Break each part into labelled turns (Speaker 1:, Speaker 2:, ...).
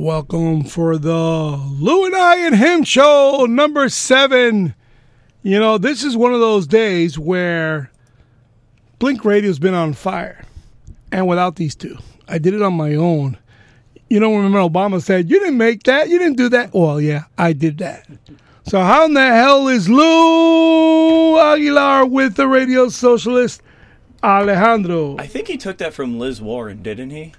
Speaker 1: Welcome for the Lou and I and Him show number seven. You know, this is one of those days where Blink Radio's been on fire, and without these two, I did it on my own. You know, remember Obama said, "You didn't make that, you didn't do that." Well, yeah, I did that. So how in the hell is Lou Aguilar with the radio socialist Alejandro?
Speaker 2: I think he took that from Liz Warren, didn't he?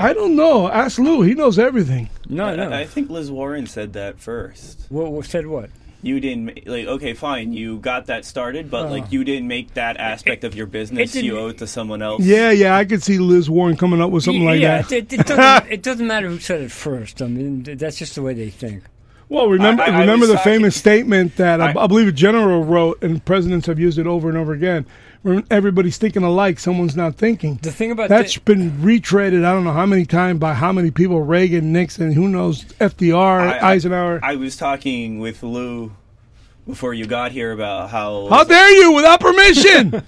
Speaker 1: I don't know. Ask Lou. He knows everything.
Speaker 2: I,
Speaker 3: No, no.
Speaker 2: I think Liz Warren said that first.
Speaker 3: What, what said what?
Speaker 2: You didn't ma- like. Okay, fine. You got that started, but
Speaker 1: Oh.
Speaker 2: like you didn't make that aspect of your business.
Speaker 3: it
Speaker 2: You
Speaker 3: didn't-
Speaker 2: owe it to someone else.
Speaker 1: Yeah, yeah, I could see Liz Warren coming up with something like
Speaker 3: yeah,
Speaker 1: that.
Speaker 3: It, it, doesn't, it doesn't matter who said it first. I mean, th- that's just the way they think.
Speaker 1: Well, remember
Speaker 2: I- I- I
Speaker 1: remember
Speaker 2: was
Speaker 1: the
Speaker 2: talking-
Speaker 1: famous statement that I,
Speaker 2: I-
Speaker 1: I believe a general wrote, and presidents have used it over and over again. When Everybody's thinking alike. Someone's not thinking.
Speaker 3: The thing about
Speaker 1: That's
Speaker 3: the-
Speaker 1: been retreaded. I don't know how many times by how many people: Reagan, Nixon, who knows? FDR,
Speaker 2: I- I-
Speaker 1: Eisenhower.
Speaker 2: I was talking with Lou before you got here about how
Speaker 1: how dare you, without permission?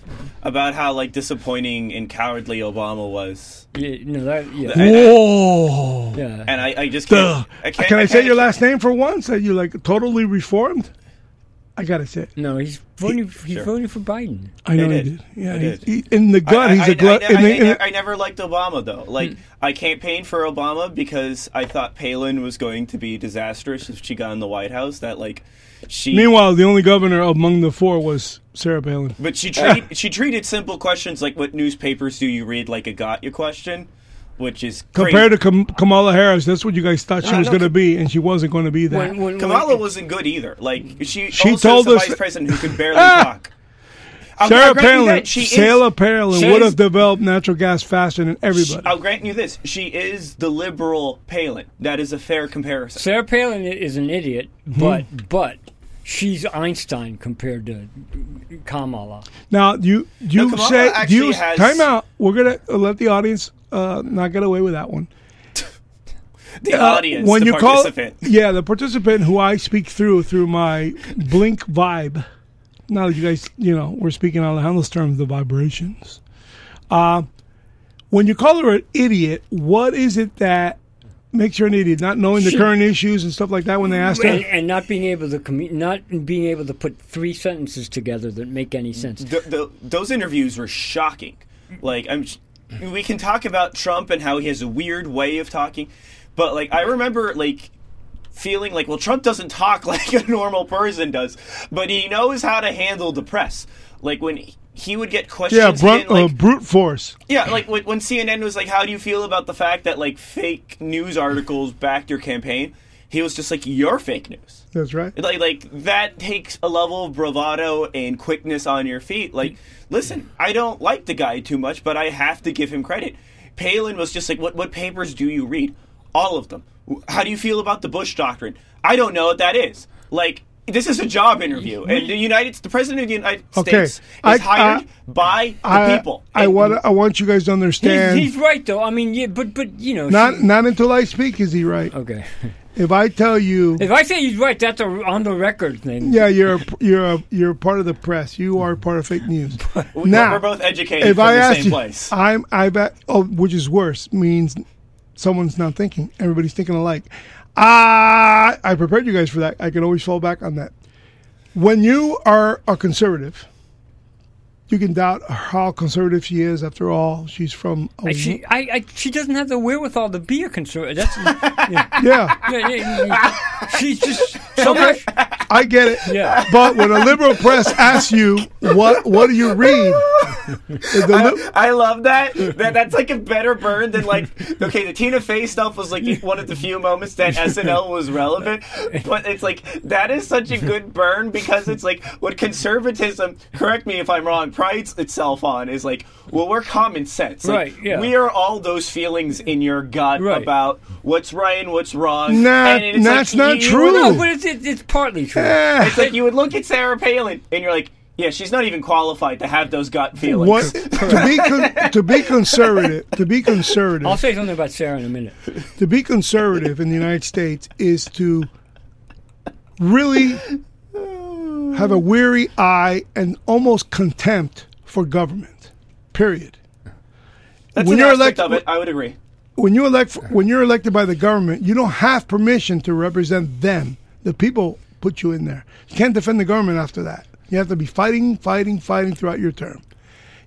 Speaker 2: about how like disappointing and cowardly Obama was.
Speaker 3: Yeah, no, that yeah,
Speaker 1: Whoa!
Speaker 3: yeah.
Speaker 2: And I, I just
Speaker 1: Duh.
Speaker 2: can't. I can't
Speaker 1: Can I say your
Speaker 2: can't-
Speaker 1: last name for once? That you like totally reformed? I gotta say. it.
Speaker 3: no, he's voting. He's
Speaker 2: Sure.
Speaker 3: voting for Biden.
Speaker 1: I know he
Speaker 2: did.
Speaker 1: did. Yeah,
Speaker 2: I
Speaker 1: he-
Speaker 2: did.
Speaker 1: he- in the gut,
Speaker 2: I-
Speaker 1: he's
Speaker 2: I-
Speaker 1: a glut.
Speaker 2: I,
Speaker 1: in
Speaker 2: I,
Speaker 1: the-
Speaker 2: I
Speaker 1: in the-
Speaker 2: never, I never liked Obama though.
Speaker 1: Hmm.
Speaker 2: Like I campaigned for Obama because I thought Palin was going to be disastrous if she got in the White House. That like she,
Speaker 1: Meanwhile, the only governor among the four was Sarah Palin.
Speaker 2: but she treated she treated simple questions like what newspapers do you read like a got you question, which is crazy.
Speaker 1: Compared to Kam- Kamala Harris, that's what you guys thought she
Speaker 2: No,
Speaker 1: was
Speaker 2: no,
Speaker 1: going to
Speaker 2: Kam-
Speaker 1: be, and she wasn't going to be that.
Speaker 3: When, when,
Speaker 2: Kamala
Speaker 3: when,
Speaker 2: wasn't good either. Like she,
Speaker 1: She
Speaker 2: also
Speaker 1: told
Speaker 2: is the
Speaker 1: us- Ah!
Speaker 2: vice president who could barely talk. I'll, I'll
Speaker 1: Sarah
Speaker 2: grant you
Speaker 1: Palin,
Speaker 2: that she is-
Speaker 1: Sarah Palin
Speaker 2: she
Speaker 1: would
Speaker 2: is-
Speaker 1: have developed natural gas faster than everybody.
Speaker 2: I'll grant you this: she is the liberal Palin. That is a fair comparison.
Speaker 3: Sarah Palin i- is an idiot,
Speaker 1: Mm-hmm.
Speaker 3: but but she's Einstein compared to Kamala.
Speaker 1: now you you
Speaker 2: No, Kamala
Speaker 1: say
Speaker 2: actually
Speaker 1: you
Speaker 2: has-
Speaker 1: time out. We're gonna let the audience uh, not get away with that one.
Speaker 2: The
Speaker 1: Uh,
Speaker 2: audience, the participant.
Speaker 1: call yeah the participant who I speak through through my blink vibe. Now that you guys you know we're speaking on the handless terms, the vibrations. Uh, when you call her an idiot, what is it that makes her an idiot? Not knowing the
Speaker 3: She-
Speaker 1: current issues and stuff like that. When they asked
Speaker 3: And,
Speaker 1: her,
Speaker 3: and not being able to commu- not being able to put three sentences together that make any sense.
Speaker 2: the, the, those interviews were shocking. Like I'm, we can talk about Trump and how he has a weird way of talking, but like I remember like feeling like well Trump doesn't talk like a normal person does, but he knows how to handle the press. Like when he would get questions,
Speaker 1: yeah, brunt,
Speaker 2: in, like,
Speaker 1: uh, brute force.
Speaker 2: yeah, like when, when CNN was like, "How do you feel about the fact that like fake news articles backed your campaign?" He was just like, "You're fake news."
Speaker 1: That's right.
Speaker 2: like like that takes a level of bravado and quickness on your feet. Like, listen, I don't like the guy too much, but I have to give him credit. Palin was just like, what what papers do you read? All of them. How do you feel about the Bush doctrine? I don't know what that is. Like, this is a job interview, and the United the president of the United
Speaker 1: Okay,
Speaker 2: States
Speaker 1: I- I-
Speaker 2: is hired by the
Speaker 1: I,
Speaker 2: people.
Speaker 1: I
Speaker 2: And-
Speaker 1: want I want you guys to
Speaker 3: He's,
Speaker 1: understand.
Speaker 3: he's right though. I mean, yeah, but but you know,
Speaker 1: not
Speaker 3: she-
Speaker 1: not until I speak is he right.
Speaker 3: okay.
Speaker 1: If I tell you
Speaker 3: If I say he's right, that's a on the record thing.
Speaker 1: Yeah, you're a, you're a, you're a part of the press. You are part of fake news.
Speaker 2: we-
Speaker 1: now,
Speaker 2: we're both educated
Speaker 1: if
Speaker 2: from
Speaker 1: I
Speaker 2: the
Speaker 1: ask
Speaker 2: same
Speaker 1: you,
Speaker 2: place.
Speaker 1: I'm I've a- oh, which is worse means someone's not thinking. Everybody's thinking alike. Ah, I prepared you guys for that. I can always fall back on that. When you are a conservative, you can doubt how conservative she is. After all, she's from a,
Speaker 3: I- She, I, I, she doesn't have the wherewithal to be a conservative. That's yeah,
Speaker 1: yeah.
Speaker 3: yeah, yeah, yeah. she's just so much.
Speaker 1: I get it.
Speaker 3: Yeah.
Speaker 1: But when a liberal press asks you what what do you read, the li-
Speaker 2: I love that. that. That's like a better burn than like okay, the Tina Fey stuff was like one of the few moments that SNL was relevant. But it's like that is such a good burn because it's like what conservatism correct me if I'm wrong, prides itself on is like, well we're common sense. Like,
Speaker 3: Right, yeah.
Speaker 2: We are all those feelings in your gut
Speaker 3: Right.
Speaker 2: about what's right and what's wrong.
Speaker 1: Nah,
Speaker 2: and it's
Speaker 1: that's not
Speaker 2: you-
Speaker 1: true.
Speaker 3: No, but it's, it's, it's partly true.
Speaker 1: Eh.
Speaker 2: It's like you would look at Sarah Palin and you're like, yeah, she's not even qualified to have those gut feelings.
Speaker 1: What to be con- to be conservative to be
Speaker 3: I'll
Speaker 1: conservative
Speaker 3: say something about Sarah in a minute.
Speaker 1: to be conservative in the United States is to really have a weary eye and almost contempt for government. Period.
Speaker 2: That's
Speaker 1: when
Speaker 2: an
Speaker 1: you're
Speaker 2: aspect
Speaker 1: elect-
Speaker 2: of it. I would agree.
Speaker 1: when you elect when you're elected by the government, you don't have permission to represent them. The people put you in there. You can't defend the government after that. You have to be fighting, fighting, fighting throughout your term.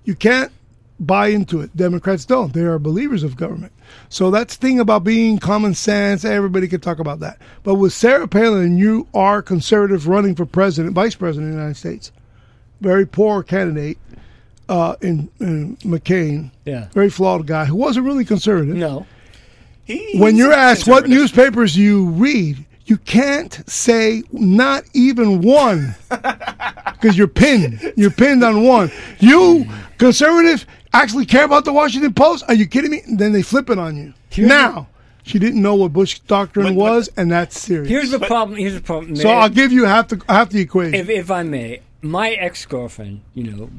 Speaker 1: You can't buy into it. Democrats don't. They are believers of government. So that's the thing about being common sense. Everybody can talk about that. But with Sarah Palin, you are conservative running for president, vice president of the United States. Very poor candidate uh, in, in McCain.
Speaker 3: Yeah.
Speaker 1: Very flawed guy who wasn't really conservative.
Speaker 3: No.
Speaker 2: He-
Speaker 1: When
Speaker 2: he's
Speaker 1: you're
Speaker 2: a
Speaker 1: asked what
Speaker 2: conservative.
Speaker 1: newspapers you read, you can't say not even one because you're pinned. You're pinned on one. You conservative actually care about the Washington Post? Are you kidding me? Then they flip it on you.
Speaker 3: Here's
Speaker 1: now, she didn't know what Bush doctrine
Speaker 2: But- but-
Speaker 1: was, and that's serious.
Speaker 3: Here's the problem. Here's the problem.
Speaker 1: so
Speaker 3: Mayor,
Speaker 1: I'll give you half the half the equation.
Speaker 3: if, if I may, my ex girlfriend, you know,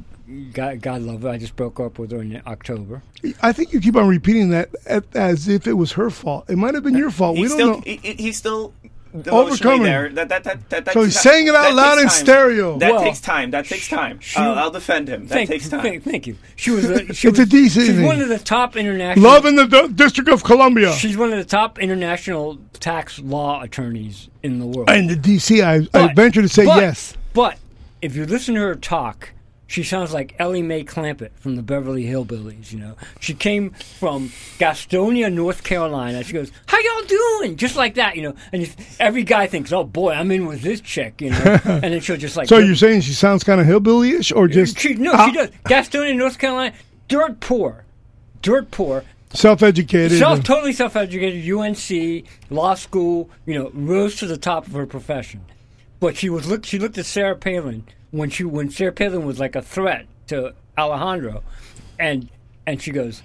Speaker 3: God, God love her. I just broke up with her in October.
Speaker 1: I think you keep on repeating that at- as if it was her fault. It might have been your fault. We
Speaker 2: He's
Speaker 1: don't
Speaker 2: still,
Speaker 1: know.
Speaker 2: he- he- he's still
Speaker 1: Overcoming.
Speaker 2: overcoming there. That, that, that, that, that
Speaker 1: So
Speaker 2: takes
Speaker 1: he's
Speaker 2: time.
Speaker 1: saying it out
Speaker 2: That
Speaker 1: loud
Speaker 2: takes
Speaker 1: in
Speaker 2: time.
Speaker 1: stereo.
Speaker 2: That
Speaker 3: Well,
Speaker 2: takes time. That takes time.
Speaker 3: she-
Speaker 2: I'll, I'll defend him. That
Speaker 3: thank,
Speaker 2: takes time.
Speaker 3: Thank, thank you. She was. A, she
Speaker 1: It's
Speaker 3: was,
Speaker 1: a decent
Speaker 3: She's
Speaker 1: thing.
Speaker 3: one of the top international.
Speaker 1: Love in the D- District of Columbia.
Speaker 3: She's one of the top international tax law attorneys in the world.
Speaker 1: in the D.C., I, I
Speaker 3: But-
Speaker 1: venture to say
Speaker 3: but-
Speaker 1: yes.
Speaker 3: But if you listen to her talk, she sounds like Ellie Mae Clampett from the Beverly Hillbillies. You know, she came from Gastonia, North Carolina. She goes, "How y'all doing?" Just like that, you know. And you, every guy thinks, "Oh boy, I'm in with this chick," you know. and then she'll just like,
Speaker 1: So you're saying she sounds kind of hillbilly-ish, or just
Speaker 3: she, no, she does. Gastonia, North Carolina, dirt poor, dirt poor.
Speaker 1: self-educated?
Speaker 3: Self, totally self-educated, UNC law school. You know, rose to the top of her profession. But she was look. She looked at Sarah Palin when she when Sarah Palin was like a threat to Alejandro, and and she goes,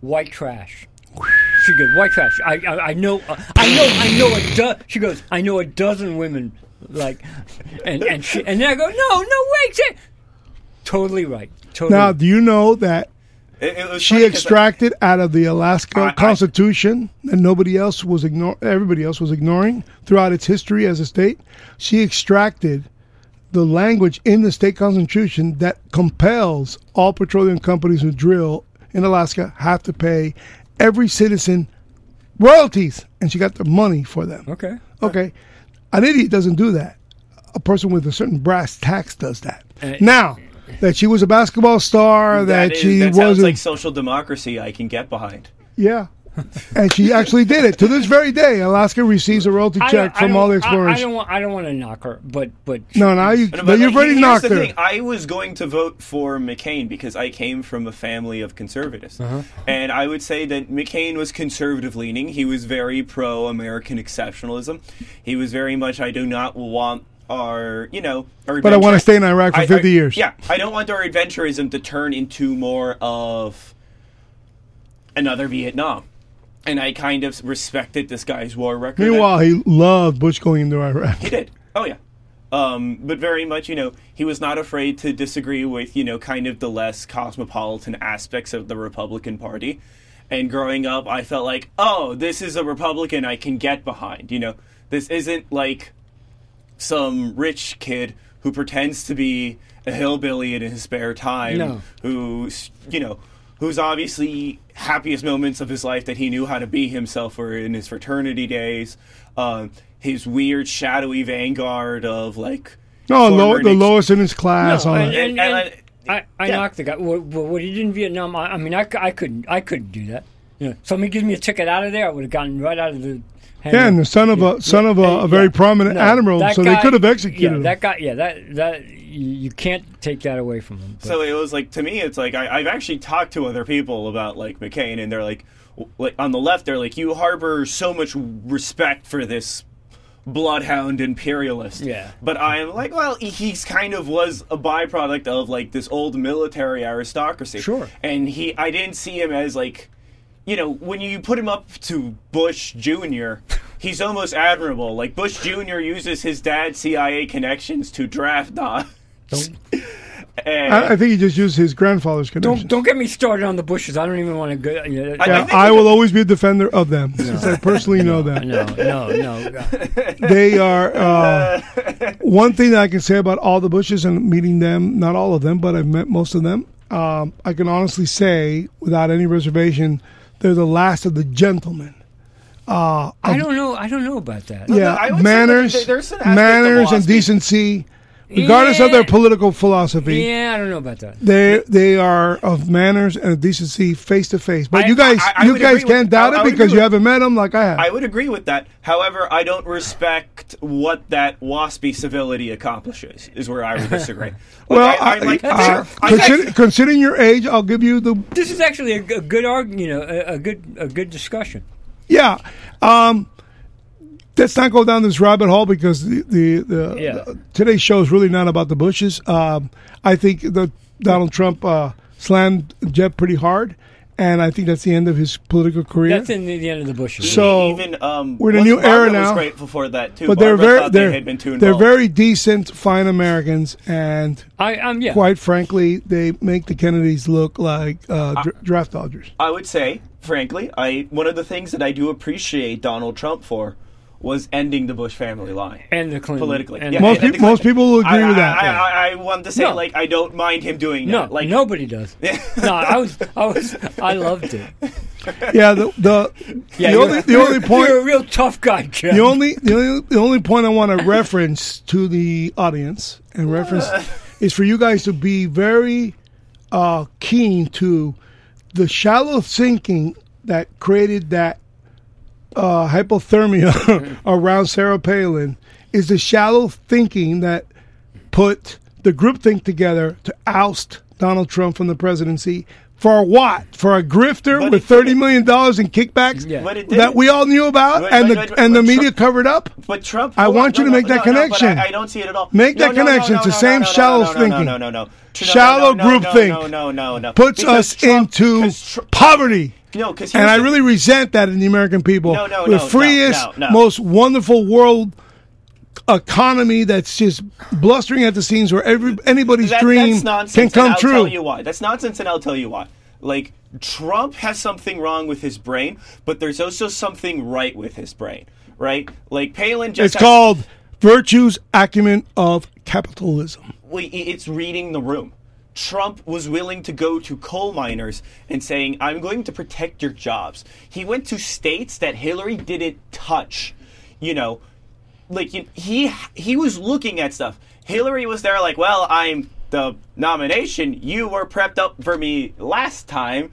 Speaker 3: white trash. She goes, white trash. I I, I know uh, I know I know a do-, She goes, I know a dozen women like, and and she and then I go, no no wait, Sarah." totally right. Totally.
Speaker 1: now, do you know that
Speaker 2: It- it was
Speaker 1: she
Speaker 2: funny 'cause, like,
Speaker 1: extracted out of the Alaska
Speaker 2: I- I-
Speaker 1: Constitution that nobody else was ignore, everybody else was ignoring throughout its history as a state? She extracted the language in the state constitution that compels all petroleum companies who drill in Alaska have to pay every citizen royalties, and she got the money for them.
Speaker 3: okay.
Speaker 1: Okay. An idiot doesn't do that. A person with a certain brass tax does that.
Speaker 3: Uh,
Speaker 1: now, that she was a basketball star, that,
Speaker 2: that is-
Speaker 1: she
Speaker 2: that sounds
Speaker 1: wasn't.
Speaker 2: like social democracy. I can get behind.
Speaker 1: yeah. and she actually did it. To this very day, Alaska receives a royalty
Speaker 3: I
Speaker 1: check
Speaker 3: don't- I
Speaker 1: from
Speaker 3: don't-
Speaker 1: all the
Speaker 3: I-
Speaker 1: explorers.
Speaker 3: I, don't want. I don't want to knock her, but but
Speaker 1: no, no, you,
Speaker 2: No,
Speaker 1: but you've
Speaker 2: like,
Speaker 1: already
Speaker 2: here's
Speaker 1: knocked
Speaker 2: the
Speaker 1: her.
Speaker 2: Thing. I was going to vote for McCain because I came from a family of conservatives,
Speaker 1: Uh-huh.
Speaker 2: and I would say that McCain was conservative leaning. He was very pro American exceptionalism. He was very much I do not want our you know our
Speaker 1: But I want to
Speaker 2: adventure-
Speaker 1: stay in Iraq for
Speaker 2: I-
Speaker 1: 50
Speaker 2: I-
Speaker 1: years.
Speaker 2: Yeah, I don't want our adventurism to turn into more of another Vietnam. And I kind of respected this guy's war record.
Speaker 1: Meanwhile, he loved Bush going into Iraq.
Speaker 2: He did. Oh yeah. Um, but very much, you know, he was not afraid to disagree with, you know, kind of the less cosmopolitan aspects of the Republican Party. And growing up, I felt like, oh, this is a Republican I can get behind. You know, this isn't like some rich kid who pretends to be a hillbilly in his spare time,
Speaker 3: No.
Speaker 2: who's, you know, who's obviously happiest moments of his life that he knew how to be himself were in his fraternity days. Um, his weird shadowy vanguard of like
Speaker 1: No,
Speaker 2: former
Speaker 1: low, Oh, the
Speaker 2: Nixon-
Speaker 1: lowest in his class.
Speaker 3: No,
Speaker 1: all
Speaker 3: and,
Speaker 1: that.
Speaker 3: and,
Speaker 2: And-
Speaker 3: and I, I
Speaker 2: yeah.
Speaker 3: knocked the guy. Well, well, what he did in Vietnam, I, I mean, I, c- I couldn't, I couldn't do that. You know, somebody gives me a ticket out of there, I would have gotten right out of the. hangar.
Speaker 1: yeah, and the son of a son of a, a very
Speaker 3: Yeah.
Speaker 1: prominent
Speaker 3: No,
Speaker 1: admiral,
Speaker 3: that
Speaker 1: so
Speaker 3: guy-
Speaker 1: they could have executed
Speaker 3: yeah,
Speaker 1: him.
Speaker 3: That guy, yeah, that that you, you can't take that away from him. but-
Speaker 2: So it was like to me, it's like I, I've actually talked to other people about like McCain, and they're like, w- like on the left, they're like, you harbor so much respect for this bloodhound imperialist.
Speaker 3: Yeah.
Speaker 2: But I'm like, well, he- he's kind of was a byproduct of like this old military aristocracy.
Speaker 3: Sure.
Speaker 2: And he, I didn't see him as like, you know, when you put him up to Bush Jr., he's almost admirable. Like Bush Jr. uses his dad's CIA connections to draft Don.
Speaker 3: don't,
Speaker 2: And
Speaker 1: I, I think he just used his grandfather's connection.
Speaker 3: don't don't get me started on the bushes. I don't even want to go. You know,
Speaker 2: I
Speaker 1: Yeah,
Speaker 2: think
Speaker 1: I
Speaker 2: we
Speaker 1: will always be a defender of them since I personally know them.
Speaker 3: no, no, no. God.
Speaker 1: They are uh, one thing that I can say about all the Bushes and meeting them. Not all of them, but I've met most of them. Um, I can honestly say, without any reservation, They're the last of the gentlemen. Uh,
Speaker 3: I don't know. I don't know about that.
Speaker 1: yeah,
Speaker 2: I would say that
Speaker 1: manners,
Speaker 2: there- there's an aspect of
Speaker 1: manners, and
Speaker 2: philosophy.
Speaker 1: decency, regardless of their
Speaker 3: Yeah.
Speaker 1: political philosophy.
Speaker 3: Yeah, I don't know about that.
Speaker 1: They they are of manners and decency face to face. But
Speaker 3: I-
Speaker 1: you guys
Speaker 2: I- I
Speaker 1: you
Speaker 2: would
Speaker 1: guys
Speaker 2: agree with-
Speaker 1: can't doubt
Speaker 2: I- I
Speaker 1: it
Speaker 2: would
Speaker 1: because
Speaker 2: agree
Speaker 1: you
Speaker 2: with-
Speaker 1: haven't met them like I have.
Speaker 2: I would agree with that. However, I don't respect what that waspy civility accomplishes. Is where I would disagree. Like,
Speaker 1: well,
Speaker 2: I, am like,
Speaker 1: I- uh,
Speaker 2: sure,
Speaker 1: I-
Speaker 2: I-
Speaker 1: consider- considering your age, I'll give you the
Speaker 3: This is actually a, g- a good argument. You know, a, a good a good discussion.
Speaker 1: yeah. Um, let's not go down this rabbit hole because the the, the,
Speaker 3: Yeah.
Speaker 1: the- today's show is really not about the Bushes. Um, I think that Donald Trump uh, slammed Jeb pretty hard, and I think that's the end of his political career.
Speaker 3: That's in the, the end of the bushes.
Speaker 1: So-
Speaker 2: even um,
Speaker 1: we're in a
Speaker 2: was-
Speaker 1: new
Speaker 2: Barbara
Speaker 1: era now.
Speaker 2: Was grateful for that too.
Speaker 1: but they're
Speaker 2: Barbara
Speaker 1: very
Speaker 2: thought
Speaker 1: they're,
Speaker 2: they had been too
Speaker 1: they're
Speaker 2: involved.
Speaker 1: very decent, fine Americans, and
Speaker 3: I, I'm yeah.
Speaker 1: quite frankly, they make the Kennedys look like uh, dr- draft dodgers.
Speaker 2: I would say, frankly, I one of the things that I do appreciate Donald Trump for was ending the Bush family line.
Speaker 3: And the Clinton
Speaker 2: Politically,
Speaker 3: and-
Speaker 2: yeah,
Speaker 1: Most,
Speaker 2: I
Speaker 1: peop
Speaker 2: think
Speaker 1: most
Speaker 2: like-
Speaker 1: people will agree
Speaker 2: I,
Speaker 1: with
Speaker 2: I,
Speaker 1: that.
Speaker 2: I, I, I wanted to say,
Speaker 3: No.
Speaker 2: like, I don't mind him doing
Speaker 3: no,
Speaker 2: that. Like,
Speaker 3: nobody does. no, I was, I was, I loved it.
Speaker 1: yeah, the the,
Speaker 3: Yeah,
Speaker 1: the
Speaker 3: you're-
Speaker 1: only the only point
Speaker 3: You're a real tough guy, Jeff.
Speaker 1: the only the only the only point I want to reference to the audience and reference is for you guys to be very uh, keen to the shallow thinking that created that uh, hypothermia around Sarah Palin is the shallow thinking that put the group think together to oust Donald Trump from the presidency. For what? For a grifter
Speaker 2: But
Speaker 1: with
Speaker 2: it
Speaker 1: thirty
Speaker 2: didn't.
Speaker 1: million dollars in kickbacks
Speaker 3: Yeah.
Speaker 2: But it
Speaker 1: that
Speaker 2: didn't.
Speaker 1: we all knew about,
Speaker 2: Wait,
Speaker 1: and
Speaker 2: wait,
Speaker 1: the
Speaker 2: wait, wait,
Speaker 1: and the
Speaker 2: wait,
Speaker 1: media
Speaker 2: Trump-
Speaker 1: covered up.
Speaker 2: But Trump.
Speaker 1: I
Speaker 2: hold
Speaker 1: want
Speaker 2: on,
Speaker 1: you to make that
Speaker 2: but
Speaker 1: connection.
Speaker 2: I, I don't see it at all.
Speaker 1: Make that connection. It's the same shallow
Speaker 2: No,
Speaker 1: thinking.
Speaker 2: no, no, no. no.
Speaker 1: Shallow
Speaker 2: no, no,
Speaker 1: group
Speaker 2: no,
Speaker 1: think
Speaker 2: No, no, no, no.
Speaker 1: Puts
Speaker 2: Because
Speaker 1: us
Speaker 2: Trump-
Speaker 1: into
Speaker 2: 'cause Tr-
Speaker 1: poverty.
Speaker 2: no, because
Speaker 1: And I really resent that in the American people.
Speaker 2: No, no,
Speaker 1: the
Speaker 2: no, no,
Speaker 1: freest,
Speaker 2: no, no.
Speaker 1: most wonderful world economy that's just blustering at the seams where every anybody's
Speaker 2: that,
Speaker 1: dream
Speaker 2: that's nonsense,
Speaker 1: can come
Speaker 2: and I'll
Speaker 1: true.
Speaker 2: Tell you why. That's nonsense, and I'll tell you why. Like Trump has something wrong with his brain, but there's also something right with his brain, right? Like Palin just
Speaker 1: it's
Speaker 2: has-
Speaker 1: called virtues acumen of capitalism.
Speaker 2: we- i- it's reading the room. Trump was willing to go to coal miners and saying, "I'm going to protect your jobs." He went to states that Hillary didn't touch. You know, like you- he he was looking at stuff. Hillary was there, like, "Well, I'm the nomination. You were prepped up for me last time."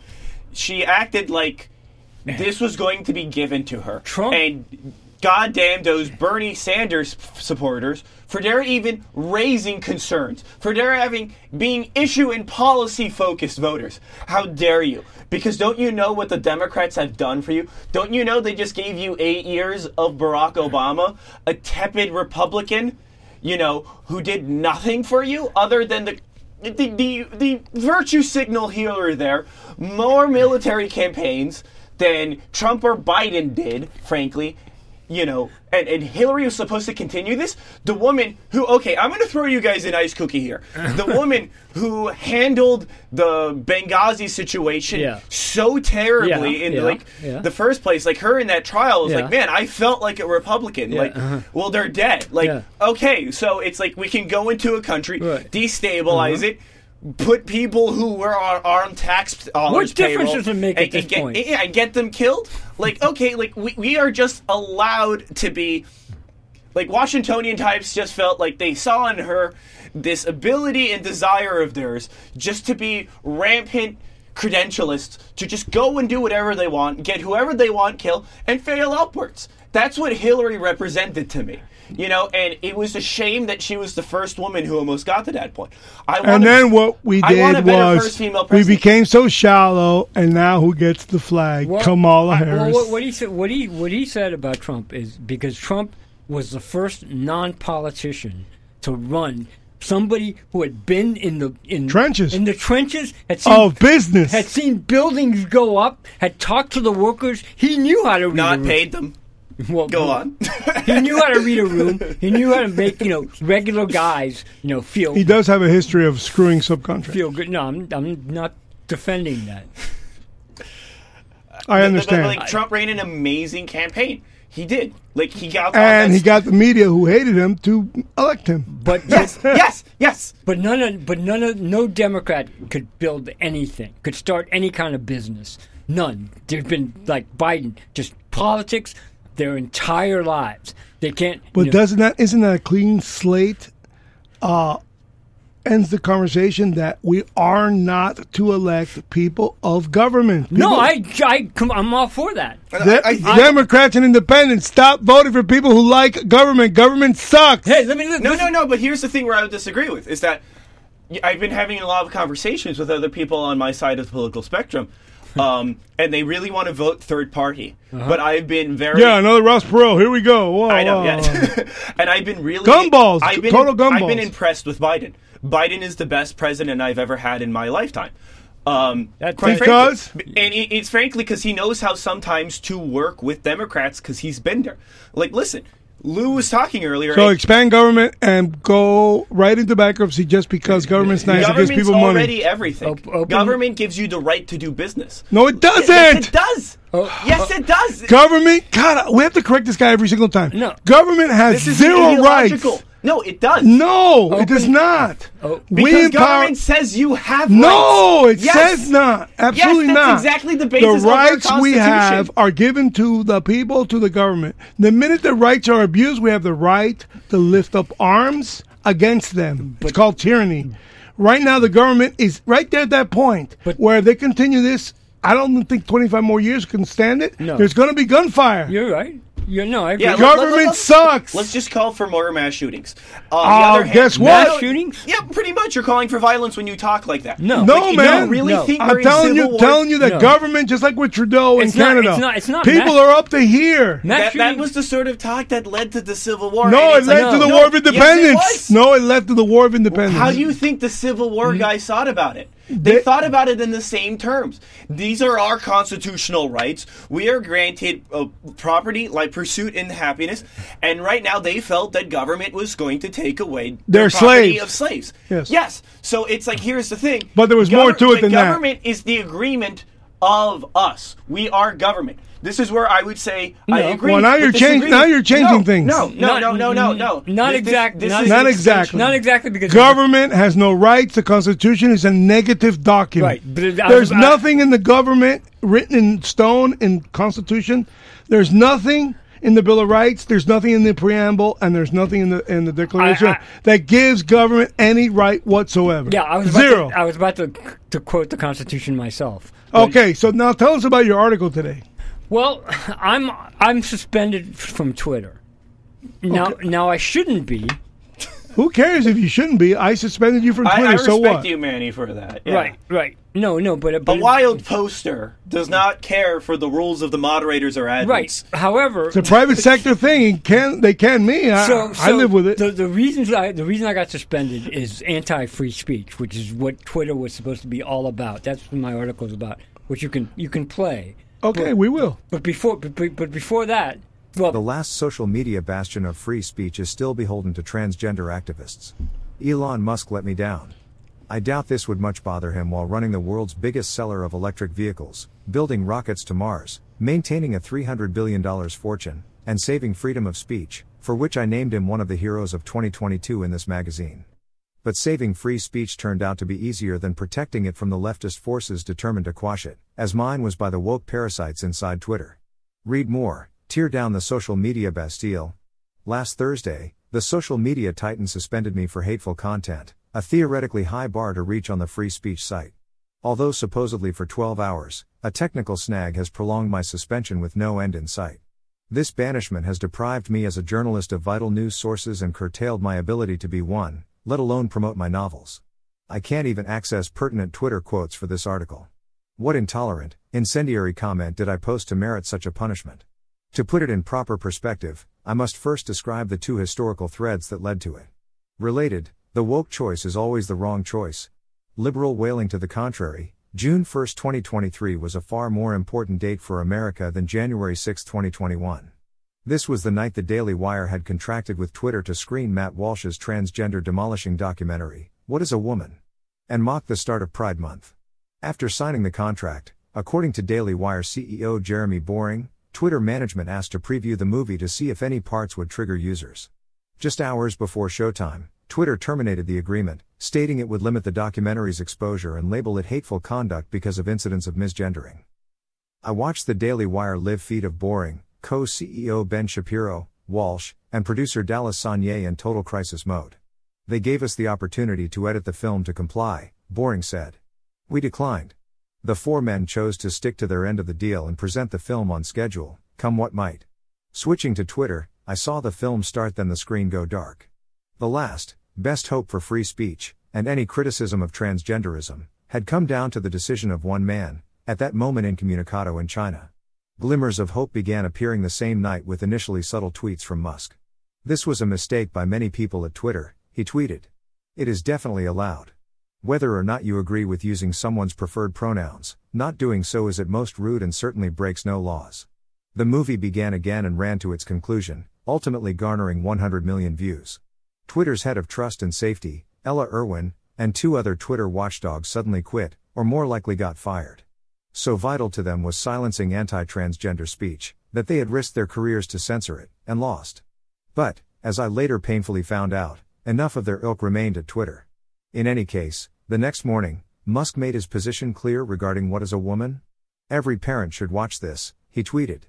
Speaker 2: She acted like this was going to be given to her.
Speaker 3: Trump-
Speaker 2: And goddamn those Bernie Sanders f- supporters for their even raising concerns, for their having being issue and policy focused voters. How dare you? Because don't you know what the Democrats have done for you? Don't you know they just gave you eight years of Barack Obama, a tepid Republican, you know, who did nothing for you other than the the, the, the virtue signal here or there, more military campaigns than Trump or Biden did, frankly. You know, and, and Hillary was supposed to continue this. The woman who, okay, I'm going to throw you guys an ice cookie here. The woman who handled the Benghazi situation
Speaker 3: Yeah.
Speaker 2: so terribly
Speaker 3: Yeah,
Speaker 2: in
Speaker 3: yeah,
Speaker 2: like
Speaker 3: yeah.
Speaker 2: the first place, like her in that trial was like,
Speaker 3: Yeah.
Speaker 2: man, I felt like a Republican. Like,
Speaker 3: uh-huh.
Speaker 2: well, they're dead. Like,
Speaker 3: Yeah.
Speaker 2: okay, so it's like we can go into a country,
Speaker 3: Right. Uh-huh.
Speaker 2: destabilize it, put people who were on, on tax dollars
Speaker 3: What difference
Speaker 2: payroll
Speaker 3: does it make
Speaker 2: and,
Speaker 3: at this
Speaker 2: and get,
Speaker 3: point?
Speaker 2: Yeah, and get them killed. Like, okay, like we, we are just allowed to be. Like Washingtonian types just felt like they saw in her this ability and desire of theirs just to be rampant credentialists to just go and do whatever they want, get whoever they want, kill, and fail upwards. That's what Hillary represented to me. You know, and it was a shame that she was the first woman who almost got to that point. I
Speaker 1: And
Speaker 2: wanna-
Speaker 1: then what we
Speaker 2: I want a
Speaker 1: did
Speaker 2: better
Speaker 1: was
Speaker 2: first female
Speaker 1: we
Speaker 2: president.
Speaker 1: became so shallow, and now who gets the flag?
Speaker 3: Well,
Speaker 1: Kamala
Speaker 3: I- well,
Speaker 1: Harris.
Speaker 3: what, what he said, what he what he said about Trump is because Trump was the first non-politician to run. Somebody who had been in the in
Speaker 1: Trenches.
Speaker 3: in the trenches had seen
Speaker 1: of business.
Speaker 3: had seen buildings go up, had talked to the workers. He knew how to read a
Speaker 2: not
Speaker 3: room.
Speaker 2: paid them.
Speaker 3: Well,
Speaker 2: Go on.
Speaker 1: Mm-hmm.
Speaker 3: he knew how to read a room. He knew how to make you know regular guys you know feel
Speaker 1: He does have a history of screwing subcontracts.
Speaker 3: feel good. No, I'm I'm not defending that.
Speaker 1: I
Speaker 2: But- but,
Speaker 1: understand.
Speaker 2: like Trump ran an amazing campaign. He did. Like he got all
Speaker 1: and
Speaker 2: that
Speaker 1: he got the media who hated him to elect him.
Speaker 3: But
Speaker 2: yes, yes, yes.
Speaker 3: But none of, but none of, no Democrat could build anything, could start any kind of business. None. There's been like Biden, just politics their entire lives. They can't.
Speaker 1: But
Speaker 3: you know,
Speaker 1: doesn't that isn't that a clean slate? Uh, ends the conversation that we are not to elect people of government.
Speaker 3: no,
Speaker 1: People-
Speaker 3: I, I, come- I'm all for that.
Speaker 1: De-
Speaker 2: I- I-
Speaker 1: Democrats and independents, stop voting for people who like government. Government sucks.
Speaker 3: Hey, let me.
Speaker 2: No, no, no. But here's the thing where I would disagree with is that I've been having a lot of conversations with other people on my side of the political spectrum, um, and they really want to vote third party. But I've been very
Speaker 1: Uh-huh. Yeah, another Ross Perot. Here we go. Whoa,
Speaker 2: I know,
Speaker 1: whoa, whoa.
Speaker 2: yeah. and I've been really
Speaker 1: Gumballs,
Speaker 2: I've been,
Speaker 1: total
Speaker 2: I've been
Speaker 1: gumballs.
Speaker 2: impressed with Biden. Biden is the best president I've ever had in my lifetime. Um,
Speaker 3: That-
Speaker 2: quite frankly-
Speaker 1: Because?
Speaker 2: and it- it's frankly because he knows how sometimes to work with Democrats because he's been there. Like, listen, Lou was talking earlier.
Speaker 1: So
Speaker 2: and-
Speaker 1: expand government and go right into bankruptcy just because government's nice. It gives
Speaker 2: Government's
Speaker 1: people money.
Speaker 2: already everything.
Speaker 3: Op- open-
Speaker 2: Government gives you the right to do business.
Speaker 1: no, it
Speaker 2: Yes,
Speaker 1: doesn't.
Speaker 2: it does.
Speaker 3: Oh,
Speaker 2: yes, it does.
Speaker 1: Government, God, we have to correct this guy every single time.
Speaker 3: No.
Speaker 1: Government has
Speaker 2: this is
Speaker 1: zero rights.
Speaker 2: ideological. No, it does.
Speaker 1: No, it does not.
Speaker 2: because government says you have
Speaker 1: No,
Speaker 2: rights.
Speaker 1: it says not. Absolutely
Speaker 2: that's
Speaker 1: not.
Speaker 2: exactly the basis of
Speaker 1: The
Speaker 2: our
Speaker 1: rights we
Speaker 2: Constitution.
Speaker 1: have are given to the people, to the government. The minute the rights are abused, we have the right to lift up arms against them. it's called tyranny. Right now, the government is right there at that point
Speaker 3: But-
Speaker 1: where if they continue this. I don't think 25 more years can stand it.
Speaker 3: No.
Speaker 1: There's going to be gunfire.
Speaker 3: You're right. You're no. I agree.
Speaker 2: Yeah,
Speaker 1: Government
Speaker 2: let's-
Speaker 1: sucks.
Speaker 2: Let's just call for more mass shootings. On
Speaker 1: Oh,
Speaker 2: the other hand-
Speaker 1: guess what?
Speaker 3: Mass shootings?
Speaker 2: Yeah, pretty much. You're calling for violence when you talk like that.
Speaker 3: No.
Speaker 1: No,
Speaker 2: Like, you
Speaker 1: man.
Speaker 2: don't really
Speaker 3: No.
Speaker 2: think we're
Speaker 1: I'm
Speaker 2: in
Speaker 1: telling
Speaker 2: civil
Speaker 1: you,
Speaker 2: war?
Speaker 1: telling you that
Speaker 3: No.
Speaker 1: government, just like with Trudeau
Speaker 3: It's
Speaker 1: in
Speaker 3: not-
Speaker 1: Canada,
Speaker 3: it's not- it's not
Speaker 1: people
Speaker 3: mass-
Speaker 1: are up to here.
Speaker 3: Mass
Speaker 2: That, that
Speaker 3: shootings-
Speaker 2: was the sort of talk that led to the Civil War.
Speaker 1: No,
Speaker 2: and
Speaker 1: it
Speaker 2: it's like,
Speaker 1: led to the
Speaker 2: no,
Speaker 1: War of
Speaker 2: yes, it
Speaker 1: Independence.
Speaker 2: was.
Speaker 1: no, it led to the War of Independence. Mm-hmm.
Speaker 2: How do you think the Civil War guys thought about it? They,
Speaker 1: They-
Speaker 2: thought about it in the same terms. These are our constitutional rights. We are granted uh, property, like pursuit and happiness. And right now, they felt that government was going to take away
Speaker 1: They're
Speaker 2: their property
Speaker 1: slaves.
Speaker 2: of slaves.
Speaker 1: Yes.
Speaker 2: Yes. So it's like here's the thing.
Speaker 1: But there was more to it
Speaker 2: the
Speaker 1: than that.
Speaker 2: Government is the agreement of us. We are government. This is where I would say I
Speaker 3: No.
Speaker 2: agree.
Speaker 1: Well, now
Speaker 2: but
Speaker 1: you're
Speaker 2: this
Speaker 1: chang-
Speaker 2: agreement-
Speaker 1: now you're changing
Speaker 2: No,
Speaker 1: things.
Speaker 2: No, no,
Speaker 3: Not-
Speaker 2: no, no, no, no.
Speaker 3: not
Speaker 2: This- this-
Speaker 3: exact-
Speaker 2: this
Speaker 3: not
Speaker 2: is an
Speaker 1: Not
Speaker 2: extension.
Speaker 1: exactly.
Speaker 3: Not exactly because
Speaker 1: government has no rights. The Constitution is a negative document.
Speaker 3: Right, but it- I-
Speaker 1: There's
Speaker 3: I-
Speaker 1: nothing in the government written in stone in Constitution. There's nothing in the Bill of Rights. There's nothing in the preamble, and there's nothing in the in the Declaration
Speaker 3: I- I-
Speaker 1: that gives government any right whatsoever.
Speaker 3: Yeah, I was about
Speaker 1: zero. Oh.
Speaker 3: To, I was about to to quote the Constitution myself.
Speaker 1: okay, so now tell us about your article today.
Speaker 3: Well, I'm I'm suspended from Twitter. Now now I shouldn't be.
Speaker 1: Who cares if you shouldn't be? I suspended you from
Speaker 2: I,
Speaker 1: Twitter.
Speaker 2: I
Speaker 1: so
Speaker 2: respect
Speaker 1: what?
Speaker 2: you, Manny, for that. Yeah.
Speaker 3: Right, right. No, no, but
Speaker 2: A
Speaker 3: but
Speaker 2: wild poster does not care for the rules of the moderators or admins.
Speaker 3: right. However,
Speaker 1: It's a private sector thing. It Can they can me? I,
Speaker 3: so,
Speaker 1: I
Speaker 3: so
Speaker 1: live with it.
Speaker 3: The, the reasons I the reason I got suspended is anti free speech, which is what Twitter was supposed to be all about. That's what my article is about, which you can you can play.
Speaker 1: okay, we will.
Speaker 3: But before but, but but before that, well,
Speaker 4: The last social media bastion of free speech is still beholden to transgender activists. Elon Musk let me down. I doubt this would much bother him while running the world's biggest seller of electric vehicles, building rockets to Mars, maintaining a $300 billion fortune, and saving freedom of speech, for which I named him one of the heroes of 2022 in this magazine. But saving free speech turned out to be easier than protecting it from the leftist forces determined to quash it, as mine was by the woke parasites inside Twitter. Read more, tear down the social media Bastille. Last Thursday, the social media titan suspended me for hateful content, a theoretically high bar to reach on the free speech site. Although supposedly for 12 hours, a technical snag has prolonged my suspension with no end in sight. This banishment has deprived me as a journalist of vital news sources and curtailed my ability to be one, let alone promote my novels. I can't even access pertinent Twitter quotes for this article. What intolerant, incendiary comment did I post to merit such a punishment? To put it in proper perspective, I must first describe the two historical threads that led to it. Related, the woke choice is always the wrong choice. Liberal wailing to the contrary, June 1, 2023 was a far more important date for America than January 6, 2021. This was the night the Daily Wire had contracted with Twitter to screen Matt Walsh's transgender demolishing documentary, What is a Woman? and mock the start of Pride Month. After signing the contract, according to Daily Wire CEO Jeremy Boring, Twitter management asked to preview the movie to see if any parts would trigger users. Just hours before showtime, Twitter terminated the agreement, stating it would limit the documentary's exposure and label it hateful conduct because of incidents of misgendering. I watched the Daily Wire live feed of boring, co CEO Ben Shapiro, Walsh, and producer Dallas Sanye in total crisis mode. They gave us the opportunity to edit the film to comply, Boring said. We declined. The four men chose to stick to their end of the deal and present the film on schedule, come what might. Switching to Twitter, I saw the film start then the screen go dark. The last, best hope for free speech, and any criticism of transgenderism, had come down to the decision of one man, at that moment incommunicado in China. Glimmers of hope began appearing the same night with initially subtle tweets from Musk. This was a mistake by many people at Twitter, he tweeted. It is definitely allowed. Whether or not you agree with using someone's preferred pronouns, not doing so is at most rude and certainly breaks no laws. The movie began again and ran to its conclusion, ultimately garnering 100 million views. Twitter's head of trust and safety, Ella Irwin, and two other Twitter watchdogs suddenly quit, or more likely got fired. So vital to them was silencing anti transgender speech, that they had risked their careers to censor it, and lost. But, as I later painfully found out, enough of their ilk remained at Twitter. In any case, the next morning, Musk made his position clear regarding what is a woman? Every parent should watch this, he tweeted.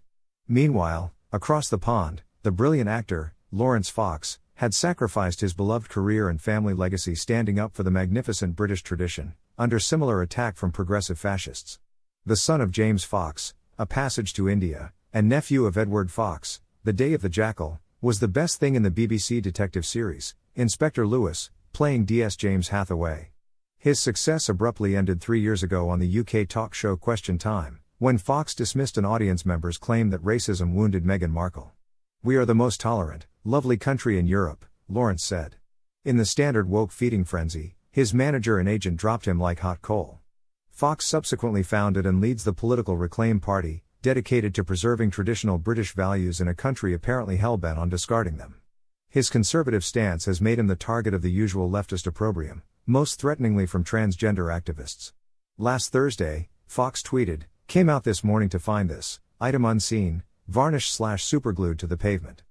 Speaker 4: Meanwhile, across the pond, the brilliant actor, Lawrence Fox, had sacrificed his beloved career and family legacy standing up for the magnificent British tradition, under similar attack from progressive fascists. The son of James Fox, a passage to India, and nephew of Edward Fox, The Day of the Jackal, was the best thing in the BBC detective series, Inspector Lewis, playing DS James Hathaway. His success abruptly ended three years ago on the UK talk show Question Time, when Fox dismissed an audience member's claim that racism wounded Meghan Markle. We are the most tolerant, lovely country in Europe, Lawrence said. In the standard woke feeding frenzy, his manager and agent dropped him like hot coal. Fox subsequently founded and leads the Political Reclaim Party, dedicated to preserving traditional British values in a country apparently hellbent on discarding them. His conservative stance has made him the target of the usual leftist opprobrium, most threateningly from transgender activists. Last Thursday, Fox tweeted, Came out this morning to find this, item unseen, varnish slash superglued to the pavement.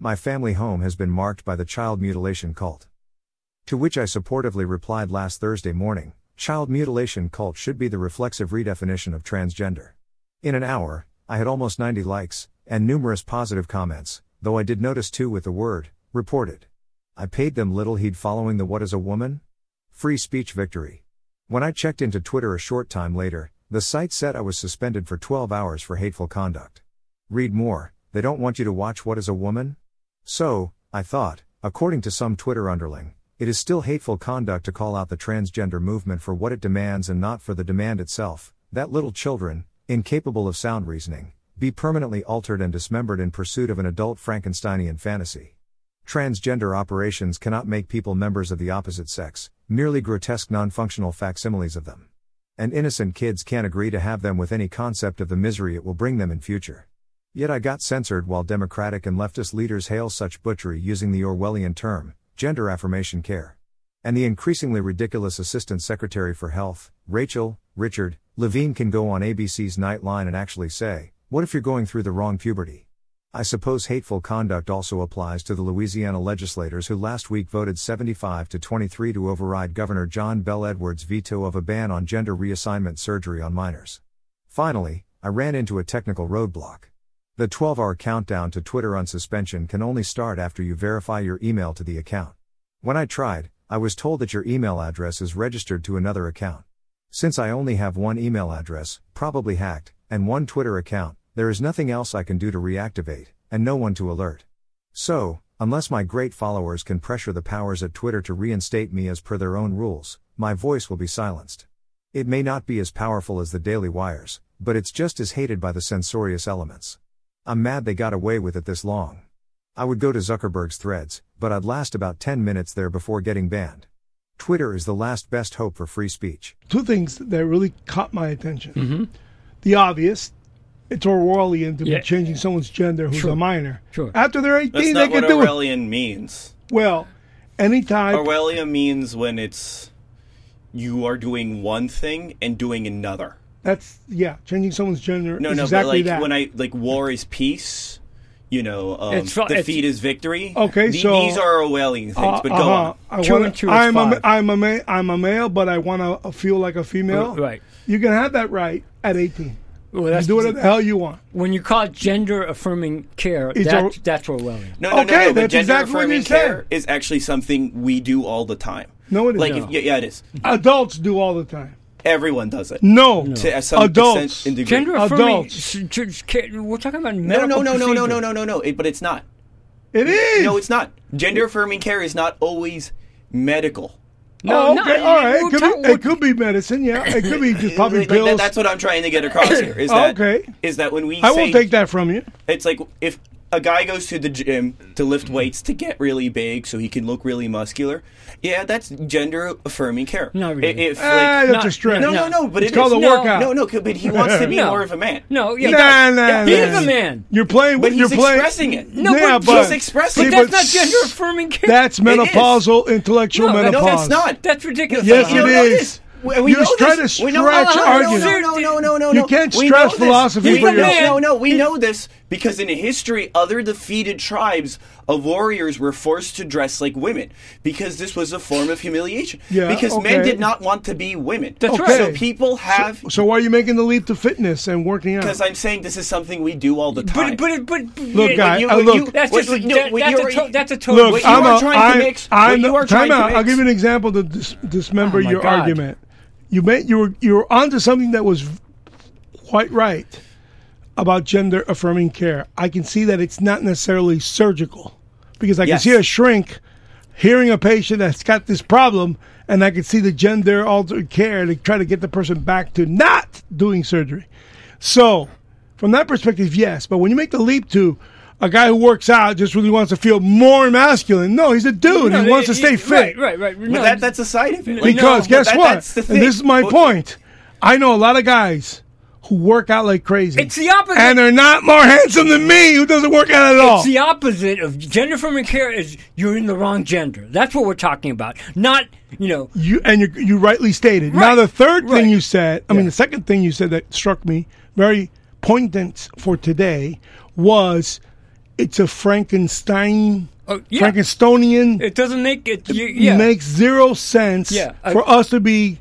Speaker 4: My family home has been marked by the child mutilation cult. To which I supportively replied last Thursday morning, child mutilation cult should be the reflexive redefinition of transgender. In an hour, I had almost 90 likes, and numerous positive comments, though I did notice two with the word, reported. I paid them little heed following the what is a woman? Free speech victory. When I checked into Twitter a short time later, the site said I was suspended for 12 hours for hateful conduct. Read more, they don't want you to watch What is a Woman? So, I thought, according to some Twitter underling, it is still hateful conduct to call out the transgender movement for what it demands and not for the demand itself, that little children, incapable of sound reasoning, be permanently altered and dismembered in pursuit of an adult Frankensteinian fantasy. Transgender operations cannot make people members of the opposite sex, merely grotesque non functional facsimiles of them. And innocent kids can't agree to have them with any concept of the misery it will bring them in future. Yet I got censored while Democratic and leftist leaders hail such butchery using the Orwellian term, gender affirmation care. And the increasingly ridiculous Assistant Secretary for Health, Rachel, Richard, Levine can go on ABC's Nightline and actually say, What if you're going through the wrong puberty? I suppose hateful conduct also applies to the Louisiana legislators who last week voted 75 to 23 to override Governor John Bell Edwards' veto of a ban on gender reassignment surgery on minors. Finally, I ran into a technical roadblock. The 12 hour countdown to Twitter unsuspension can only start after you verify your email to the account. When I tried, I was told that your email address is registered to another account. Since I only have one email address, probably hacked, and one Twitter account, there is nothing else I can do to reactivate, and no one to alert. So, unless my great followers can pressure the powers at Twitter to reinstate me as per their own rules, my voice will be silenced. It may not be as powerful as the Daily Wires, but it's just as hated by the censorious elements. I'm mad they got away with it this long. I would go to Zuckerberg's threads, but I'd last about 10 minutes there before getting banned. Twitter is the last best hope for free speech.
Speaker 1: Two things that really caught my attention. The obvious, it's Orwellian to
Speaker 3: Mm-hmm. Yeah.
Speaker 1: be changing someone's gender who's a minor.
Speaker 3: Sure.
Speaker 1: After they're
Speaker 2: That's
Speaker 1: 18,
Speaker 2: not
Speaker 1: they
Speaker 2: what
Speaker 1: can do it.
Speaker 2: Aurelian means.
Speaker 1: Well, anytime.
Speaker 2: Aurelia means when it's you are doing one thing and doing another.
Speaker 1: That's, yeah, changing someone's gender
Speaker 2: No,
Speaker 1: is
Speaker 2: no,
Speaker 1: exactly
Speaker 2: but like
Speaker 1: that.
Speaker 2: when I like war is peace, you know, um,
Speaker 3: It's fu-
Speaker 2: defeat
Speaker 3: it's-
Speaker 2: is victory.
Speaker 1: Okay,
Speaker 2: The-
Speaker 1: so-
Speaker 2: these are Orwellian things,
Speaker 1: Uh,
Speaker 2: but go
Speaker 1: uh-huh.
Speaker 2: on.
Speaker 1: I
Speaker 3: Two
Speaker 1: wanna-
Speaker 3: and two is
Speaker 1: I'm a,
Speaker 3: five.
Speaker 1: I'm a ma- I'm a male, but I want to feel like a female.
Speaker 3: Right.
Speaker 1: You can have that right at 18.
Speaker 3: Well, that's,
Speaker 1: Do whatever the hell you want.
Speaker 3: when you call gender affirming care,
Speaker 1: It's
Speaker 3: that,
Speaker 1: a-
Speaker 3: that's Orwellian.
Speaker 2: No,
Speaker 1: Okay,
Speaker 2: no, no, no. But
Speaker 1: that's
Speaker 2: gender
Speaker 1: exactly what
Speaker 2: affirming
Speaker 1: you said.
Speaker 2: care is actually something we do all the time.
Speaker 1: No, it is
Speaker 2: like
Speaker 1: not.
Speaker 2: If, yeah, yeah, it is.
Speaker 1: Adults do all the time.
Speaker 2: Everyone does it.
Speaker 1: No,
Speaker 2: To some
Speaker 1: adults.
Speaker 2: extent and degree.
Speaker 3: Gender affirming.
Speaker 1: Adults.
Speaker 3: s- j- j- care- We're talking about
Speaker 2: no,
Speaker 3: medical
Speaker 2: no, no, no, no, no,
Speaker 3: procedure.
Speaker 2: no, no, no. It, but it's not.
Speaker 1: It is.
Speaker 2: No, it's not. Gender affirming care is not always medical.
Speaker 1: Oh,
Speaker 3: no,
Speaker 1: okay,
Speaker 3: no,
Speaker 1: all right.
Speaker 3: we're
Speaker 1: It could,
Speaker 3: talking-
Speaker 1: be, it could be medicine. Yeah, it could be just probably
Speaker 2: Like,
Speaker 1: pills.
Speaker 2: that, that's what I'm trying to get across here. Is that
Speaker 1: Okay.
Speaker 2: Is that when we
Speaker 1: I
Speaker 2: say
Speaker 1: won't take that from you.
Speaker 2: it's like if a guy goes to the gym to lift weights to get really big so he can look really muscular, yeah, that's gender affirming care.
Speaker 3: Not really.
Speaker 2: I- If,
Speaker 1: Ah,
Speaker 2: like,
Speaker 1: that's
Speaker 3: no,
Speaker 1: a stretch.
Speaker 2: no, no, no, but
Speaker 1: it's
Speaker 2: it
Speaker 1: called
Speaker 2: is.
Speaker 1: a
Speaker 3: No.
Speaker 1: workout.
Speaker 2: no, no, but he wants to be
Speaker 3: No.
Speaker 2: more of a man.
Speaker 3: No, yeah,
Speaker 2: He
Speaker 3: Nah,
Speaker 2: does.
Speaker 1: nah,
Speaker 2: Yeah,
Speaker 1: nah.
Speaker 2: he
Speaker 3: He
Speaker 2: is
Speaker 3: is a man.
Speaker 1: You're playing.
Speaker 2: But
Speaker 1: you're
Speaker 2: he's
Speaker 1: playing,
Speaker 2: expressing it.
Speaker 1: No,
Speaker 3: No,
Speaker 1: yeah,
Speaker 3: but
Speaker 1: but
Speaker 2: he's expressing
Speaker 1: See,
Speaker 2: it.
Speaker 3: But
Speaker 2: but
Speaker 3: that's not gender affirming care.
Speaker 1: That's
Speaker 2: It is.
Speaker 1: menopausal intellectual
Speaker 3: No, no,
Speaker 1: menopause.
Speaker 2: No, that's not.
Speaker 3: That's ridiculous.
Speaker 1: Yes,
Speaker 2: You
Speaker 1: it
Speaker 2: know
Speaker 1: is.
Speaker 2: this. We, we
Speaker 1: You're
Speaker 2: know
Speaker 1: trying
Speaker 2: this.
Speaker 1: to
Speaker 2: We know-
Speaker 1: stretch
Speaker 2: no, no,
Speaker 1: arguments.
Speaker 2: No, no, no, no, no.
Speaker 1: You
Speaker 2: no.
Speaker 1: can't
Speaker 2: We
Speaker 1: stress
Speaker 2: know this.
Speaker 1: philosophy
Speaker 2: We
Speaker 1: for
Speaker 2: know-
Speaker 1: yourself.
Speaker 2: No, no, we know this because in history, other defeated tribes of warriors were forced to dress like women because this was a form of humiliation.
Speaker 1: Yeah,
Speaker 2: because
Speaker 1: okay.
Speaker 2: men did not want to be women.
Speaker 3: That's
Speaker 1: Okay. right.
Speaker 2: So people have.
Speaker 1: So why are you making the leap to fitness and working out?
Speaker 2: Because I'm saying this is something we do all the time.
Speaker 3: But, but, but, but
Speaker 1: Look, guy,
Speaker 2: you-
Speaker 1: uh,
Speaker 2: when
Speaker 1: look.
Speaker 2: you-
Speaker 3: That's
Speaker 2: what
Speaker 3: just
Speaker 2: you-
Speaker 3: that-
Speaker 2: what
Speaker 3: that's
Speaker 2: you're-
Speaker 3: a to- that's a total.
Speaker 1: Look,
Speaker 2: what you
Speaker 1: I'm
Speaker 2: are
Speaker 1: a,
Speaker 2: trying to
Speaker 1: I'm-
Speaker 2: mix- what
Speaker 1: I'm-
Speaker 2: you are
Speaker 1: time
Speaker 2: trying to
Speaker 1: out. I'll
Speaker 2: mix-
Speaker 1: give you an example to dis- dismember
Speaker 3: Oh, my
Speaker 1: your
Speaker 3: God.
Speaker 1: argument. You meant you were you were onto something that was quite right about gender affirming care. I can see that it's not necessarily surgical because I can
Speaker 2: Yes.
Speaker 1: see a shrink hearing a patient that's got this problem, and I can see the gender altered care to try to get the person back to not doing surgery. So, from that perspective, yes. But when you make the leap to a guy who works out just really wants to feel more masculine, no, he's a dude.
Speaker 3: No,
Speaker 1: he wants to
Speaker 3: it-
Speaker 1: stay
Speaker 3: it-
Speaker 1: fit.
Speaker 3: Right, right, right.
Speaker 2: But
Speaker 3: No,
Speaker 2: that, that's a side of it. Like,
Speaker 1: Because
Speaker 2: no,
Speaker 1: guess
Speaker 2: but that-
Speaker 1: what?
Speaker 2: That's the thing.
Speaker 1: and this is my
Speaker 2: But-
Speaker 1: point. I know a lot of guys who work out like crazy.
Speaker 3: It's the opposite.
Speaker 1: And they're not more handsome than me who doesn't work out at all.
Speaker 3: It's the opposite of gender affirming care is you're in the wrong gender. That's what we're talking about. Not you know.
Speaker 1: you and you, you rightly stated. Now
Speaker 3: Right,
Speaker 1: the third
Speaker 3: right.
Speaker 1: thing you said, I mean the second thing you said that struck me very poignant for today was it's a Frankenstein
Speaker 3: Oh, yeah.
Speaker 1: Frankensteinian
Speaker 3: It doesn't make it. You, yeah.
Speaker 1: makes zero sense
Speaker 3: Yeah, I-
Speaker 1: for us to be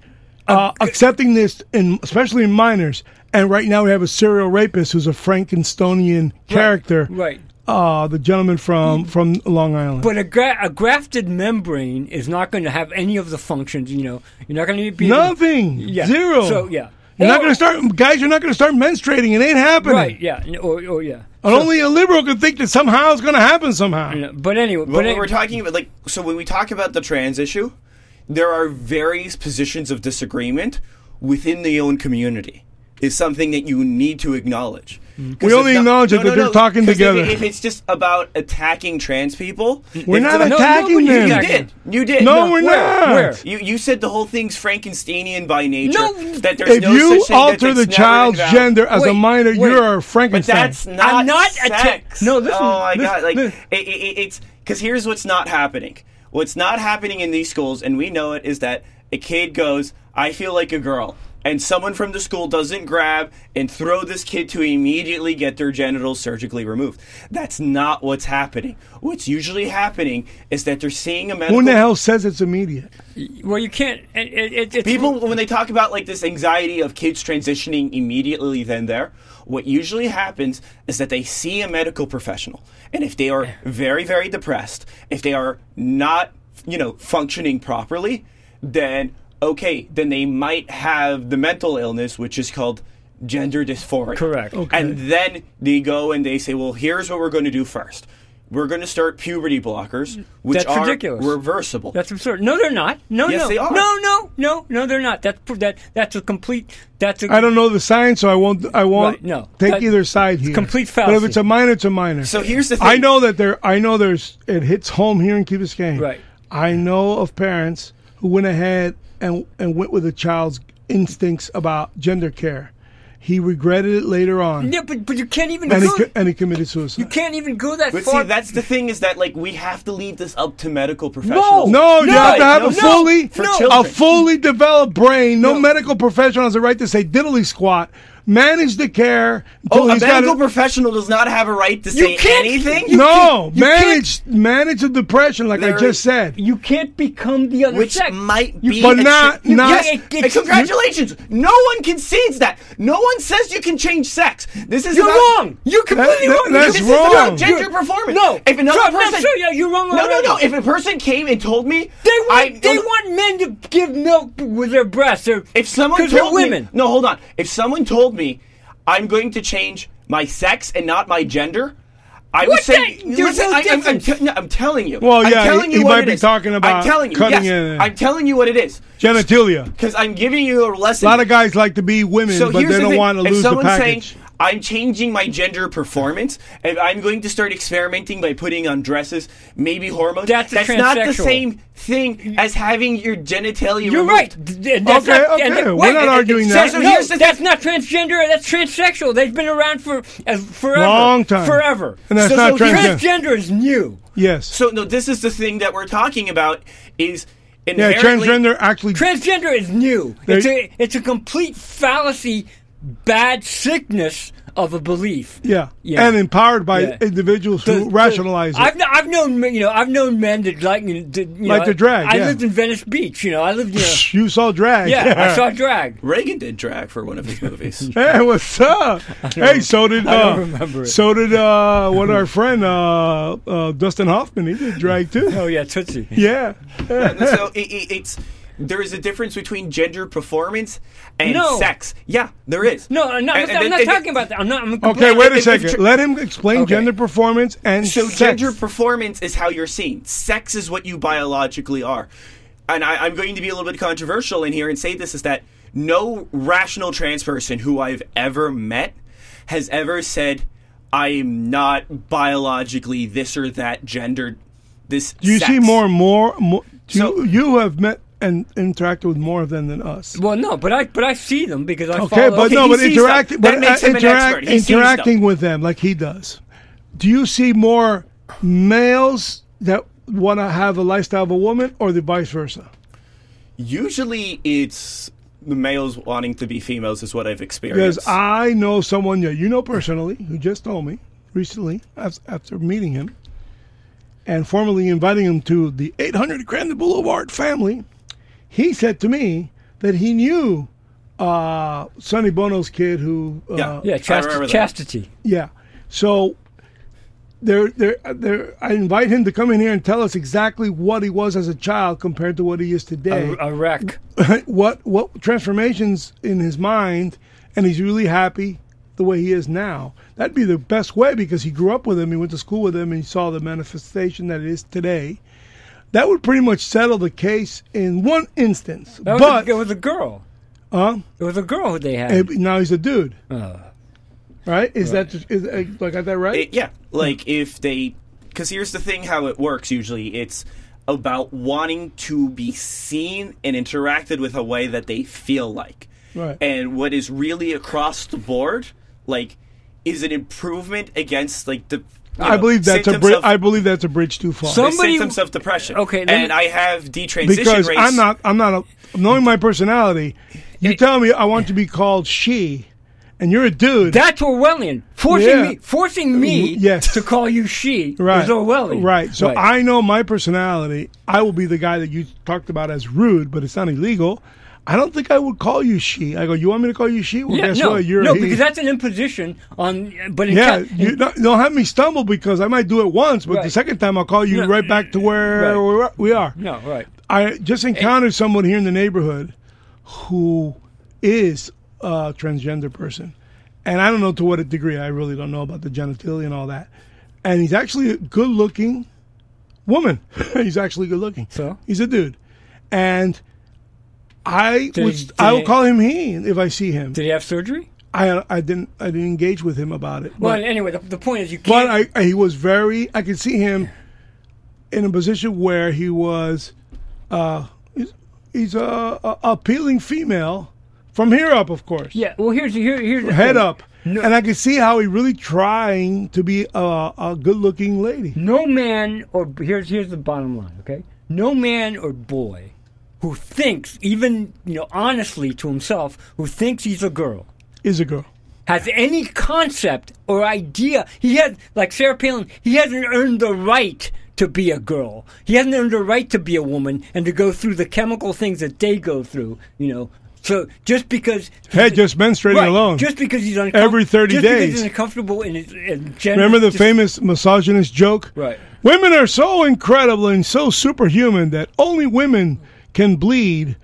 Speaker 1: uh, accepting this, in, especially in minors. And right now we have a serial rapist who's a Frankensteinian character.
Speaker 3: right.
Speaker 1: Uh, the gentleman from, from Long Island.
Speaker 3: but a, gra- a grafted membrane is not going to have any of the functions. You know, you're not going to be
Speaker 1: Nothing.
Speaker 3: Yeah.
Speaker 1: Zero.
Speaker 3: So, yeah.
Speaker 1: You're not
Speaker 3: Or-
Speaker 1: going to start, guys, you're not going to start menstruating. It ain't happening.
Speaker 3: Right? Yeah. Or, or yeah.
Speaker 1: And only a liberal can think that somehow it's going to happen somehow.
Speaker 3: No, But anyway,
Speaker 2: But
Speaker 3: but
Speaker 2: when
Speaker 3: any-
Speaker 2: we're talking about like so when we talk about the trans issue, there are various positions of disagreement within the own community. Is something that you need to acknowledge. 'Cause
Speaker 1: Mm. We
Speaker 2: if
Speaker 1: only
Speaker 2: not-
Speaker 1: acknowledge it that they're talking
Speaker 2: 'cause if-
Speaker 1: together.
Speaker 2: If, it's just about attacking trans people,
Speaker 1: We're
Speaker 2: if
Speaker 1: not
Speaker 2: the-
Speaker 3: no,
Speaker 1: attacking
Speaker 3: nobody-
Speaker 1: them.
Speaker 2: You did. You did.
Speaker 1: No, we're
Speaker 3: where?
Speaker 1: not.
Speaker 3: Where?
Speaker 2: You, you said the whole thing's Frankensteinian by nature.
Speaker 3: No,
Speaker 2: that there's
Speaker 1: If
Speaker 2: no
Speaker 1: you
Speaker 2: such thing that
Speaker 1: alter
Speaker 2: it's
Speaker 1: the
Speaker 2: never
Speaker 1: child's
Speaker 2: invalid.
Speaker 1: gender as a
Speaker 3: Wait,
Speaker 1: minor,
Speaker 3: wait.
Speaker 1: you're a
Speaker 2: But
Speaker 1: Frankenstein.
Speaker 2: that's not.
Speaker 3: I'm not atta-
Speaker 2: sex.
Speaker 3: No, listen,
Speaker 2: Oh my
Speaker 3: listen,
Speaker 2: god! Like
Speaker 3: listen.
Speaker 2: it, it, it- it's because here's what's not happening. What's not happening in these schools, and we know it, is that a kid goes, "I feel like a girl," and someone from the school doesn't grab and throw this kid to immediately get their genitals surgically removed. That's not what's happening. What's usually happening is that they're seeing a medical.
Speaker 1: Who in the hell says it's immediate?
Speaker 3: well, you can't. It, it, it, it's,
Speaker 2: People, when they talk about like this anxiety of kids transitioning immediately then there, what usually happens is that they see a medical professional, and if they are very, very depressed, if they are not, you know, functioning properly, then okay, then they might have the mental illness, which is called gender dysphoria.
Speaker 3: Correct. Okay.
Speaker 2: And then they go and they say, well, here's what we're going to do first. We're going to start puberty blockers, which
Speaker 3: Mm. That's
Speaker 2: are
Speaker 3: ridiculous.
Speaker 2: reversible.
Speaker 3: That's absurd. No, they're not. No,
Speaker 2: Yes,
Speaker 3: no,
Speaker 2: they are.
Speaker 3: no, no, no, no, they're not. That's pr- that. That's a complete. That's a.
Speaker 1: I don't know the science, so I won't. I won't
Speaker 3: Right, no.
Speaker 1: take
Speaker 3: That-
Speaker 1: either side here.
Speaker 3: complete
Speaker 1: But if
Speaker 3: fallacy.
Speaker 1: it's a minor, it's a minor.
Speaker 2: so here's the thing.
Speaker 1: I know that there. I know there's. It hits home here in Key Biscayne.
Speaker 3: Right.
Speaker 1: I know of parents who went ahead and and went with the child's instincts about gender care. He regretted it later on,
Speaker 3: Yeah, but but you can't even
Speaker 1: and he
Speaker 3: go.
Speaker 1: co- and he committed suicide.
Speaker 3: you can't even go that
Speaker 2: But
Speaker 3: far.
Speaker 2: see, that's the thing is that like we have to leave this up to medical
Speaker 1: no,
Speaker 2: professionals.
Speaker 1: you have to have
Speaker 2: no,
Speaker 1: a
Speaker 2: no.
Speaker 1: fully
Speaker 2: For
Speaker 1: a
Speaker 2: children.
Speaker 1: fully developed brain. No, medical professional has the right to say diddly squat manage the care. until
Speaker 2: Oh, a
Speaker 1: he's got
Speaker 2: medical
Speaker 1: it-
Speaker 2: professional does not have a right to
Speaker 3: You
Speaker 2: say
Speaker 3: can't-
Speaker 2: anything.
Speaker 3: you-
Speaker 1: no,
Speaker 3: can't- you can't-
Speaker 1: manage manage the depression, like I
Speaker 2: Larry,
Speaker 1: just said.
Speaker 3: You can't become the other
Speaker 2: which
Speaker 3: sex.
Speaker 2: might
Speaker 1: You-
Speaker 2: be
Speaker 1: but
Speaker 2: a
Speaker 1: not-
Speaker 2: tri-
Speaker 1: not-
Speaker 2: Yes,
Speaker 3: It-
Speaker 2: and
Speaker 3: it's-
Speaker 2: congratulations no one concedes that no one says you can change sex this is
Speaker 3: You're
Speaker 2: about-
Speaker 3: wrong. You're
Speaker 1: that-
Speaker 3: completely wrong.
Speaker 1: that's
Speaker 2: this is
Speaker 1: wrong.
Speaker 2: about gender performance
Speaker 3: No.
Speaker 2: if another
Speaker 3: Rob, no,
Speaker 2: person
Speaker 3: sure, yeah, you're wrong
Speaker 2: no no no
Speaker 3: already.
Speaker 2: if a person came and told me
Speaker 3: They want,
Speaker 2: I,
Speaker 3: they want men to give milk with their breasts. They're,
Speaker 2: if someone told
Speaker 3: because they're women.
Speaker 2: me no hold on if someone told me I'm going to change my sex and not my gender I would
Speaker 3: What
Speaker 2: say,
Speaker 3: the- there's
Speaker 2: listen,
Speaker 3: no
Speaker 2: I, am I'm,
Speaker 3: difference.
Speaker 2: te- no, I'm telling you.
Speaker 1: Well,
Speaker 2: I'm
Speaker 1: yeah,
Speaker 2: telling
Speaker 1: he-
Speaker 2: you
Speaker 1: he
Speaker 2: what
Speaker 1: might
Speaker 2: it
Speaker 1: be
Speaker 2: is.
Speaker 1: talking about
Speaker 2: I'm telling you,
Speaker 1: cutting
Speaker 2: yes,
Speaker 1: it.
Speaker 2: I'm telling you what it is.
Speaker 1: Genitalia.
Speaker 2: Because I'm giving you a lesson.
Speaker 1: A lot of guys like to be women,
Speaker 2: so
Speaker 1: but
Speaker 2: here's
Speaker 1: they
Speaker 2: the
Speaker 1: don't
Speaker 2: thing.
Speaker 1: want to
Speaker 2: if
Speaker 1: lose the
Speaker 2: someone's saying,
Speaker 1: package.
Speaker 2: I'm changing my gender performance, and I'm going to start experimenting by putting on dresses, maybe hormones.
Speaker 3: That's a
Speaker 2: not the
Speaker 3: transsexual.
Speaker 2: same thing as having your genitalia
Speaker 3: You're
Speaker 2: removed.
Speaker 3: right. Th- That's
Speaker 1: Okay,
Speaker 3: not,
Speaker 1: okay,
Speaker 3: and-
Speaker 1: we're
Speaker 3: wait,
Speaker 1: not
Speaker 3: and-
Speaker 1: arguing
Speaker 3: and-
Speaker 1: that.
Speaker 2: So
Speaker 3: no,
Speaker 2: here's the
Speaker 3: that's
Speaker 2: thing.
Speaker 3: not transgender. That's transsexual. They've been around for as, forever.
Speaker 1: Long time.
Speaker 3: Forever.
Speaker 1: And that's
Speaker 2: So-
Speaker 1: not
Speaker 2: so here's-
Speaker 1: transgender.
Speaker 3: transgender is new.
Speaker 1: yes.
Speaker 2: So no, this is the thing that we're talking about is
Speaker 1: yeah,
Speaker 2: inherently
Speaker 1: transgender actually.
Speaker 3: Transgender is new.
Speaker 1: They-
Speaker 3: It's a, it's a complete fallacy, bad sickness of a belief.
Speaker 1: yeah.
Speaker 3: Yeah.
Speaker 1: And empowered by
Speaker 3: Yeah.
Speaker 1: individuals
Speaker 3: The-
Speaker 1: who
Speaker 3: the-
Speaker 1: rationalize it.
Speaker 3: I've, kn- I've known men- you know I've known men that like you know, that, you
Speaker 1: Like
Speaker 3: know,
Speaker 1: to drag,
Speaker 3: I
Speaker 1: yeah.
Speaker 3: lived in Venice Beach. You know I lived you know,
Speaker 1: you saw drag.
Speaker 3: yeah I saw drag.
Speaker 2: Reagan did drag for one of his movies.
Speaker 1: Hey, what's up? Hey, so did uh,
Speaker 3: I don't remember it.
Speaker 1: so did uh, what our friend uh, uh, Dustin Hoffman. He did drag too.
Speaker 3: Oh yeah, Tootsie.
Speaker 1: Yeah,
Speaker 2: so it, it, it's there is a difference between gender performance and
Speaker 3: No.
Speaker 2: sex. Yeah, there is.
Speaker 3: No, I'm not,
Speaker 2: And- and
Speaker 3: I'm
Speaker 2: then-
Speaker 3: not
Speaker 2: and-
Speaker 3: talking about that. I'm not. I'm
Speaker 1: Okay, wait
Speaker 2: if-
Speaker 1: a
Speaker 2: if
Speaker 1: second.
Speaker 2: tr-
Speaker 1: Let him explain
Speaker 3: Okay.
Speaker 1: gender performance and
Speaker 2: So
Speaker 1: sex.
Speaker 2: gender performance is how you're seen. Sex is what you biologically are. And I, I'm going to be a little bit controversial in here and say this is that no rational trans person who I've ever met has ever said, I am not biologically this or that gendered this
Speaker 1: you see
Speaker 2: sex."
Speaker 1: more and more. more you,
Speaker 2: So-
Speaker 1: you have met and interacted with more of them than us.
Speaker 3: Well, no, but I but I see them because I
Speaker 1: Okay,
Speaker 3: follow.
Speaker 1: but no,
Speaker 2: he
Speaker 1: but
Speaker 2: sees
Speaker 1: interacting,
Speaker 2: stuff.
Speaker 1: but
Speaker 2: That makes
Speaker 1: uh,
Speaker 2: him an
Speaker 1: interact-
Speaker 2: expert. He sees
Speaker 1: interacting
Speaker 2: stuff.
Speaker 1: with them like he does. Do you see more males that want to have the lifestyle of a woman, or the vice versa?
Speaker 2: Usually it's the males wanting to be females is what I've
Speaker 1: Because
Speaker 2: experienced.
Speaker 1: I know someone that you know personally who just told me recently af- after meeting him and formally inviting him to the 800 Grand Boulevard family. He said to me that he knew uh, Sonny Bono's kid who. Uh,
Speaker 2: Yeah.
Speaker 3: yeah,
Speaker 2: I remember
Speaker 3: chastity.
Speaker 2: that.
Speaker 3: chastity.
Speaker 1: yeah. So there, there, there, I invite him to come in here and tell us exactly what he was as a child compared to what he is today
Speaker 3: A, a wreck.
Speaker 1: what what transformations in his mind, and he's really happy the way he is now. That'd be the best way because he grew up with him, he went to school with him, and he saw the manifestation that it is today. That would pretty much settle the case in one instance.
Speaker 3: That was
Speaker 1: but
Speaker 3: a, it was a girl.
Speaker 1: Huh?
Speaker 3: It was a girl who they had.
Speaker 1: eh, now he's a dude,
Speaker 3: Uh,
Speaker 1: right? Is that is, eh, do I got that right?
Speaker 2: It- yeah, like if they, because here's the thing: how it works usually, it's about wanting to be seen and interacted with a way that they feel like.
Speaker 1: Right.
Speaker 2: And what is really across the board, like, is an improvement against like the. you
Speaker 1: I
Speaker 2: know,
Speaker 1: believe that's a
Speaker 2: symptoms
Speaker 1: bri-
Speaker 2: of-
Speaker 1: I believe that's a bridge too far.
Speaker 2: the
Speaker 3: Some- Somebody-
Speaker 2: symptoms of depression.
Speaker 3: Okay, let
Speaker 2: and
Speaker 3: me-
Speaker 2: I have detransition
Speaker 1: because
Speaker 2: rates.
Speaker 1: I'm not I'm not a, knowing my personality. You tell me I want to be called she, and you're a dude.
Speaker 3: that's Orwellian. Forcing
Speaker 1: Yeah.
Speaker 3: me, forcing me
Speaker 1: yes.
Speaker 3: to call you she
Speaker 1: right.
Speaker 3: is Orwellian.
Speaker 1: Right. So I know my personality. I will be the guy that you talked about as rude, but it's not illegal. I don't think I would call you she. I go, you want me to call you she? Well,
Speaker 3: Yeah,
Speaker 1: guess
Speaker 3: no,
Speaker 1: what? You're a
Speaker 3: no,
Speaker 1: he.
Speaker 3: because that's an imposition on. But in
Speaker 1: yeah,
Speaker 3: Ca- in-
Speaker 1: you don't, don't have me stumble because I might do it once, but the
Speaker 3: Right.
Speaker 1: second time I'll call you
Speaker 3: No,
Speaker 1: right back to where
Speaker 3: right.
Speaker 1: we're- we are.
Speaker 3: no, right.
Speaker 1: I just encountered someone here in the neighborhood who is a transgender person. And I don't know to what degree. I really don't know about the genitalia and all that. And he's actually a good looking woman. he's actually good looking.
Speaker 3: So?
Speaker 1: He's a dude. And I
Speaker 3: Did-
Speaker 1: would
Speaker 3: did
Speaker 1: I will
Speaker 3: he-
Speaker 1: call him he if I see him.
Speaker 3: Did he have surgery?
Speaker 1: I I didn't I didn't engage with him about it.
Speaker 3: Well,
Speaker 1: but-
Speaker 3: anyway, the, the point is you
Speaker 1: but
Speaker 3: can't.
Speaker 1: I, I- he was very. I could see him in a position where he was. Uh, he's he's a, a appealing female from here up, of course,
Speaker 3: yeah. Well, here's here here's the
Speaker 1: head
Speaker 3: thing.
Speaker 1: up, and I could see how he really trying to be a, a good-looking lady.
Speaker 3: No man or here's here's the bottom line, okay? No man or boy who thinks even, you know, honestly to himself, who thinks he's a girl
Speaker 1: Is a girl.
Speaker 3: has any concept or idea. He had, like Sarah Palin, he hasn't earned the right to be a girl. He hasn't earned the right to be a woman and to go through the chemical things that they go through, you know. So just because
Speaker 1: Head just menstruating
Speaker 3: Right,
Speaker 1: alone.
Speaker 3: just because he's uncomfortable
Speaker 1: Every 30
Speaker 3: just because
Speaker 1: days.
Speaker 3: he's uncomfortable in his in gender.
Speaker 1: Remember the
Speaker 3: just-
Speaker 1: famous misogynist joke?
Speaker 3: Right.
Speaker 1: Women are so incredible and so superhuman that only women can bleed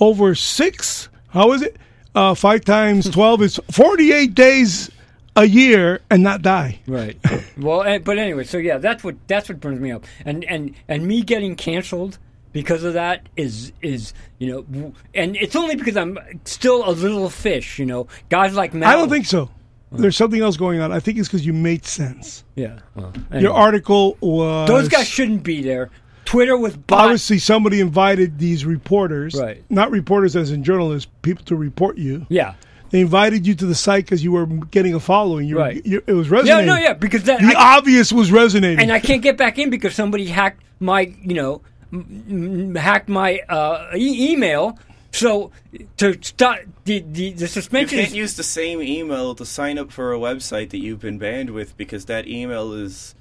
Speaker 1: over six. How is it? Uh, five times 12 is 48 days a year and not die.
Speaker 3: Right. well, eh, but anyway, so yeah, that's what that's what brings me up, and and and me getting canceled because of that is is you know, w- and it's only because I'm still a little fish, you know. Guys like Mel.
Speaker 1: I don't think so. There's something else going on. I think it's because you made sense.
Speaker 3: Yeah. Well,
Speaker 1: Your
Speaker 3: anyway.
Speaker 1: article was.
Speaker 3: Those guys shouldn't be there. Twitter was bots.
Speaker 1: Obviously, somebody invited these reporters,
Speaker 3: Right.
Speaker 1: not reporters as in journalists, people to report you.
Speaker 3: Yeah.
Speaker 1: They invited you to the site because you were getting a following. You were-
Speaker 3: Right.
Speaker 1: you- it was
Speaker 3: Yeah.
Speaker 1: resonating.
Speaker 3: No. Yeah. Because that.
Speaker 1: The
Speaker 3: I,
Speaker 1: obvious was resonating.
Speaker 3: and I can't get back in because somebody hacked my, you know, m- m- hacked my uh, e- email. So to stop the the, the
Speaker 2: You
Speaker 3: suspension.
Speaker 2: can't
Speaker 3: is
Speaker 2: use the same email to sign up for a website that you've been banned with because that email is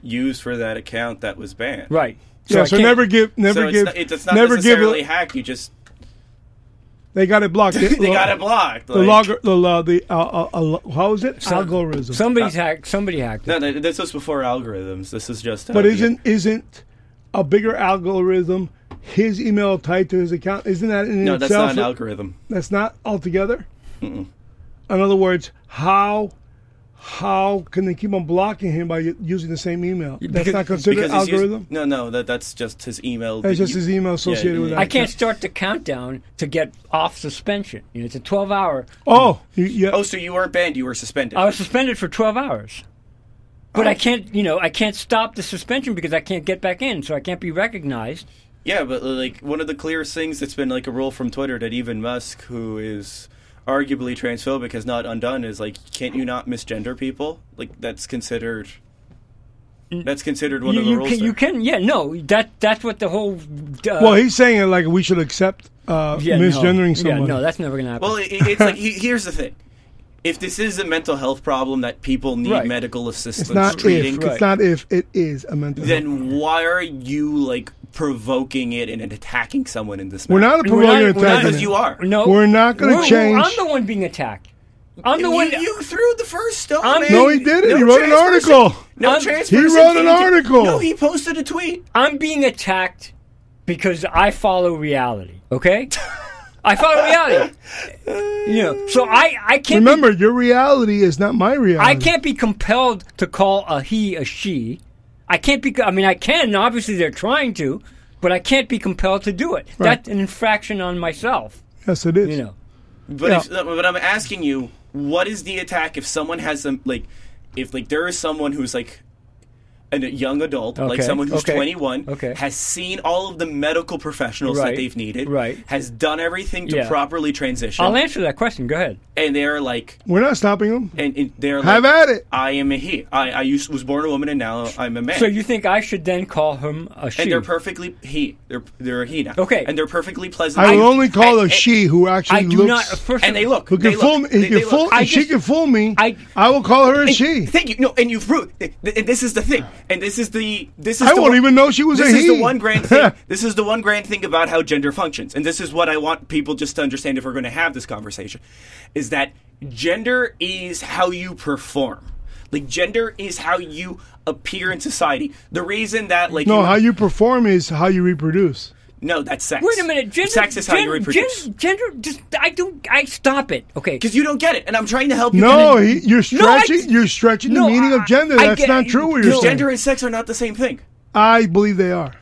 Speaker 2: used for that account that was banned.
Speaker 3: Right.
Speaker 1: yeah,
Speaker 3: I
Speaker 1: so
Speaker 3: can't-
Speaker 1: never give,
Speaker 2: So
Speaker 1: never
Speaker 2: it's
Speaker 1: give,
Speaker 2: not, it's not
Speaker 1: never give.
Speaker 2: necessarily hack. You just
Speaker 1: They got it blocked.
Speaker 2: they got it blocked.
Speaker 1: The
Speaker 2: like-
Speaker 1: logger, the uh, the uh, uh, uh, how is it algorithm? Uh,
Speaker 3: Somebody's hacked. Somebody hacked.
Speaker 2: No,
Speaker 3: It.
Speaker 2: no, this was before algorithms. This is just. how
Speaker 1: but
Speaker 2: the-
Speaker 1: isn't isn't a bigger algorithm his email tied to his account? Isn't that in
Speaker 2: no, that's
Speaker 1: itself?
Speaker 2: not an algorithm.
Speaker 1: that's not altogether. In other words, how how can they keep on blocking him by u- using the same email? That's
Speaker 3: Because-
Speaker 1: not considered
Speaker 2: it's used-
Speaker 1: algorithm.
Speaker 2: no, no, that that's just his email.
Speaker 1: That's
Speaker 2: that
Speaker 1: just
Speaker 2: you-
Speaker 1: his email associated
Speaker 2: yeah,
Speaker 1: with that.
Speaker 3: I can't start the countdown to get off suspension. You know, it's a twelve hour.
Speaker 1: Oh, you, yeah.
Speaker 2: Oh, so you weren't banned. You were suspended.
Speaker 3: I was suspended for twelve hours. But
Speaker 1: Oh.
Speaker 3: I can't, you know, I can't stop the suspension because I can't get back in, so I can't be recognized.
Speaker 2: Yeah, but uh, like one of the clearest things that's been like a rule from Twitter that even Musk, who is arguably transphobic, has not undone is like, can't you not misgender people? Like that's considered. That's considered one
Speaker 3: You,
Speaker 2: of the
Speaker 3: you
Speaker 2: rules.
Speaker 3: can, you
Speaker 2: there.
Speaker 3: can, yeah, no, that that's what the whole. Uh,
Speaker 1: Well, he's saying it like we should accept uh,
Speaker 3: yeah, no.
Speaker 1: misgendering someone.
Speaker 3: Yeah, no, that's never gonna happen.
Speaker 2: Well, it, it's like he- here's the thing: if this is a mental health problem that people need
Speaker 3: Right.
Speaker 2: medical assistance
Speaker 1: it's not
Speaker 2: treating,
Speaker 1: if. It's not if. It is a mental. health.
Speaker 2: then why are you like provoking it and attacking someone in this?
Speaker 1: We're
Speaker 2: manner?
Speaker 1: not a promoting
Speaker 3: not- we're not-
Speaker 1: attack.
Speaker 2: because you are.
Speaker 3: no,
Speaker 1: we're not gonna
Speaker 3: We're- we're-
Speaker 1: change-
Speaker 3: I'm the one being attacked. I'm the
Speaker 2: You-
Speaker 3: one.
Speaker 2: you threw the first stone.
Speaker 3: I'm-
Speaker 2: man.
Speaker 1: No, he didn't.
Speaker 2: No
Speaker 1: he wrote an
Speaker 2: trans person-
Speaker 1: article.
Speaker 2: No
Speaker 3: I'm-
Speaker 2: trans
Speaker 1: He
Speaker 2: person
Speaker 1: wrote an
Speaker 2: came to-
Speaker 1: article.
Speaker 2: No, he posted a tweet.
Speaker 3: I'm being attacked because I follow reality. Okay, I follow reality. You know, so I I can't be-
Speaker 1: Remember, your reality is not my reality.
Speaker 3: I can't be compelled to call a he a she. I can't be. I mean, I can. Obviously, they're trying to, but I can't be compelled to do it.
Speaker 1: Right.
Speaker 3: That's an infraction on myself.
Speaker 1: Yes, it is.
Speaker 3: You know.
Speaker 2: But
Speaker 1: Yeah.
Speaker 2: if, but I'm asking you, what is the attack if someone has them like, if like there is someone who's like. an- A young adult, like
Speaker 3: Okay,
Speaker 2: someone who's
Speaker 3: okay,
Speaker 2: 21,
Speaker 3: okay.
Speaker 2: has seen all of the medical professionals that
Speaker 3: Right,
Speaker 2: they've needed,
Speaker 3: right.
Speaker 2: has done everything to
Speaker 3: Yeah.
Speaker 2: properly transition,
Speaker 3: I'll answer that question. Go ahead.
Speaker 2: and they're like,
Speaker 1: We're not stopping him.
Speaker 2: and, and they're
Speaker 1: Have
Speaker 2: like,
Speaker 1: at it.
Speaker 2: I am a he. I, I used, was born a woman, and now I'm a man.
Speaker 3: So you think I should then call him a she?
Speaker 2: and they're perfectly he. They're they're a he now.
Speaker 3: Okay.
Speaker 2: and they're perfectly pleasant.
Speaker 1: I will only call
Speaker 2: and-
Speaker 1: a she who actually
Speaker 3: I do
Speaker 1: looks.
Speaker 3: not. uh, First
Speaker 2: And
Speaker 3: of
Speaker 2: they
Speaker 3: all-
Speaker 2: look.
Speaker 1: who
Speaker 2: they
Speaker 1: can fool me.
Speaker 2: look,
Speaker 1: He
Speaker 2: they-
Speaker 1: can
Speaker 2: they
Speaker 1: fool,
Speaker 2: look.
Speaker 1: if
Speaker 3: I
Speaker 1: she
Speaker 3: just-
Speaker 1: can fool me, I,
Speaker 3: I-
Speaker 1: will call her a
Speaker 2: And-
Speaker 1: she.
Speaker 2: Thank you. No, and you've proved. And this is the thing. And this is the this is.
Speaker 1: I
Speaker 2: the
Speaker 1: won't
Speaker 2: one-
Speaker 1: even know she was
Speaker 2: This
Speaker 1: a
Speaker 2: is
Speaker 1: he.
Speaker 2: the one grand thing. this is the one grand thing about how gender functions, and this is what I want people just to understand. If we're going to have this conversation, is that gender is how you perform. Like gender is how you appear in society. The reason that like
Speaker 1: No, how you perform is how you reproduce.
Speaker 2: no that's sex.
Speaker 3: Wait a minute. Gender,
Speaker 2: sex is how
Speaker 3: gen-
Speaker 2: you reproduce.
Speaker 3: gen- Gender, just I don't. I stop it. Okay.
Speaker 2: Because you don't get it, and I'm trying to help you.
Speaker 1: No,
Speaker 2: And
Speaker 1: he, you're
Speaker 3: I-
Speaker 1: stretching. you're stretching
Speaker 3: No,
Speaker 1: the meaning
Speaker 3: I-
Speaker 1: of gender.
Speaker 3: I
Speaker 1: That's
Speaker 3: get-
Speaker 1: not true. What you're
Speaker 3: no.
Speaker 1: saying.
Speaker 2: gender and sex are not the same thing.
Speaker 1: I believe they are.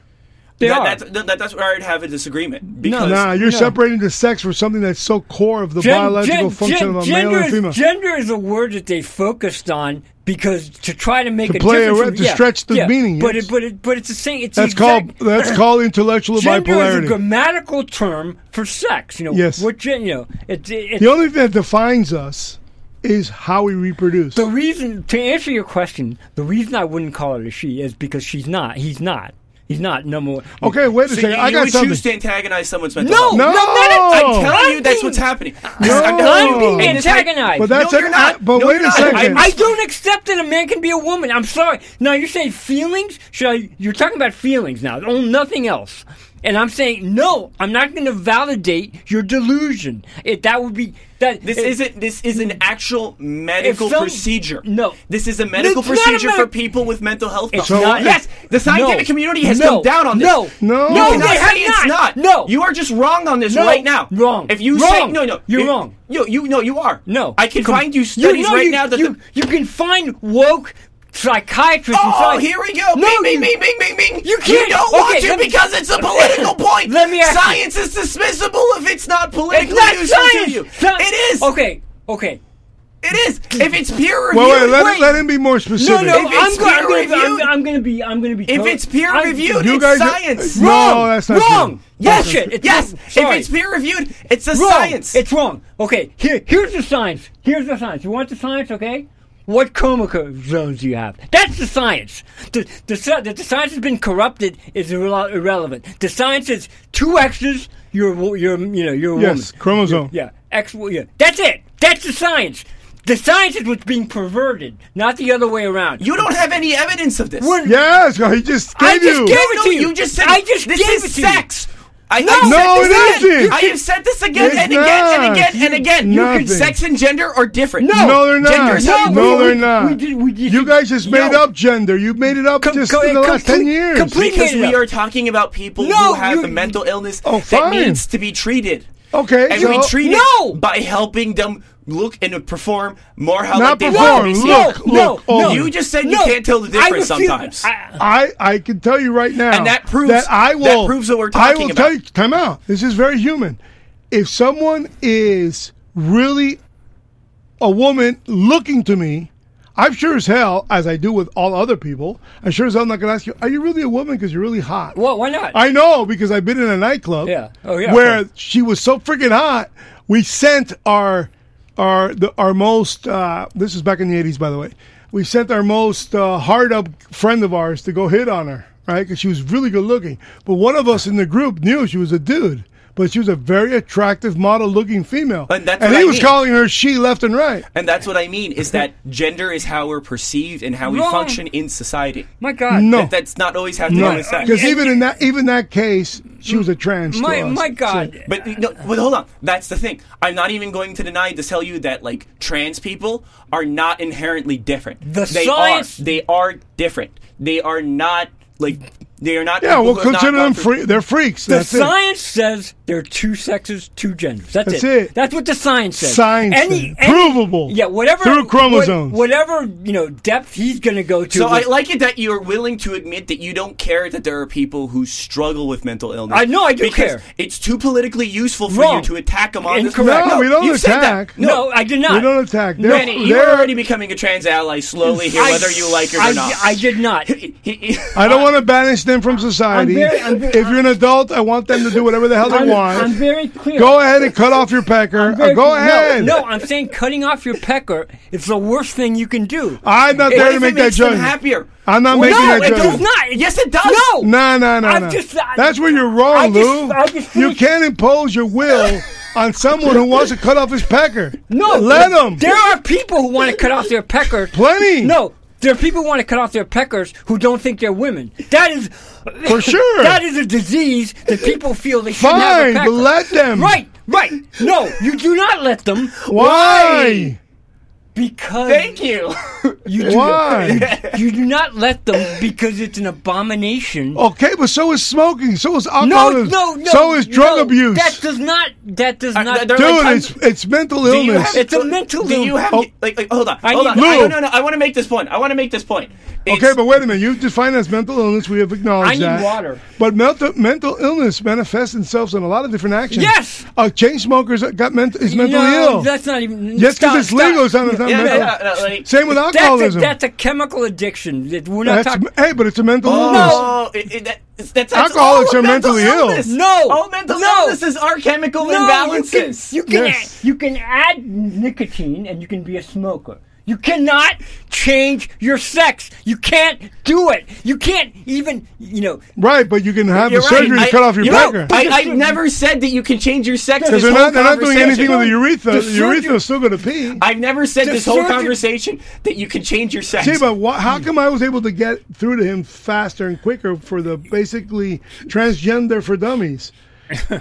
Speaker 3: They
Speaker 2: That-
Speaker 3: are.
Speaker 2: That's, that- that's where I'd have a disagreement. Because
Speaker 1: Nah, you're
Speaker 3: No.
Speaker 1: separating the sex from something that's so core of the
Speaker 3: Gen-
Speaker 1: biological
Speaker 3: gen-
Speaker 1: function
Speaker 3: gen-
Speaker 1: of a
Speaker 3: gender
Speaker 1: male and
Speaker 3: is-
Speaker 1: female.
Speaker 3: Gender is a word that they focused on because to try to make
Speaker 1: To
Speaker 3: a
Speaker 1: play
Speaker 3: difference
Speaker 1: a-
Speaker 3: from-
Speaker 1: to
Speaker 3: yeah,
Speaker 1: stretch the
Speaker 3: yeah,
Speaker 1: meaning,
Speaker 3: But
Speaker 1: yes.
Speaker 3: it, but it, but it's the same. It's the
Speaker 1: that's
Speaker 3: exact-
Speaker 1: called that's called intellectual
Speaker 3: gender is a
Speaker 1: bipolarity.
Speaker 3: grammatical term for sex. You know.
Speaker 1: Yes.
Speaker 3: What gen, you know? It's it,
Speaker 1: the only thing that defines us is how we reproduce.
Speaker 3: the reason to answer your question. The reason I wouldn't call her a she is because she's not. He's not. He's not number one.
Speaker 1: Okay, wait a
Speaker 2: So
Speaker 1: second.
Speaker 2: you,
Speaker 1: I
Speaker 2: you
Speaker 1: got
Speaker 2: would
Speaker 1: something.
Speaker 2: choose to antagonize someone's mental
Speaker 3: No,
Speaker 2: health.
Speaker 1: no,
Speaker 2: I'm telling you, that's what's happening. I'm telling
Speaker 3: I'm
Speaker 2: you,
Speaker 1: Oh.
Speaker 3: being
Speaker 2: and it's like-
Speaker 3: antagonized.
Speaker 1: But that's
Speaker 2: No, you're
Speaker 1: an-
Speaker 2: not.
Speaker 1: I- but
Speaker 2: No,
Speaker 1: wait
Speaker 2: you're
Speaker 1: a
Speaker 2: not.
Speaker 1: second.
Speaker 2: I-
Speaker 3: I don't accept that a man can be a woman. I'm sorry. Now you're saying feelings? Should I, you're talking about feelings now, oh, nothing else. And I'm saying no. I'm not going to validate your delusion. It that would be that.
Speaker 2: This
Speaker 3: it-
Speaker 2: is isn't. This is an actual medical
Speaker 3: some-
Speaker 2: procedure.
Speaker 3: no.
Speaker 2: this is a medical
Speaker 3: It's not a
Speaker 2: procedure for
Speaker 3: medic-
Speaker 2: people with mental health.
Speaker 3: It's
Speaker 2: problems.
Speaker 3: not-
Speaker 2: yes, the scientific
Speaker 3: No.
Speaker 2: community has
Speaker 3: No.
Speaker 2: come down on this.
Speaker 3: No.
Speaker 1: No.
Speaker 2: you
Speaker 1: No,
Speaker 2: cannot
Speaker 1: they
Speaker 2: say
Speaker 3: have
Speaker 2: it's not.
Speaker 3: not. No.
Speaker 2: you are just wrong on this
Speaker 3: No.
Speaker 2: right now.
Speaker 3: Wrong.
Speaker 2: If you say
Speaker 3: Wrong.
Speaker 2: no, no,
Speaker 3: You're
Speaker 2: if-
Speaker 3: wrong.
Speaker 2: No, you no, you are.
Speaker 3: No,
Speaker 2: I can
Speaker 3: Come-
Speaker 2: find you studies
Speaker 3: know
Speaker 2: right
Speaker 3: you-
Speaker 2: now that
Speaker 3: you,
Speaker 2: the,
Speaker 3: you can find woke psychiatrists. and
Speaker 2: Oh,
Speaker 3: psych-
Speaker 2: here we go!
Speaker 3: No,
Speaker 2: bing, bing,
Speaker 3: you-
Speaker 2: bing, bing, bing, bing.
Speaker 3: You can't-
Speaker 2: don't
Speaker 3: okay,
Speaker 2: want to
Speaker 3: let me-
Speaker 2: because it's a political point.
Speaker 3: Let me ask you-
Speaker 2: Science is dismissible if it's not politically
Speaker 3: That's
Speaker 2: useful
Speaker 3: science.
Speaker 2: to you.
Speaker 3: Sci-
Speaker 2: It is.
Speaker 3: Okay. Okay.
Speaker 2: It is. If it's peer reviewed,
Speaker 1: Well, wait, let,
Speaker 3: wait.
Speaker 1: let him be more
Speaker 3: No,
Speaker 1: specific.
Speaker 3: no,
Speaker 2: If
Speaker 3: I'm
Speaker 2: it's
Speaker 3: going. I'm going.
Speaker 2: peer-reviewed-
Speaker 3: I'm, I'm going to be. I'm going to be.
Speaker 2: If
Speaker 3: tot-
Speaker 2: it's peer
Speaker 3: I'm-
Speaker 2: reviewed,
Speaker 1: You
Speaker 2: it's
Speaker 1: guys-
Speaker 2: science.
Speaker 1: No,
Speaker 2: Wrong.
Speaker 1: Oh, that's not
Speaker 3: wrong.
Speaker 1: true.
Speaker 3: Bullshit. Oh, It's
Speaker 2: yes.
Speaker 3: wrong.
Speaker 2: If
Speaker 3: Sorry.
Speaker 2: it's peer reviewed, it's a
Speaker 3: wrong.
Speaker 2: science.
Speaker 3: It's wrong. Okay, here, here's the science. Here's the science. You want the science, okay? What coma co- zones do you have? That's the science. The, the, sci- that the science has been corrupted is irre- irrelevant. The science is two X's, you're, a wo- you're, you know, you're a woman.
Speaker 1: Yes, chromosome.
Speaker 3: Yeah, X, yeah. That's it. That's the science. The science is what's being perverted, not the other way around.
Speaker 2: you don't have any evidence of this.
Speaker 3: We're-
Speaker 1: Yes, he just gave
Speaker 3: I just
Speaker 1: you.
Speaker 3: gave
Speaker 2: no,
Speaker 3: it
Speaker 2: no,
Speaker 3: to you.
Speaker 2: you just said
Speaker 3: I just
Speaker 2: this
Speaker 3: gave
Speaker 2: is
Speaker 3: it to you.
Speaker 2: sex. I, no,
Speaker 1: No,
Speaker 2: I have said
Speaker 1: it
Speaker 2: this again.
Speaker 1: isn't.
Speaker 2: I have said this again
Speaker 1: It's
Speaker 2: and again and
Speaker 1: not.
Speaker 2: again and again. You can,
Speaker 1: Nothing.
Speaker 2: sex and gender are different.
Speaker 1: No, they're
Speaker 2: Gender
Speaker 1: not.
Speaker 2: is
Speaker 1: No,
Speaker 2: how you
Speaker 3: we-
Speaker 1: they're
Speaker 3: we-
Speaker 1: not.
Speaker 3: we did- we did-
Speaker 1: you guys just made
Speaker 2: Yo.
Speaker 1: up gender. You made it up
Speaker 3: Com-
Speaker 1: just
Speaker 3: co-
Speaker 1: in the last
Speaker 3: complete-
Speaker 1: ten years.
Speaker 3: complete-
Speaker 2: because
Speaker 3: Bring it
Speaker 2: we
Speaker 3: up.
Speaker 2: are talking about people
Speaker 3: No,
Speaker 2: who have
Speaker 3: you-
Speaker 2: a mental illness
Speaker 1: Oh,
Speaker 2: that
Speaker 1: fine.
Speaker 2: needs to be treated.
Speaker 1: Okay,
Speaker 2: and
Speaker 1: so-
Speaker 2: we treat
Speaker 3: No!
Speaker 2: it by helping them look and perform more how
Speaker 1: Not
Speaker 2: like they
Speaker 1: perform,
Speaker 2: want to be seen.
Speaker 1: look,
Speaker 3: no, no,
Speaker 1: look, oh.
Speaker 3: no.
Speaker 2: You just said you
Speaker 3: No,
Speaker 2: can't tell the
Speaker 3: I
Speaker 2: difference
Speaker 3: refuse-
Speaker 2: sometimes.
Speaker 3: I-
Speaker 1: I, I can tell you right now,
Speaker 2: And that proves-
Speaker 1: that I
Speaker 2: that
Speaker 1: will
Speaker 2: proves what we're
Speaker 1: I
Speaker 2: talking
Speaker 1: will
Speaker 2: about.
Speaker 1: tell you. Time out. This is very human. If someone is really a woman looking to me, I'm sure as hell, as I do with all other people, I'm sure as hell I'm not going to ask you, "Are you really a woman? Because you're really hot."
Speaker 3: Well, why not?
Speaker 1: I know because I've been in a nightclub.
Speaker 3: Yeah. Oh, yeah,
Speaker 1: Where
Speaker 3: okay.
Speaker 1: she was so freaking hot, we sent our our the, our most. Uh, this is back in the eighties, by the way. We sent our most uh, hard up friend of ours to go hit on her, right? Because she was really good looking. But one of us in the group knew she was a dude. But she was a very attractive, model-looking female,
Speaker 2: And that's
Speaker 1: and
Speaker 2: what
Speaker 1: he
Speaker 2: I
Speaker 1: was
Speaker 2: mean.
Speaker 1: calling her she left and right.
Speaker 2: and that's what I mean is that gender is how we're perceived and how we
Speaker 3: Wrong.
Speaker 2: function in society.
Speaker 3: my God.
Speaker 1: No.
Speaker 2: That, that's not always have to do
Speaker 1: No,
Speaker 2: with sex.
Speaker 1: because even in that even that case, she was a trans. to
Speaker 3: My,
Speaker 1: us.
Speaker 3: my
Speaker 1: So-
Speaker 3: God.
Speaker 2: But no, but hold on. That's the thing. I'm not even going to deny to tell you that like trans people are not inherently different.
Speaker 3: The
Speaker 2: they
Speaker 3: science-
Speaker 2: are they are different. They are not like they are not.
Speaker 1: yeah,
Speaker 2: people
Speaker 1: we'll
Speaker 2: who have not
Speaker 1: consider
Speaker 2: gone
Speaker 1: them
Speaker 2: through-
Speaker 1: free. They're freaks.
Speaker 3: The
Speaker 1: That's it.
Speaker 3: science says there are two sexes, two genders. That's,
Speaker 1: That's
Speaker 3: it.
Speaker 1: it.
Speaker 3: That's what the science says.
Speaker 1: Science says. Provable.
Speaker 3: Yeah, whatever.
Speaker 1: Through chromosomes.
Speaker 3: what- whatever you know, depth he's going to go to.
Speaker 2: So I
Speaker 3: with-
Speaker 2: like it that you're willing to admit that you don't care that there are people who struggle with mental illness.
Speaker 3: I- no, I do
Speaker 2: because
Speaker 3: care.
Speaker 2: It's too politically useful for
Speaker 3: Wrong.
Speaker 2: you to attack them on
Speaker 3: Incorrect.
Speaker 2: this.
Speaker 1: No, we don't
Speaker 2: you said that.
Speaker 1: attack.
Speaker 3: no, I did not.
Speaker 1: We don't attack. They're,
Speaker 2: Manny, you're
Speaker 1: they're-
Speaker 2: already becoming a trans ally slowly here,
Speaker 3: I-
Speaker 2: whether you like it or
Speaker 3: I,
Speaker 2: not.
Speaker 3: I did not.
Speaker 1: I don't want to banish them from society.
Speaker 3: Uh, I'm very- I'm very-
Speaker 1: if you're an adult, I want them to do whatever the hell they
Speaker 3: I'm,
Speaker 1: want.
Speaker 3: I'm very clear.
Speaker 1: go ahead and cut off your pecker.
Speaker 3: Very
Speaker 1: Or go
Speaker 3: clear. No,
Speaker 1: ahead.
Speaker 3: No, I'm saying cutting off your pecker is the worst thing you can do.
Speaker 1: I'm not there
Speaker 2: What
Speaker 1: to
Speaker 2: if
Speaker 1: make
Speaker 2: it
Speaker 1: that
Speaker 2: makes them
Speaker 1: judgment.
Speaker 2: happier?
Speaker 1: I'm not
Speaker 2: Well,
Speaker 1: making
Speaker 2: no,
Speaker 1: that
Speaker 2: it does
Speaker 1: judgment.
Speaker 3: not.
Speaker 2: Yes, it does.
Speaker 3: No.
Speaker 1: No, no, no,
Speaker 3: I'm
Speaker 1: no.
Speaker 3: just- I-
Speaker 1: That's where you're wrong,
Speaker 3: I just-
Speaker 1: Lou.
Speaker 3: I just
Speaker 1: you
Speaker 3: finished-
Speaker 1: can't impose your will on someone who wants to cut off his pecker.
Speaker 3: No,
Speaker 1: let them.
Speaker 3: There are people who want to cut off their pecker.
Speaker 1: Plenty.
Speaker 3: No, there are people who want to cut off their peckers who don't think they're women. That is
Speaker 1: For sure.
Speaker 3: That is a disease that people feel they shouldn't have a
Speaker 1: Fine,
Speaker 3: pecker.
Speaker 1: but let them.
Speaker 3: Right, right. No, you do not let them.
Speaker 1: Why?
Speaker 3: Because
Speaker 2: Thank you.
Speaker 3: you do
Speaker 1: Why?
Speaker 3: you do not let them because it's an abomination.
Speaker 1: Okay, but so is smoking. Oh, So is
Speaker 3: no,
Speaker 1: alcoholism.
Speaker 3: no, no.
Speaker 1: So is drug
Speaker 3: no,
Speaker 1: abuse.
Speaker 3: That does not. That does
Speaker 2: Uh,
Speaker 3: not.
Speaker 2: they're
Speaker 1: Dude,
Speaker 2: like, I'm-
Speaker 1: it's it's mental
Speaker 2: Do you
Speaker 1: illness.
Speaker 2: have-
Speaker 3: It's a mental
Speaker 2: Do you
Speaker 3: illness.
Speaker 2: have
Speaker 1: Oh.
Speaker 2: like, like? Hold on,
Speaker 3: I
Speaker 2: hold
Speaker 3: need-
Speaker 2: on.
Speaker 1: Lou.
Speaker 2: I, no, no, no. I want to make this point. I want to make this point. It's-
Speaker 1: Okay, but wait a minute. You define as mental illness. We have acknowledged
Speaker 3: I need
Speaker 1: that.
Speaker 3: water.
Speaker 1: But mental mental illness manifests itself in a lot of different actions.
Speaker 3: Yes!
Speaker 1: a chain smoker's got ment- is mentally
Speaker 3: no,
Speaker 1: ill.
Speaker 3: That's not even.
Speaker 1: yes,
Speaker 3: stop,
Speaker 1: because it's legal. It's
Speaker 3: stop.
Speaker 1: not, it's not
Speaker 2: yeah,
Speaker 1: mental.
Speaker 2: yeah, yeah, like-
Speaker 1: Same with
Speaker 3: That's a,
Speaker 1: alcoholism.
Speaker 3: that's a chemical addiction. That We're not
Speaker 1: That's-
Speaker 3: talking.
Speaker 1: hey, but it's a mental illness.
Speaker 2: Oh, it, it, that, that's, that's
Speaker 1: Alcoholics
Speaker 2: all
Speaker 1: are
Speaker 2: mental
Speaker 1: mentally ill.
Speaker 2: illness.
Speaker 3: No.
Speaker 2: all mental
Speaker 3: No.
Speaker 2: illnesses are chemical
Speaker 3: No, you can-
Speaker 2: imbalances.
Speaker 3: You can,
Speaker 1: Yes.
Speaker 3: add, you can add nicotine and you can be a smoker. You cannot change your sex. You can't do it. You can't even, you know.
Speaker 1: Right, but you can have
Speaker 2: You're
Speaker 1: the
Speaker 2: right.
Speaker 1: surgery to
Speaker 2: I-
Speaker 1: cut off your
Speaker 2: you know,
Speaker 1: pecker.
Speaker 2: I, I never said that you can change your sex.
Speaker 1: Because
Speaker 2: This
Speaker 1: they're not,
Speaker 2: whole
Speaker 1: they're not doing
Speaker 2: conversation-
Speaker 1: anything with the urethra.
Speaker 3: The
Speaker 1: The urethra
Speaker 3: surgeon-
Speaker 1: is still going to pee.
Speaker 2: I've never said
Speaker 3: The
Speaker 2: this whole
Speaker 3: surgeon-
Speaker 2: conversation that you can change your sex.
Speaker 1: See, but wha- how come I was able to get through to him faster and quicker for the basically transgender for dummies?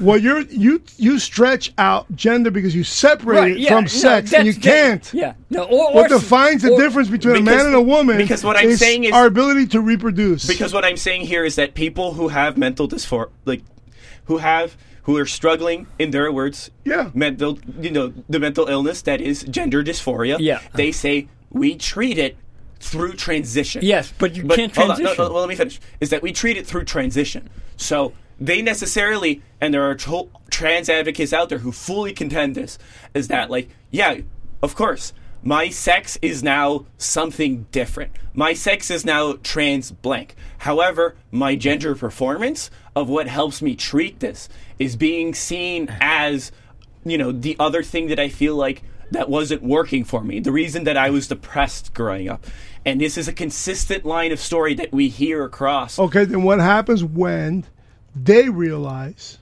Speaker 1: well, you're you you stretch out gender because you separate it
Speaker 3: yeah,
Speaker 1: from
Speaker 3: no,
Speaker 1: sex, and you
Speaker 3: that's- that-
Speaker 1: can't.
Speaker 3: Yeah. No, or, or
Speaker 1: What defines the
Speaker 3: or-
Speaker 1: difference between a
Speaker 2: because-
Speaker 1: man and a woman
Speaker 2: because what I'm
Speaker 1: is
Speaker 2: saying is-
Speaker 1: our ability to reproduce.
Speaker 2: because what I'm saying here is that people who have mental dysphoria, like who have who are struggling, in their words,
Speaker 1: Yeah.
Speaker 2: mental, you know, the mental illness that is gender dysphoria.
Speaker 3: Yeah.
Speaker 2: they say we treat it through transition.
Speaker 3: Yes, but you can't
Speaker 2: hold on, no,
Speaker 3: transition.
Speaker 2: no, well, let me finish. Is that we treat it through transition? So they necessarily, and there are tro- trans advocates out there who fully contend this, is that like, yeah, of course, my sex is now something different. My sex is now trans blank. However, my gender performance of what helps me treat this is being seen as you know, the other thing that I feel like that wasn't working for me, the reason that I was depressed growing up. And this is a consistent line of story that we hear across.
Speaker 1: Okay, then what happens when they realize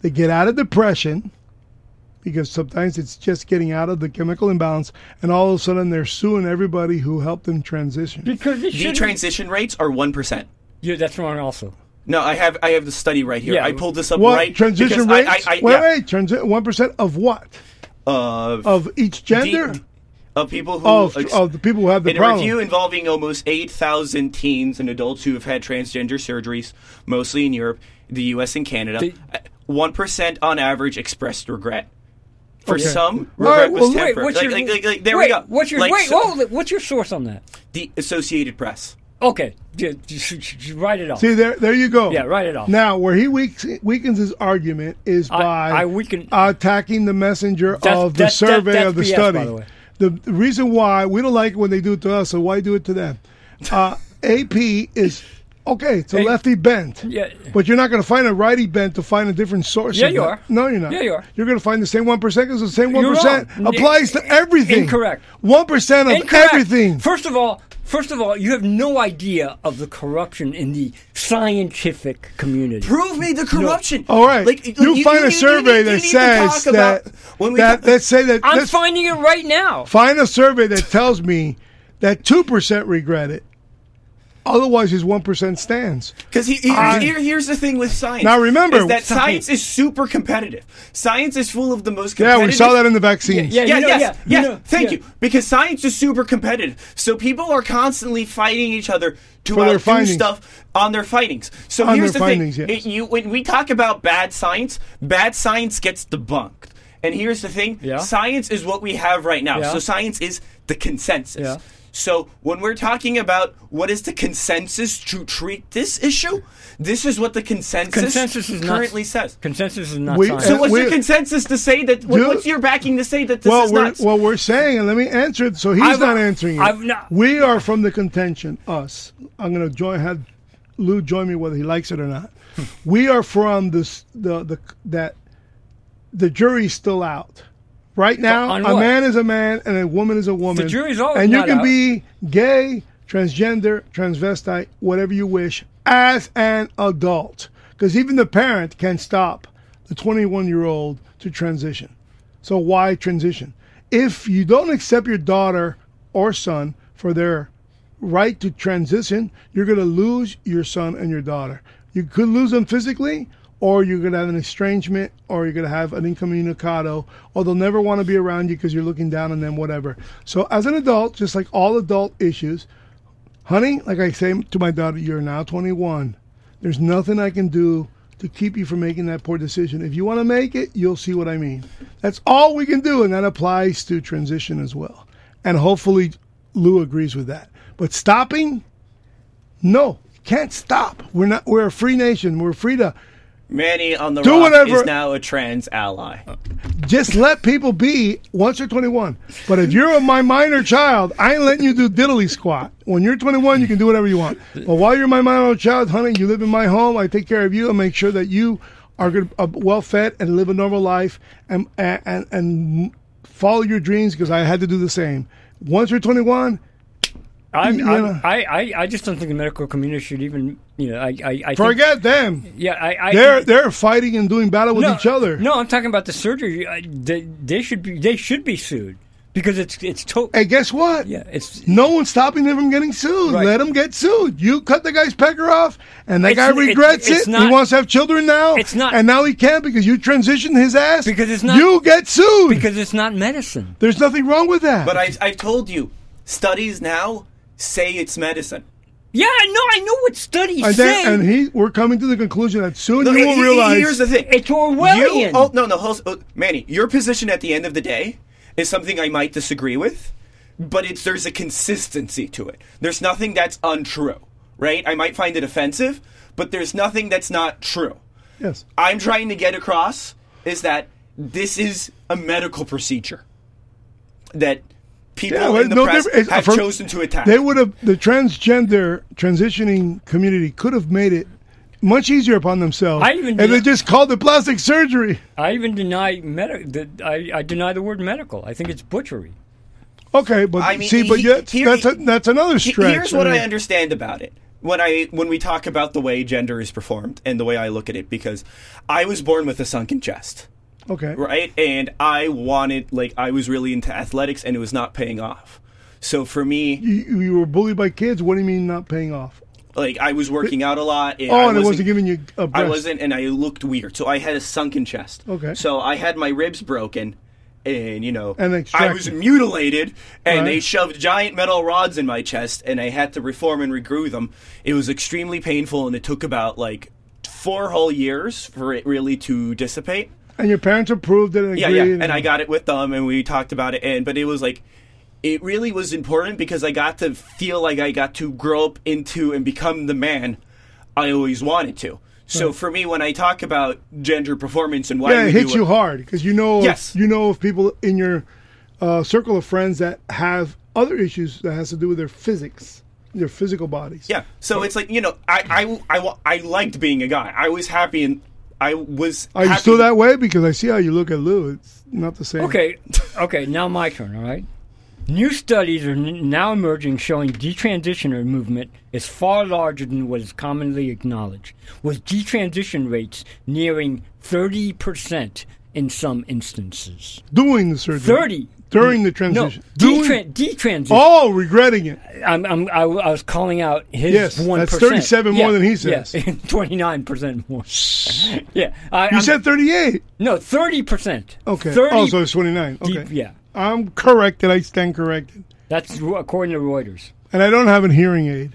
Speaker 1: they get out of depression because sometimes it's just getting out of the chemical imbalance, and all of a sudden they're suing everybody who helped them transition.
Speaker 3: Because it
Speaker 2: The
Speaker 3: shouldn't-
Speaker 2: transition rates are 1%.
Speaker 3: Yeah, that's wrong also.
Speaker 2: No, I have I have the study right here.
Speaker 3: Yeah.
Speaker 2: I pulled this up
Speaker 1: What
Speaker 2: right
Speaker 1: transition
Speaker 2: because
Speaker 1: rates?
Speaker 2: I- I, I,
Speaker 1: wait,
Speaker 2: yeah,
Speaker 1: wait, transi- one percent of what?
Speaker 2: of
Speaker 1: Of each gender?
Speaker 2: the- of people who
Speaker 1: of,
Speaker 2: ex-
Speaker 1: of the people who have the
Speaker 2: in a
Speaker 1: problem.
Speaker 2: review involving almost 8,000 teens and adults who have had transgender surgeries, mostly in Europe, the U.S., and Canada,
Speaker 3: The-
Speaker 2: uh, 1% on average expressed regret. For
Speaker 1: Okay.
Speaker 2: some,
Speaker 1: All right, well,
Speaker 2: regret was
Speaker 1: wait,
Speaker 2: temporary.
Speaker 3: what's
Speaker 2: like,
Speaker 3: your,
Speaker 2: like, like, like, there
Speaker 3: wait,
Speaker 2: we go.
Speaker 3: What's your,
Speaker 2: like,
Speaker 3: wait,
Speaker 2: so-
Speaker 3: whoa, what's your source on that?
Speaker 2: The Associated Press.
Speaker 3: Okay, yeah, just- just write it off.
Speaker 1: See there, there you go.
Speaker 3: Yeah, write it off.
Speaker 1: Now, where he weak, weakens his argument is
Speaker 3: I-
Speaker 1: by
Speaker 3: I weaken-
Speaker 1: attacking the messenger
Speaker 3: That's-
Speaker 1: of the
Speaker 3: that- that-
Speaker 1: survey
Speaker 3: that's
Speaker 1: of the
Speaker 3: BS,
Speaker 1: study.
Speaker 3: by the way.
Speaker 1: The- the reason why we don't like it when they do it to us, so why do it to them? Uh, AP is okay. It's a
Speaker 3: Hey.
Speaker 1: lefty bent.
Speaker 3: Yeah.
Speaker 1: But you're not going to find a righty bent to find a different source.
Speaker 3: Yeah,
Speaker 1: of
Speaker 3: you
Speaker 1: that.
Speaker 3: are.
Speaker 1: No, you're not.
Speaker 3: Yeah, you are.
Speaker 1: You're going to find the same one percent because the same one
Speaker 3: You're
Speaker 1: percent
Speaker 3: wrong.
Speaker 1: applies to everything.
Speaker 3: Incorrect.
Speaker 1: One percent of
Speaker 3: Incorrect.
Speaker 1: everything.
Speaker 3: First of all, first of all, you have no idea of the corruption in the scientific community.
Speaker 2: Prove me the corruption.
Speaker 1: All right. you, find a
Speaker 2: need-
Speaker 1: survey
Speaker 2: you need- you
Speaker 1: that
Speaker 2: need to
Speaker 1: says
Speaker 2: talk
Speaker 1: that,
Speaker 2: about when we
Speaker 1: that
Speaker 2: talk-
Speaker 1: let's say that
Speaker 3: I'm
Speaker 1: let's
Speaker 3: finding it right now.
Speaker 1: find a survey that tells me that two percent regret it. Otherwise, his one percent stands.
Speaker 2: Because he, he-
Speaker 1: I-
Speaker 2: here, here's the thing with science.
Speaker 1: Now remember-
Speaker 2: is that science is super competitive. Science is full of the most
Speaker 1: Yeah,
Speaker 2: competitive.
Speaker 1: we saw that in the vaccines.
Speaker 3: Yeah,
Speaker 2: Yeah,
Speaker 3: you know,
Speaker 2: yes,
Speaker 3: yeah, you
Speaker 2: yes.
Speaker 3: know,
Speaker 2: Thank
Speaker 3: yeah.
Speaker 2: you. Because science is super competitive, so people are constantly fighting each other to
Speaker 1: For their
Speaker 2: outdo
Speaker 1: findings.
Speaker 2: stuff on their findings. So
Speaker 1: On
Speaker 2: here's
Speaker 1: their
Speaker 2: the
Speaker 1: findings, yes.
Speaker 2: thing: It- you, when we talk about bad science, bad science gets debunked. And here's the thing:
Speaker 3: Yeah.
Speaker 2: science is what we have right now.
Speaker 3: Yeah.
Speaker 2: So science is the consensus.
Speaker 3: Yeah.
Speaker 2: So when we're talking about what is the consensus to treat this issue, this is what the consensus,
Speaker 3: Consensus is not-
Speaker 2: currently says.
Speaker 3: Consensus is not
Speaker 1: We-
Speaker 3: science.
Speaker 2: So what's
Speaker 1: We're-
Speaker 2: your consensus to say that?
Speaker 1: Dude-
Speaker 2: What, what's your backing to say that this
Speaker 1: well,
Speaker 2: is
Speaker 1: we're
Speaker 2: nuts?
Speaker 1: well, we're saying, and let me answer it. So he's
Speaker 3: I've-
Speaker 1: not answering it.
Speaker 3: I've not-
Speaker 1: we are from the contention. Us. I'm going to join. Have Lou join me whether he likes it or not.
Speaker 3: Hmm.
Speaker 1: we are from this the the that the jury's still out. Right now,
Speaker 3: on
Speaker 1: a
Speaker 3: what?
Speaker 1: man is a man and a woman is a woman.
Speaker 3: jury's always
Speaker 1: and you
Speaker 3: not
Speaker 1: can
Speaker 3: out.
Speaker 1: be gay, transgender, transvestite, whatever you wish, as an adult. Because even the parent can stop the 21 year old to transition. So why transition? If you don't accept your daughter or son for their right to transition, you're going to lose your son and your daughter. You could lose them physically, or you're going to have an estrangement, or you're going to have an incommunicado, or they'll never want to be around you because you're looking down on them, whatever. So, as an adult, just like all adult issues, honey, like I say to my daughter, you're now 21. There's nothing I can do to keep you from making that poor decision. If you want to make it, you'll see what I mean. That's all we can do, and that applies to transition as well. And hopefully, Lou agrees with that. But stopping, no, can't stop. We're not. We're a free nation. We're free to
Speaker 2: Manny on the
Speaker 1: Do
Speaker 2: rock
Speaker 1: whatever-
Speaker 2: is now a trans ally.
Speaker 1: just let people be once you're 21. But if you're my minor child, I ain't letting you do diddly squat. When you're 21, you can do whatever you want. But while you're my minor child, honey, you live in my home. I take care of you and make sure that you are good, uh, well fed and live a normal life and and and, and follow your dreams because I had to do the same. once you're 21,
Speaker 3: I'm,
Speaker 1: You know.
Speaker 3: I'm, I, I, I just don't think the medical community should even, you know, I, I, I think,
Speaker 1: forget them.
Speaker 3: yeah, I, I
Speaker 1: They're they're fighting and doing battle with
Speaker 3: no,
Speaker 1: each other.
Speaker 3: No, I'm talking about the surgery. I, they, they should be, they should be sued because it's, it's to,
Speaker 1: And guess what?
Speaker 3: yeah, it's,
Speaker 1: No one's stopping them from getting sued.
Speaker 3: Right.
Speaker 1: Let them get sued. You cut the guy's pecker off, and that
Speaker 3: It's
Speaker 1: guy
Speaker 3: n- it-
Speaker 1: regrets it.
Speaker 3: it's not-
Speaker 1: he wants to have children now.
Speaker 3: It's not-
Speaker 1: and now he can't because you transitioned his ass.
Speaker 3: Because it's not-
Speaker 1: You get sued.
Speaker 3: because it's not medicine.
Speaker 1: There's nothing wrong with that.
Speaker 2: But I, I've told you, studies now say it's medicine.
Speaker 3: Yeah, I know, I know what studies
Speaker 1: and,
Speaker 3: say.
Speaker 1: then, and he, we're coming to the conclusion that soon
Speaker 2: Look,
Speaker 1: you
Speaker 2: he-
Speaker 1: will
Speaker 2: he-
Speaker 1: realize.
Speaker 2: Here's the thing.
Speaker 3: It's Orwellian.
Speaker 2: You, oh no, no, hold, oh, Manny. Your position at the end of the day is something I might disagree with, but it's there's a consistency to it. There's nothing that's untrue, right? I might find it offensive, but there's nothing that's not true.
Speaker 1: yes.
Speaker 2: I'm trying to get across is that this is a medical procedure that people
Speaker 1: Yeah, well,
Speaker 2: in the
Speaker 1: no
Speaker 2: press
Speaker 1: different- it's-
Speaker 2: have
Speaker 1: from-
Speaker 2: chosen to attack.
Speaker 1: They would have the transgender transitioning community could have made it much easier upon themselves.
Speaker 3: I even
Speaker 1: and they
Speaker 3: did-
Speaker 1: just called it plastic surgery.
Speaker 3: I even deny med- the, I, I deny the word medical. I think it's butchery.
Speaker 1: Okay, but
Speaker 2: I mean,
Speaker 1: see, but
Speaker 2: he-
Speaker 1: yet
Speaker 2: here-
Speaker 1: that's a, that's another
Speaker 2: He-
Speaker 1: stretch.
Speaker 2: Here's what
Speaker 1: mean,
Speaker 2: I understand about it when I when we talk about the way gender is performed and the way I look at it because I was born with a sunken chest,
Speaker 1: Okay,
Speaker 2: right? And I wanted like I was really into athletics and it was not paying off. So for me,
Speaker 1: you, you were bullied by kids. What do you mean not paying off?
Speaker 2: like I was working out a lot. And I
Speaker 1: Oh, and it wasn't giving you a
Speaker 2: I
Speaker 1: breast.
Speaker 2: wasn't, and I looked weird. So I had a sunken chest.
Speaker 1: Okay.
Speaker 2: So I had my ribs broken, and you know,
Speaker 1: And
Speaker 2: I was
Speaker 1: extracted.
Speaker 2: mutilated, and
Speaker 1: Right.
Speaker 2: they shoved giant metal rods in my chest, and I had to reform and regrew them. It was extremely painful, and it took about like four whole years for it really to dissipate.
Speaker 1: And your parents approved it. And
Speaker 2: Yeah,
Speaker 1: agreed,
Speaker 2: yeah. And I got it with them, and we talked about it, and but it was like. It really was important because I got to feel like I got to grow up into and become the man I always wanted to. So for me, when I talk about gender performance and why
Speaker 1: Yeah,
Speaker 2: we
Speaker 1: it
Speaker 2: do
Speaker 1: hits
Speaker 2: what-
Speaker 1: you hard because you know
Speaker 2: Yes.
Speaker 1: you know of people in your uh, circle of friends that have other issues that has to do with their physics, their physical bodies.
Speaker 2: Yeah. So it's like you know, I I, I, wa- I liked being a guy. I was happy and I was.
Speaker 1: Are you
Speaker 2: happy-
Speaker 1: still that way? Because I see how you look at Lou. It's not the same.
Speaker 3: Okay, okay. Now my turn. All right. New studies are n- now emerging showing detransitioner movement is far larger than what is commonly acknowledged, with detransition rates nearing thirty percent in some instances.
Speaker 1: Doing the surgery.
Speaker 3: Thirty
Speaker 1: During the
Speaker 3: No,
Speaker 1: transition. Doing,
Speaker 3: detran- detransition.
Speaker 1: oh, regretting it.
Speaker 3: I'm, I'm, I, w- I was calling out his
Speaker 1: Yes,
Speaker 3: one
Speaker 1: that's 37 more than he says.
Speaker 3: twenty nine percent more. yeah, I,
Speaker 1: You said 38.
Speaker 3: no thirty percent.
Speaker 1: Okay.
Speaker 3: thirty.
Speaker 1: oh, so it's 29. Okay.
Speaker 3: deep, yeah,
Speaker 1: I'm corrected. I stand corrected.
Speaker 3: that's r- according to Reuters.
Speaker 1: And I don't have a hearing aid.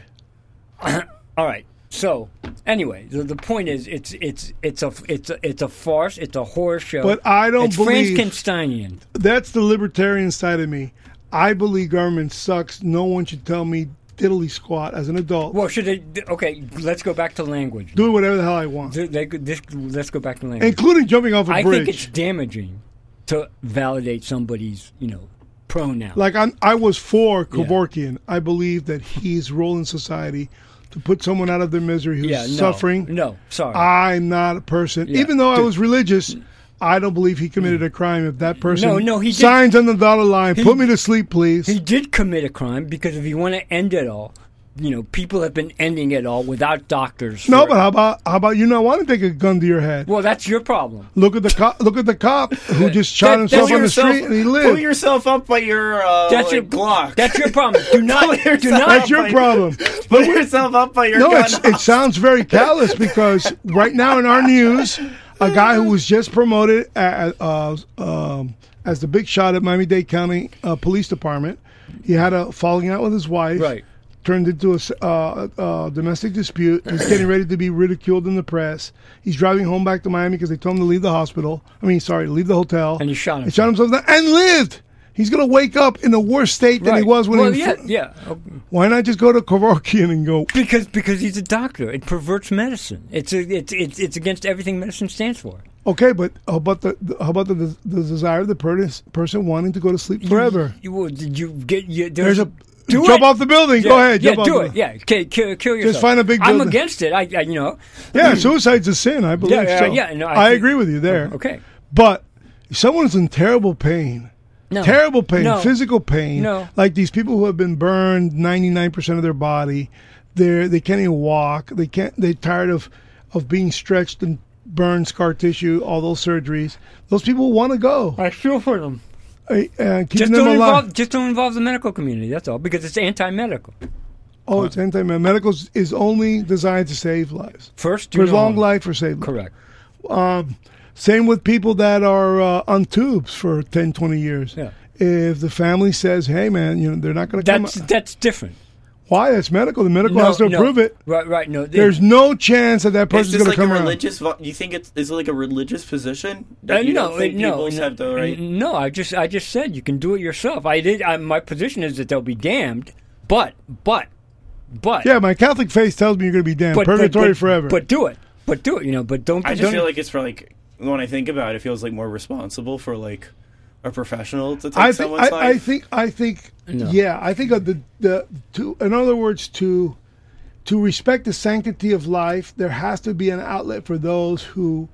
Speaker 3: All right. So anyway, the, the point is, it's it's it's a it's a, it's a farce. It's a horror show.
Speaker 1: But I don't
Speaker 3: it's
Speaker 1: believe-
Speaker 3: Frankensteinian.
Speaker 1: That's the libertarian side of me. I believe government sucks. No one should tell me diddly squat as an adult.
Speaker 3: Well, should they? Okay, let's go back to language.
Speaker 1: Do whatever the hell I want,
Speaker 3: Th- they could- this- let's go back to language.
Speaker 1: including jumping off a
Speaker 3: I
Speaker 1: bridge.
Speaker 3: think it's damaging to validate somebody's you know pronoun.
Speaker 1: Like I'm, I was for Kevorkian. I believe that his role in society to put someone out of their misery who's
Speaker 3: yeah, no,
Speaker 1: suffering.
Speaker 3: No, sorry.
Speaker 1: I'm not a person.
Speaker 3: Yeah.
Speaker 1: Even though I was religious, I don't believe he committed a crime. If that person
Speaker 3: No, no, he did-
Speaker 1: signs on the dotted line, put me to sleep, please.
Speaker 3: he did commit a crime because if you want to end it all, you know, people have been ending it all without doctors.
Speaker 1: no,
Speaker 3: for-
Speaker 1: but how about how about you not want to take a gun to your head?
Speaker 3: well, that's your problem.
Speaker 1: Look at the cop. Look at the cop who just shot
Speaker 3: that-
Speaker 1: himself
Speaker 3: that's
Speaker 1: on the
Speaker 2: yourself-
Speaker 1: street and he
Speaker 2: Pull
Speaker 1: lived.
Speaker 2: yourself up by your uh,
Speaker 3: That's
Speaker 2: like,
Speaker 3: your
Speaker 2: Glock.
Speaker 3: That's your problem. Do not.
Speaker 2: Pull
Speaker 3: do
Speaker 2: yourself
Speaker 3: not.
Speaker 1: That's your
Speaker 2: Like-
Speaker 1: problem.
Speaker 2: Pull yourself up by your
Speaker 1: No,
Speaker 2: gun.
Speaker 1: it's, it sounds very callous because right now in our news, a guy who was just promoted as, uh, um, as the big shot at Miami Dade County uh, Police Department, he had a falling out with his wife.
Speaker 3: Right.
Speaker 1: Turned into a s- uh, uh, domestic dispute. He's getting ready to be ridiculed in the press. He's driving home back to Miami because they told him to leave the hospital. I mean, sorry, leave the hotel.
Speaker 3: And he shot
Speaker 1: He shot himself down and lived. He's gonna wake up in a worse state than
Speaker 3: Right.
Speaker 1: he was when
Speaker 3: well,
Speaker 1: he.
Speaker 3: yeah,
Speaker 1: was-
Speaker 3: yeah. Oh,
Speaker 1: Why not just go to Kevorkian and go?
Speaker 3: Because because he's a doctor. It perverts medicine. It's a, it's it's it's against everything medicine stands for.
Speaker 1: Okay, but how about the the- how about the the desire of the per- person wanting to go to sleep forever?
Speaker 3: You, will- did you get you,
Speaker 1: There's a
Speaker 3: do
Speaker 1: jump
Speaker 3: it.
Speaker 1: off the building.
Speaker 3: Yeah,
Speaker 1: Go ahead,
Speaker 3: Yeah,
Speaker 1: jump
Speaker 3: do
Speaker 1: off
Speaker 3: it.
Speaker 1: the-
Speaker 3: Yeah, okay, kill, kill yourself.
Speaker 1: find a big
Speaker 3: I'm
Speaker 1: building.
Speaker 3: against it. I, I you know.
Speaker 1: Yeah, suicide's a sin. I believe
Speaker 3: yeah,
Speaker 1: so.
Speaker 3: yeah, no,
Speaker 1: I,
Speaker 3: I think-
Speaker 1: agree with you there.
Speaker 3: Okay.
Speaker 1: but if someone's in terrible pain
Speaker 3: No.
Speaker 1: terrible pain,
Speaker 3: No.
Speaker 1: physical pain.
Speaker 3: No.
Speaker 1: Like these people who have been burned 99% of their body, they're they can't even walk. They can't they're tired of of being stretched and burned scar tissue, all those surgeries. Those people want to go.
Speaker 3: I feel for them.
Speaker 1: I, uh, keeping
Speaker 3: Just
Speaker 1: them
Speaker 3: don't
Speaker 1: alive.
Speaker 3: involve just don't involve the medical community. That's all because it's anti-medical.
Speaker 1: oh, it's anti medical is only designed to save lives.
Speaker 3: First, do
Speaker 1: For
Speaker 3: no
Speaker 1: long
Speaker 3: harm.
Speaker 1: life or save lives.
Speaker 3: Correct.
Speaker 1: Same with people that are uh, on tubes for 10, 20 years.
Speaker 3: Yeah.
Speaker 1: If the family says, "Hey, man, you know they're not going to come,"
Speaker 3: That's that's different.
Speaker 1: why? That's medical. The medical has to
Speaker 3: no.
Speaker 1: approve it.
Speaker 3: Right, right. No, they-
Speaker 1: There's no chance that that
Speaker 2: It's
Speaker 1: person's
Speaker 2: just
Speaker 1: going
Speaker 2: like
Speaker 1: to come
Speaker 2: a
Speaker 1: around.
Speaker 2: religious. vo- You think it's is it like a religious position?
Speaker 3: Uh,
Speaker 2: That you
Speaker 3: no,
Speaker 2: don't think
Speaker 3: uh, no,
Speaker 2: people
Speaker 3: no,
Speaker 2: have the right.
Speaker 3: No, I just I just said you can do it yourself. I did. I, my position is that they'll be damned, but but but
Speaker 1: Yeah, my Catholic faith tells me you're going to be damned,
Speaker 3: but, but-
Speaker 1: purgatory
Speaker 3: but-
Speaker 1: forever.
Speaker 3: But do it. But do it. You know. But don't.
Speaker 2: I just
Speaker 3: don't,
Speaker 2: feel like it's for like when I think about it, it feels like more responsible for like a professional to take
Speaker 1: I think,
Speaker 2: someone's
Speaker 1: I, I
Speaker 2: life.
Speaker 1: think, I think,
Speaker 3: No.
Speaker 1: yeah, I think of the the to, in other words, to to respect the sanctity of life, there has to be an outlet for those who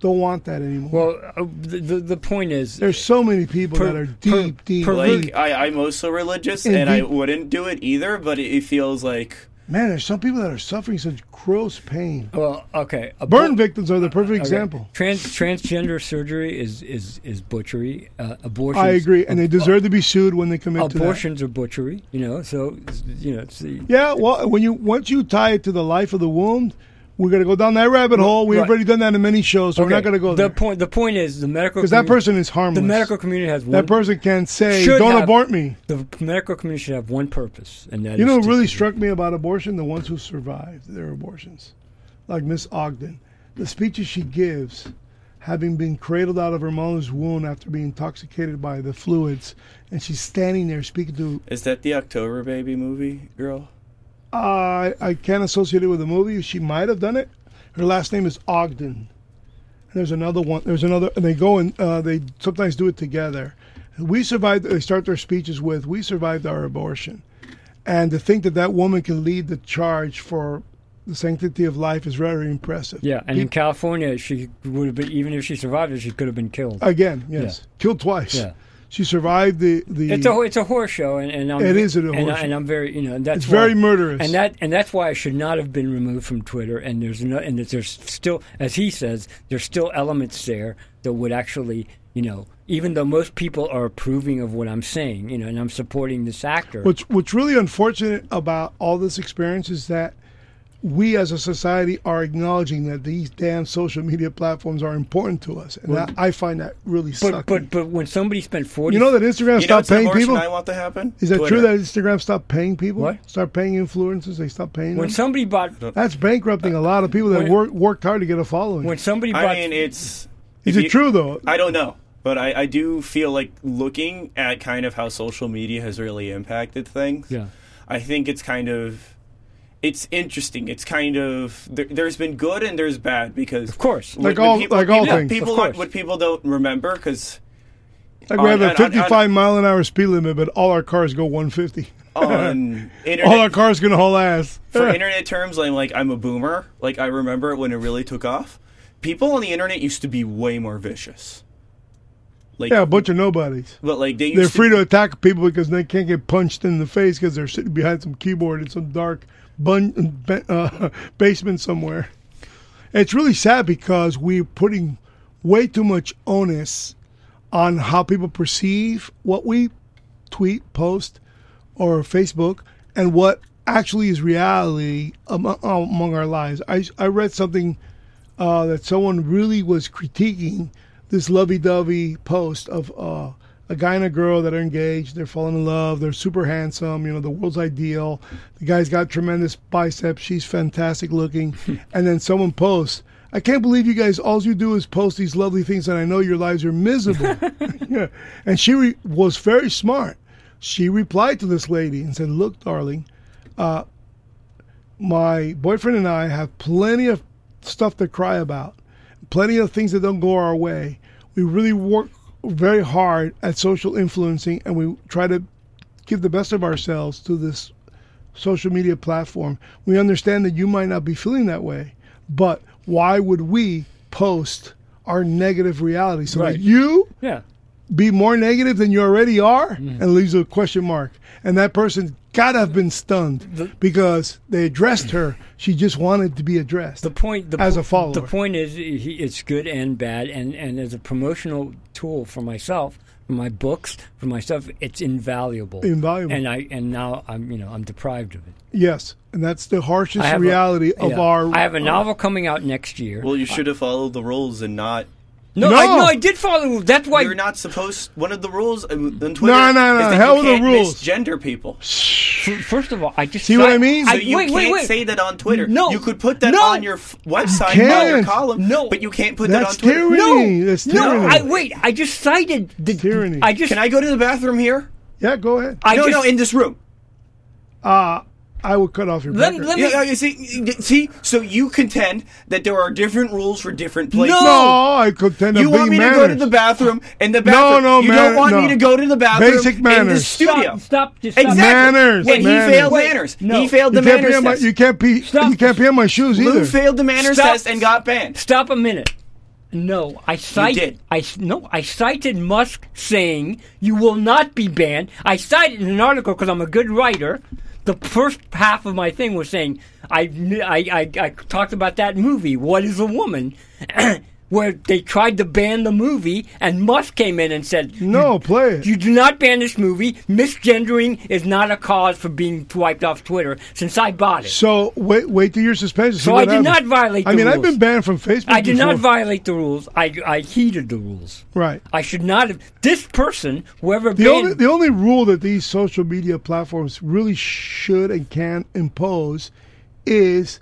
Speaker 1: don't want that anymore.
Speaker 3: well, uh, the, the the point is
Speaker 1: There's so many people
Speaker 3: Per-
Speaker 1: that are
Speaker 3: per-
Speaker 1: deep, deep,
Speaker 3: per-
Speaker 1: deep.
Speaker 2: like I, I'm also religious,
Speaker 1: And
Speaker 2: and I
Speaker 1: the-
Speaker 2: wouldn't do it either. But it, it feels like
Speaker 1: Man, there's some people that are suffering such gross pain.
Speaker 3: Oh, well, okay. a
Speaker 1: Burn
Speaker 3: bo-
Speaker 1: victims are the perfect
Speaker 3: okay.
Speaker 1: example.
Speaker 3: Trans transgender surgery is is is butchery. Uh, abortion.
Speaker 1: I agree, and they deserve to be sued when they commit to that.
Speaker 3: Abortions are butchery. You know. So you know. It's the,
Speaker 1: Yeah, well, when you once you tie it to the life of the womb, we're gonna go down that rabbit hole. We've
Speaker 3: right.
Speaker 1: already done that in many shows, so we're
Speaker 3: Okay,
Speaker 1: not gonna go
Speaker 3: the
Speaker 1: there
Speaker 3: point. The point is the medical
Speaker 1: because that
Speaker 3: commu-
Speaker 1: person is harmless.
Speaker 3: the medical community has one
Speaker 1: that person can say,
Speaker 3: should
Speaker 1: "Don't
Speaker 3: have-
Speaker 1: abort me."
Speaker 3: The medical community should have one purpose, and that
Speaker 1: You
Speaker 3: is
Speaker 1: know, what
Speaker 3: to-
Speaker 1: really struck me about abortion: the ones who survived their abortions, like Miss Ogden, the speeches she gives, having been cradled out of her mother's womb after being intoxicated by the fluids, and she's standing there speaking to
Speaker 2: is that the October Baby movie girl?
Speaker 1: I I can't associate it with the movie. She might have done it. Her last name is Ogden. And there's another one. There's another. And they go and uh, they sometimes do it together. We survived. They start their speeches with, "We survived our abortion," and to think that that woman can lead the charge for the sanctity of life is very impressive.
Speaker 3: yeah. And in
Speaker 1: Pe-
Speaker 3: California, she would have been even if she survived it, she could have been killed.
Speaker 1: again, yes, killed twice.
Speaker 3: Yeah.
Speaker 1: She survived the the.
Speaker 3: it's a it's a horror show, and, and I'm,
Speaker 1: It is a
Speaker 3: and,
Speaker 1: horror
Speaker 3: I,
Speaker 1: show.
Speaker 3: and I'm very you know and that's
Speaker 1: It's very
Speaker 3: why-
Speaker 1: murderous.
Speaker 3: and that and that's why I should not have been removed from Twitter. And there's no and that there's still as he says there's still elements there that would actually you know even though most people are approving of what I'm saying you know and I'm supporting this actor.
Speaker 1: What's what's really unfortunate about all this experience is that we as a society are acknowledging that these damn social media platforms are important to us, and that, I find that really
Speaker 3: but
Speaker 1: sucky.
Speaker 3: but but when somebody spent forty
Speaker 1: you know that Instagram
Speaker 2: You know,
Speaker 1: stopped
Speaker 2: it's an
Speaker 1: paying
Speaker 2: abortion
Speaker 1: people.
Speaker 2: I want to happen.
Speaker 1: Is that
Speaker 2: Twitter.
Speaker 1: true that Instagram stopped paying people?
Speaker 3: What?
Speaker 1: Start paying influencers? They stopped paying them?
Speaker 3: when somebody bought
Speaker 1: That's bankrupting a lot of people that
Speaker 3: When-
Speaker 1: work, worked hard to get a following.
Speaker 3: when somebody bought
Speaker 2: I mean, it's
Speaker 1: is
Speaker 2: if
Speaker 1: it
Speaker 2: you-
Speaker 1: true though?
Speaker 2: I don't know, but I, I do feel like looking at kind of how social media has really impacted things.
Speaker 3: Yeah.
Speaker 2: I think it's kind of it's interesting. It's kind of there, there's been good and there's bad because of
Speaker 3: course.
Speaker 1: Like all- like all
Speaker 2: people,
Speaker 1: things.
Speaker 2: People
Speaker 3: Of course.
Speaker 2: what people don't remember because
Speaker 1: like we have
Speaker 2: on-
Speaker 1: a
Speaker 2: on- on-
Speaker 1: 55 mile an hour speed limit, but all our cars go 150.
Speaker 2: on
Speaker 1: All our
Speaker 2: internet
Speaker 1: cars can haul ass.
Speaker 2: for internet terms, I'm like I'm a boomer. Like I remember it when it really took off. People on the internet used to be way more vicious. Like
Speaker 1: yeah, a bunch of nobodies.
Speaker 2: but like they used
Speaker 1: They're
Speaker 2: to
Speaker 1: free to attack people because they can't get punched in the face because they're sitting behind some keyboard in some dark bun- ba- uh, basement somewhere. It's really sad because we're putting way too much onus on how people perceive what we tweet, post, or Facebook, and what actually is reality among, among our lives. I, I read something uh, that someone really was critiquing this lovey-dovey post of uh, a guy and a girl that are engaged. They're falling in love. They're super handsome. You know, the world's ideal. The guy's got tremendous biceps. She's fantastic looking. and then someone posts, "I can't believe you guys. All you do is post these lovely things, and I know your lives are miserable." yeah. And she re- was very smart. She replied to this lady and said, "Look, darling." my boyfriend and I have plenty of stuff to cry about, plenty of things that don't go our way. We really work very hard at social influencing and we try to give the best of ourselves to this social media platform. We understand that you might not be feeling that way, but why would we post our negative reality so
Speaker 3: Right.
Speaker 1: that you
Speaker 3: yeah
Speaker 1: be more negative than you already are
Speaker 3: Mm-hmm.
Speaker 1: and leaves a question mark. And that person gotta have been stunned because they addressed her. She just wanted to be addressed.
Speaker 3: The point, the
Speaker 1: As
Speaker 3: po-
Speaker 1: a follower.
Speaker 3: the point is, he- it's good and bad, and and as a promotional tool for myself, for my books, for myself, it's invaluable.
Speaker 1: Invaluable.
Speaker 3: And I and now I'm you know I'm deprived of it.
Speaker 1: yes, and that's the harshest
Speaker 3: I have a-
Speaker 1: reality of
Speaker 3: yeah.
Speaker 1: our.
Speaker 3: I have a novel coming out next year.
Speaker 2: Well, you should have followed the rules and not.
Speaker 3: no,
Speaker 1: No.
Speaker 3: I, no, I did follow. That's why
Speaker 2: You're not supposed. One of the rules uh, on Twitter.
Speaker 1: No, no, no,
Speaker 2: Is that
Speaker 1: hell
Speaker 2: you
Speaker 1: with the
Speaker 2: can't
Speaker 1: rules.
Speaker 2: Misgender people. So
Speaker 3: F- First of all, I just
Speaker 1: See what I mean? So
Speaker 2: you
Speaker 3: wait,
Speaker 2: can't
Speaker 3: wait, wait.
Speaker 2: say that on Twitter.
Speaker 3: No.
Speaker 2: You could put that
Speaker 3: No.
Speaker 2: on your f- website,
Speaker 1: You
Speaker 2: on your
Speaker 1: can't.
Speaker 2: column.
Speaker 3: No.
Speaker 2: But you can't put that
Speaker 1: That's
Speaker 2: on Twitter.
Speaker 1: tyranny.
Speaker 3: no,
Speaker 1: That's
Speaker 3: no.
Speaker 1: tyranny.
Speaker 3: I wait. I just cited the
Speaker 1: Tyranny.
Speaker 3: I just
Speaker 2: Can I go to the bathroom here?
Speaker 1: yeah, go ahead.
Speaker 3: I
Speaker 2: no,
Speaker 3: just,
Speaker 2: no, in this room.
Speaker 1: I would cut off your.
Speaker 3: Let-
Speaker 1: record.
Speaker 3: let me-
Speaker 2: Yeah, yeah, see, see, so you contend that there are different rules for different places.
Speaker 1: no, I contend
Speaker 2: You
Speaker 1: of being
Speaker 2: want me
Speaker 1: manners.
Speaker 2: to go to the bathroom and the bathroom.
Speaker 1: no,
Speaker 2: You
Speaker 1: man-
Speaker 2: don't want
Speaker 1: no.
Speaker 2: me to go to the bathroom
Speaker 1: Basic
Speaker 2: in the
Speaker 1: manners.
Speaker 2: studio.
Speaker 3: Stop, stop, just stop.
Speaker 2: Exactly.
Speaker 1: Manners,
Speaker 2: And
Speaker 1: manners.
Speaker 2: he failed
Speaker 1: Wait,
Speaker 2: manners.
Speaker 3: no.
Speaker 2: He failed the
Speaker 1: you can't, be
Speaker 2: manners
Speaker 1: in my,
Speaker 2: test.
Speaker 1: you can't be.
Speaker 3: Stop.
Speaker 1: You can't be in my shoes
Speaker 2: Lou
Speaker 1: either.
Speaker 2: failed the manners
Speaker 3: Stop.
Speaker 2: test and got banned.
Speaker 3: Stop a minute. No, I cited.
Speaker 2: did.
Speaker 3: I c- no, I cited Musk saying you will not be banned. I cited in an article because I'm a good writer. The first half of my thing was saying I kn- I, I, I talked about that movie. What is a woman? Where they tried to ban the movie, and Musk came in and said,
Speaker 1: No, play it.
Speaker 3: you do not ban this movie. Misgendering is not a cause for being wiped off Twitter since I bought it.
Speaker 1: so wait, wait till you're suspended.
Speaker 3: So I did not violate
Speaker 1: I
Speaker 3: the
Speaker 1: mean, I've
Speaker 3: rules.
Speaker 1: been banned from Facebook.
Speaker 3: I did not
Speaker 1: before.
Speaker 3: violate the rules. I, I heeded the rules.
Speaker 1: Right.
Speaker 3: I should not have. This person, whoever
Speaker 1: The
Speaker 3: banned,
Speaker 1: only the only rule that these social media platforms really should and can impose is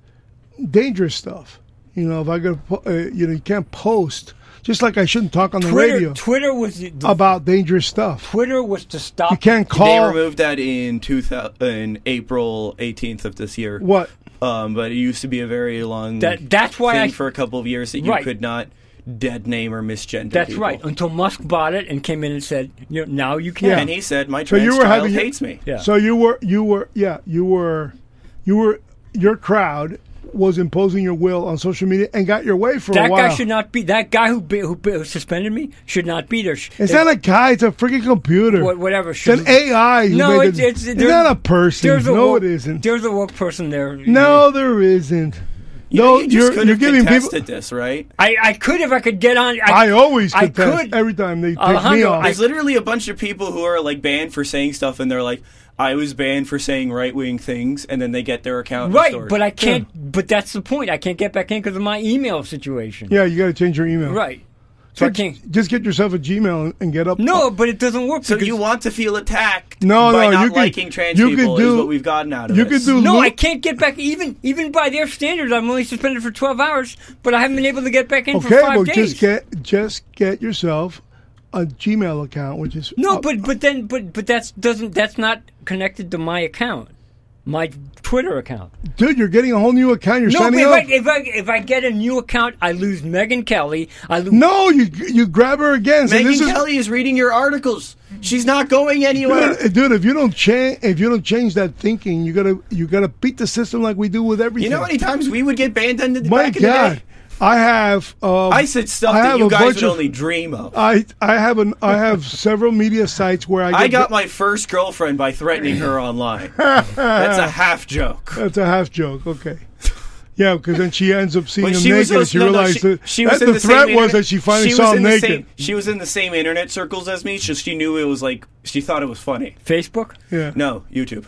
Speaker 1: dangerous stuff. You know, if I go, po- uh, you know, you can't post. Just like I shouldn't talk on the
Speaker 3: Twitter,
Speaker 1: radio
Speaker 3: Twitter was the, the-
Speaker 1: about dangerous stuff.
Speaker 3: Twitter was to stop.
Speaker 1: You can't
Speaker 2: They
Speaker 1: call
Speaker 2: removed that in 2000, in April 18th of this year.
Speaker 1: what
Speaker 2: Um, but it used to be a very long
Speaker 3: That- that's why
Speaker 2: thing
Speaker 3: I-
Speaker 2: for a couple of years that you
Speaker 3: Right.
Speaker 2: could not dead name or misgender.
Speaker 3: That's
Speaker 2: people.
Speaker 3: right. Until Musk bought it and came in and said, you know, "Now you
Speaker 1: Yeah.
Speaker 3: can."
Speaker 2: And he said, "My
Speaker 1: So
Speaker 2: trans
Speaker 1: you were
Speaker 2: child
Speaker 1: having-
Speaker 2: hates me."
Speaker 3: Yeah.
Speaker 1: So you were, you were, yeah, you were, you were, your crowd was imposing your will on social media and got your way for a
Speaker 3: that
Speaker 1: while.
Speaker 3: guy should not be. That guy who be, who, be, who suspended me should not be there. Sh-
Speaker 1: it's
Speaker 3: if-
Speaker 1: not a guy, it's a freaking computer.
Speaker 3: Wha- whatever,
Speaker 1: It's
Speaker 3: should-
Speaker 1: an AI. who
Speaker 3: No,
Speaker 1: made
Speaker 3: it's,
Speaker 1: it.
Speaker 3: it's,
Speaker 1: It's
Speaker 3: there's-
Speaker 1: not a person.
Speaker 3: There's a
Speaker 1: no,
Speaker 3: woke-
Speaker 1: it isn't.
Speaker 3: There's a woke person there.
Speaker 1: No, there isn't.
Speaker 2: You,
Speaker 1: no,
Speaker 2: you just
Speaker 1: you're,
Speaker 2: could
Speaker 1: you're
Speaker 2: have
Speaker 1: giving people.
Speaker 2: contested this, right?
Speaker 3: I, I could if I could get on.
Speaker 1: I always
Speaker 3: I
Speaker 1: contest
Speaker 3: could.
Speaker 1: every time they pick me
Speaker 3: Alejandro,
Speaker 1: off.
Speaker 2: There's literally a bunch of people who are like banned for saying stuff, and they're like, "I was banned for saying right wing things," and then they get their account
Speaker 3: Right,
Speaker 2: restored.
Speaker 3: but I can't. But that's the point. I can't get back in because of my email situation.
Speaker 1: yeah, you got to change your email.
Speaker 3: Right. So I
Speaker 1: Just,
Speaker 3: can't.
Speaker 1: just get yourself a Gmail and, and get up.
Speaker 3: No, but it doesn't work.
Speaker 2: So
Speaker 3: because-
Speaker 2: you want to feel attacked
Speaker 1: No,
Speaker 2: by
Speaker 1: no,
Speaker 2: not
Speaker 1: you could-
Speaker 2: liking trans
Speaker 1: you could
Speaker 2: people
Speaker 1: do-
Speaker 2: is what we've gotten out of
Speaker 1: you
Speaker 2: this.
Speaker 1: could do
Speaker 3: No,
Speaker 1: loop-
Speaker 3: I can't get back. Even even by their standards, I'm only suspended for 12 hours. But I haven't been able to get back in for
Speaker 1: Okay,
Speaker 3: five
Speaker 1: well,
Speaker 3: days.
Speaker 1: just get just get yourself a Gmail account, which is
Speaker 3: no,
Speaker 1: uh,
Speaker 3: but but then but but that's doesn't that's not connected to my account, my Twitter account.
Speaker 1: dude, you're getting a whole new account. You're
Speaker 3: No, but
Speaker 1: signing
Speaker 3: if
Speaker 1: up.
Speaker 3: I, if I if I get a new account, I lose Megan Kelly. I lose.
Speaker 1: no, you you grab her again. Say,
Speaker 2: Megan
Speaker 1: this is,
Speaker 2: Kelly is reading your articles. She's not going anywhere.
Speaker 1: Dude, dude, if you don't change, if you don't change that thinking, you gotta you gotta beat the system like we do with everything.
Speaker 2: You know how many times we would get banned in the
Speaker 1: My
Speaker 2: back in the
Speaker 1: God,
Speaker 2: day?
Speaker 1: I have. Uh,
Speaker 2: I said stuff
Speaker 1: I
Speaker 2: that
Speaker 1: have
Speaker 2: you
Speaker 1: a
Speaker 2: guys
Speaker 1: bunch
Speaker 2: would
Speaker 1: of-
Speaker 2: only dream of.
Speaker 1: I I have an I have several media sites where I get
Speaker 2: I got my first girlfriend by threatening her online. That's a half joke.
Speaker 1: That's a half joke. Okay. Yeah, because then she ends up seeing
Speaker 2: But
Speaker 1: him
Speaker 2: she was
Speaker 1: naked, and
Speaker 2: supposed-
Speaker 1: she
Speaker 2: no, no,
Speaker 1: realized that,
Speaker 2: she was
Speaker 1: that
Speaker 2: in
Speaker 1: the,
Speaker 2: the same
Speaker 1: threat was
Speaker 2: internet-
Speaker 1: that she finally
Speaker 2: was
Speaker 1: saw
Speaker 2: in
Speaker 1: him
Speaker 2: the
Speaker 1: naked.
Speaker 2: Same, she was in the same internet circles as me, so she knew it was like she thought it was funny.
Speaker 3: Facebook.
Speaker 1: Yeah.
Speaker 2: No, YouTube.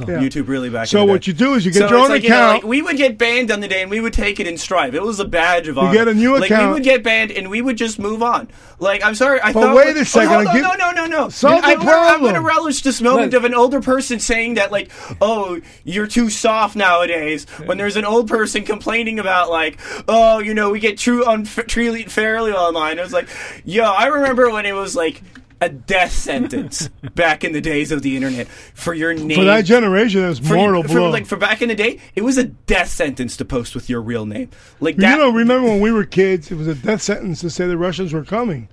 Speaker 1: Yeah.
Speaker 2: YouTube really back.
Speaker 1: So
Speaker 2: in the
Speaker 1: what
Speaker 2: day.
Speaker 1: you do is you get
Speaker 2: So
Speaker 1: your
Speaker 2: it's
Speaker 1: own
Speaker 2: like, you know,
Speaker 1: account.
Speaker 2: like, we would get banned on the day, and we would take it in stride. It was a badge of honor.
Speaker 1: get a new
Speaker 2: Like,
Speaker 1: account.
Speaker 2: we would get banned, and we would just move on. Like I'm sorry, I
Speaker 1: But
Speaker 2: thought.
Speaker 1: wait
Speaker 2: we-
Speaker 1: a second,
Speaker 2: Oh, hold
Speaker 1: I
Speaker 2: on,
Speaker 1: give-
Speaker 2: no, no, no, no.
Speaker 1: Solve the
Speaker 2: I, am
Speaker 1: problem.
Speaker 2: going to relish this moment
Speaker 3: Look.
Speaker 2: of an older person saying that, like, oh, you're too soft nowadays. When there's an old person complaining about, like, oh, you know, we get true unfairly fairly online. I was like, yo, I remember when it was like. a death sentence back in the days of the internet for your name.
Speaker 1: For that generation, that's
Speaker 2: For-
Speaker 1: mortal
Speaker 2: for,
Speaker 1: blow.
Speaker 2: like for back in the day, it was a death sentence to post with your real name. Like that.
Speaker 1: you know, remember when we were kids, it was a death sentence to say the Russians were coming.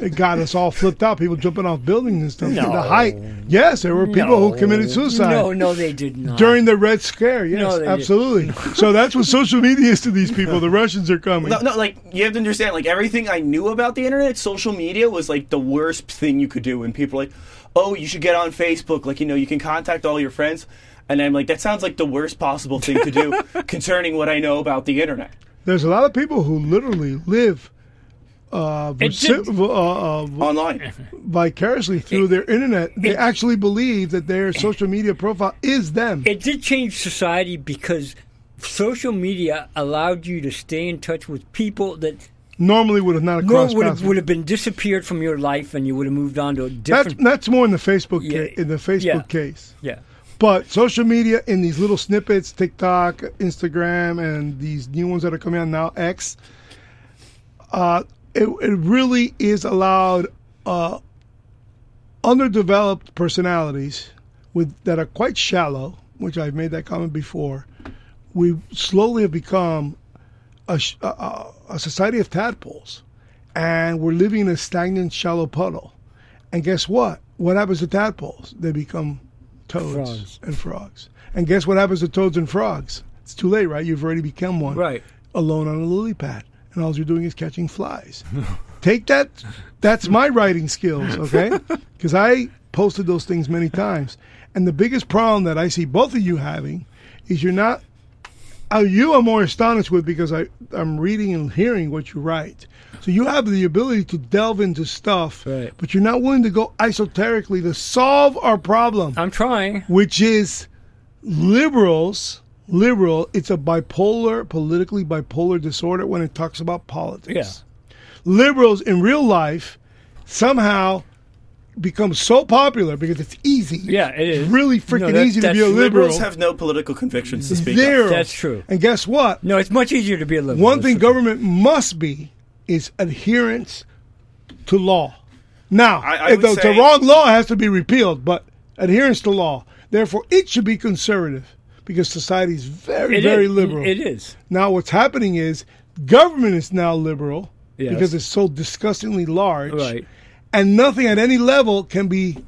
Speaker 1: It got us all flipped out, people jumping off buildings and stuff.
Speaker 3: No.
Speaker 1: The height. Yes, there were people who committed suicide.
Speaker 3: No, no, they did not.
Speaker 1: Uh-huh. During the Red Scare, yes,
Speaker 3: No, they-
Speaker 1: absolutely. so that's what social media is to these people. The Russians are coming.
Speaker 2: no, no, like you have to understand, like everything I knew about the internet, social media was like the worst thing you could do. And people are like, oh, you should get on Facebook. Like you know, you can contact all your friends. And I'm like, that sounds like the worst possible thing to do concerning what I know about the internet.
Speaker 1: There's a lot of people who literally live uh,
Speaker 3: It
Speaker 1: reci-
Speaker 3: did-
Speaker 1: uh, uh,
Speaker 2: Online,
Speaker 1: vicariously through their internet. They
Speaker 3: it-
Speaker 1: actually believe that their social media profile is them.
Speaker 3: It did change society because social media allowed you to stay in touch with people that
Speaker 1: Normally would have not
Speaker 3: nor
Speaker 1: crossed
Speaker 3: would
Speaker 1: paths.
Speaker 3: have, would have been disappeared from your life and you would have moved on to a
Speaker 1: That's
Speaker 3: different.
Speaker 1: that's more in the Facebook
Speaker 3: Yeah.
Speaker 1: ca- in the Facebook
Speaker 3: Yeah.
Speaker 1: case.
Speaker 3: yeah.
Speaker 1: But social media in these little snippets, TikTok, Instagram, and these new ones that are coming out now, X, uh, it, it really is allowed uh, underdeveloped personalities with that are quite shallow, which I've made that comment before. We slowly have become a, sh- a- a, a society of tadpoles, and we're living in a stagnant, shallow puddle. And guess what? What happens to tadpoles? They become toads
Speaker 3: Frogs.
Speaker 1: and frogs. And guess what happens to toads and frogs? It's too late, right? You've already become one.
Speaker 3: Right.
Speaker 1: Alone on a lily pad, and all you're doing is catching flies. Take that. That's my writing skills, okay? Because I posted those things many times. And the biggest problem that I see both of you having is you're not uh, you are more astonished with because I, I'm reading and hearing what you write. So you have the ability to delve into stuff,
Speaker 3: Right.
Speaker 1: but you're not willing to go esoterically to solve our problem,
Speaker 3: I'm trying.
Speaker 1: which is liberals. Liberal, it's a bipolar, politically bipolar disorder when it talks about politics. Liberals in real life somehow become so popular because it's easy.
Speaker 3: Yeah, it is.
Speaker 1: It's really
Speaker 3: No,
Speaker 1: freaking
Speaker 3: that's-
Speaker 1: easy to
Speaker 3: that's-
Speaker 1: be a liberal.
Speaker 2: liberals have no political convictions to speak
Speaker 1: Zero.
Speaker 2: of.
Speaker 3: That's true.
Speaker 1: And guess what?
Speaker 3: No, it's much easier to be a liberal.
Speaker 1: One thing
Speaker 3: That's what-
Speaker 1: government must be is adherence to law. Now,
Speaker 2: I- I
Speaker 1: if
Speaker 2: would
Speaker 1: the, the
Speaker 2: say-
Speaker 1: wrong law has to be repealed, but adherence to law. Therefore, it should be conservative because society is very,
Speaker 3: It
Speaker 1: very
Speaker 3: is.
Speaker 1: liberal.
Speaker 3: It is.
Speaker 1: Now, what's happening is government is now liberal
Speaker 3: Yes.
Speaker 1: because it's so disgustingly large,
Speaker 3: Right.
Speaker 1: and nothing at any level can be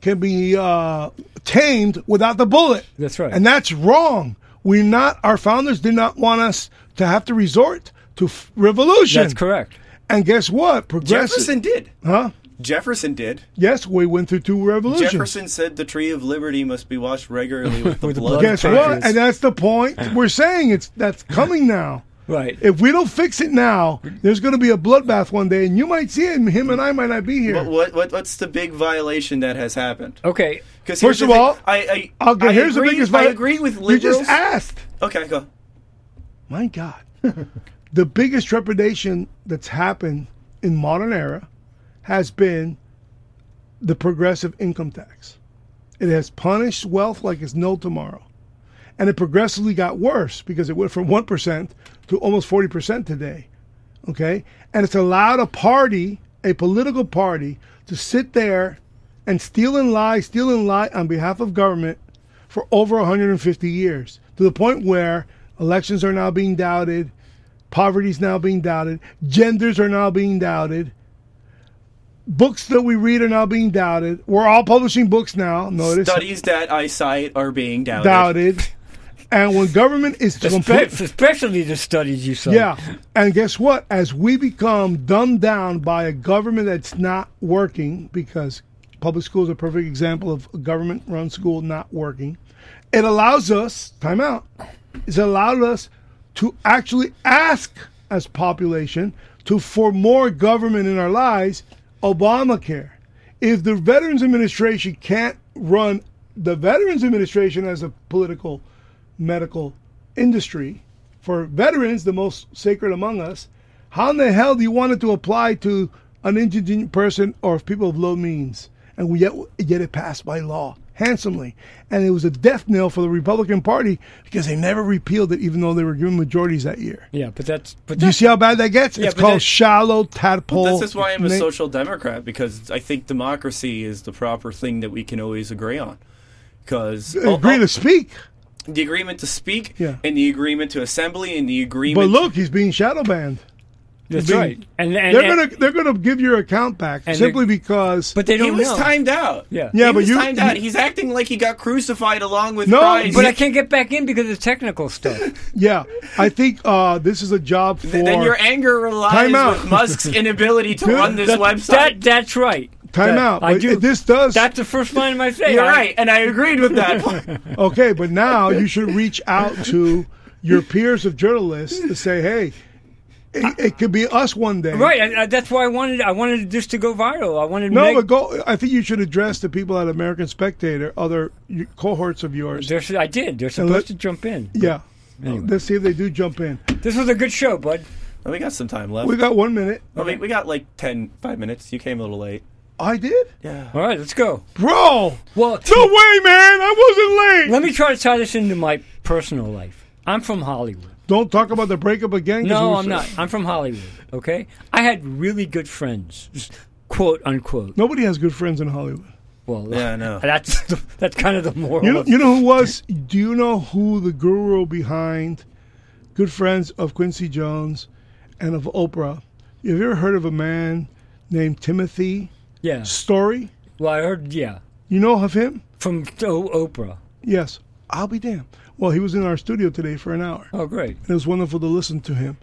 Speaker 1: can be uh, tamed without the bullet.
Speaker 3: That's right.
Speaker 1: and that's wrong. We're not. Our founders did not want us to have to resort to f- revolution.
Speaker 3: That's correct.
Speaker 1: And guess what? Progressive.
Speaker 2: Jefferson did.
Speaker 1: huh?
Speaker 2: Jefferson did.
Speaker 1: Yes, we went through two revolutions.
Speaker 2: Jefferson said the tree of liberty must be washed regularly with the
Speaker 3: With the
Speaker 2: blood.
Speaker 3: blood.
Speaker 2: of
Speaker 1: Guess what?
Speaker 2: patriots.
Speaker 1: And that's the point we're saying. It's that's coming now.
Speaker 3: Right.
Speaker 1: If we don't fix it now, there's going to be a bloodbath one day, and you might see it, and him and I might not be here.
Speaker 2: But what, what what's the big violation that has happened?
Speaker 3: okay.
Speaker 2: Because
Speaker 1: First of all,
Speaker 2: I, I
Speaker 1: I'll go,
Speaker 2: I
Speaker 1: here's
Speaker 2: agree,
Speaker 1: the biggest.
Speaker 2: I
Speaker 1: vi-
Speaker 2: agree with
Speaker 1: You
Speaker 2: liberals.
Speaker 1: just asked.
Speaker 2: okay, go.
Speaker 1: My God, the biggest trepidation that's happened in modern era has been the progressive income tax. It has punished wealth like it's no tomorrow, and it progressively got worse because it went from one percent to almost forty percent today. okay? And it's allowed a party, a political party, to sit there and steal and lie, steal and lie on behalf of government for over 150 years to the point where elections are now being doubted, poverty's now being doubted, genders are now being doubted. Books that we read are now being doubted. We're all publishing books now. Notice
Speaker 2: Studies that I cite are being doubted.
Speaker 1: doubted, and when government is to complete,
Speaker 3: Espe- especially the studies you saw.
Speaker 1: yeah. And guess what? As we become dumbed down by a government that's not working, because public school is a perfect example of a government run school not working, it allows us, time out, it's allowed us to actually ask as population to for more government in our lives, Obamacare. If the Veterans Administration can't run the Veterans Administration as a political medical industry for veterans, the most sacred among us, how in the hell do you want it to apply to an indigent person or people of low means? And we yet, yet it passed by law. handsomely. And it was a death knell for the Republican Party because they never repealed it, even though they were given majorities that year.
Speaker 3: Yeah, but that's but
Speaker 1: Do you
Speaker 3: that's,
Speaker 1: see how bad that gets?
Speaker 3: Yeah,
Speaker 1: it's
Speaker 3: but
Speaker 1: called
Speaker 3: that-
Speaker 1: shallow tadpole.
Speaker 2: This is why I'm a
Speaker 1: na-
Speaker 2: social democrat because I think democracy is the proper thing that we can always agree on. Because
Speaker 1: Agree to speak.
Speaker 2: the agreement to speak,
Speaker 1: Yeah.
Speaker 2: and the agreement to assembly, and the agreement.
Speaker 1: But look, he's being shadow banned.
Speaker 3: that's
Speaker 1: being-
Speaker 3: right. And, and
Speaker 1: They're
Speaker 3: and-
Speaker 1: gonna they're gonna give your account back
Speaker 3: And
Speaker 1: simply because
Speaker 3: but they
Speaker 2: he
Speaker 3: don't
Speaker 2: was
Speaker 3: know.
Speaker 2: timed out.
Speaker 3: Yeah.
Speaker 1: Yeah,
Speaker 2: he
Speaker 1: but
Speaker 2: was
Speaker 1: you-
Speaker 2: timed out.
Speaker 1: you-
Speaker 2: He's acting like he got crucified along with
Speaker 1: No,
Speaker 2: Christ.
Speaker 3: But I can't get back in because of technical stuff.
Speaker 1: yeah, I think uh, this is a job for
Speaker 2: Th- then your anger relies
Speaker 1: Time out.
Speaker 2: with Musk's inability to
Speaker 1: Dude,
Speaker 2: run this website.
Speaker 3: that that's right.
Speaker 1: time
Speaker 3: That-
Speaker 1: out.
Speaker 3: I
Speaker 1: But
Speaker 3: do.
Speaker 1: This does
Speaker 3: that's the first line of my thing.
Speaker 2: You're
Speaker 3: I-
Speaker 2: right, and I agreed with that.
Speaker 1: okay, but now you should reach out to your peers of journalists to say, hey, it, it could be us one day.
Speaker 3: Right, I, I, that's why I wanted I wanted this to go viral. I wanted
Speaker 1: No,
Speaker 3: Meg-
Speaker 1: but go. I think you should address the people at American Spectator, other y- cohorts of yours.
Speaker 3: They're su- I did. They're supposed
Speaker 1: let-
Speaker 3: to jump in.
Speaker 1: Yeah. Let's see if they do jump in.
Speaker 3: This was a good show, bud.
Speaker 2: we got some time left.
Speaker 1: We got one minute.
Speaker 2: I mean, we got like 10, 5 minutes. You came a little late.
Speaker 1: I did?
Speaker 2: Yeah.
Speaker 3: All right, let's go.
Speaker 1: Bro!
Speaker 3: Well,
Speaker 1: No way, man! I wasn't late!
Speaker 3: let me try to tie this into my personal life. I'm from Hollywood.
Speaker 1: Don't talk about the breakup again. 'cause
Speaker 3: No,
Speaker 1: we're-
Speaker 3: I'm not. I'm from Hollywood. Okay, I had really good friends, quote unquote.
Speaker 1: Nobody has good friends in Hollywood.
Speaker 3: Well,
Speaker 2: Yeah, I know.
Speaker 3: That's the, that's kind of the moral.
Speaker 1: You know,
Speaker 3: of-
Speaker 1: you know who was? Do you know who the guru behind good friends of Quincy Jones and of Oprah? Have you ever heard of a man named Timothy
Speaker 3: yeah.
Speaker 1: Story?
Speaker 3: Well, I heard. Yeah,
Speaker 1: You know of him?
Speaker 3: from o- Oprah.
Speaker 1: Yes. I'll be damned. Well, he was in our studio today for an hour.
Speaker 3: Oh, great.
Speaker 1: It was wonderful to listen to him.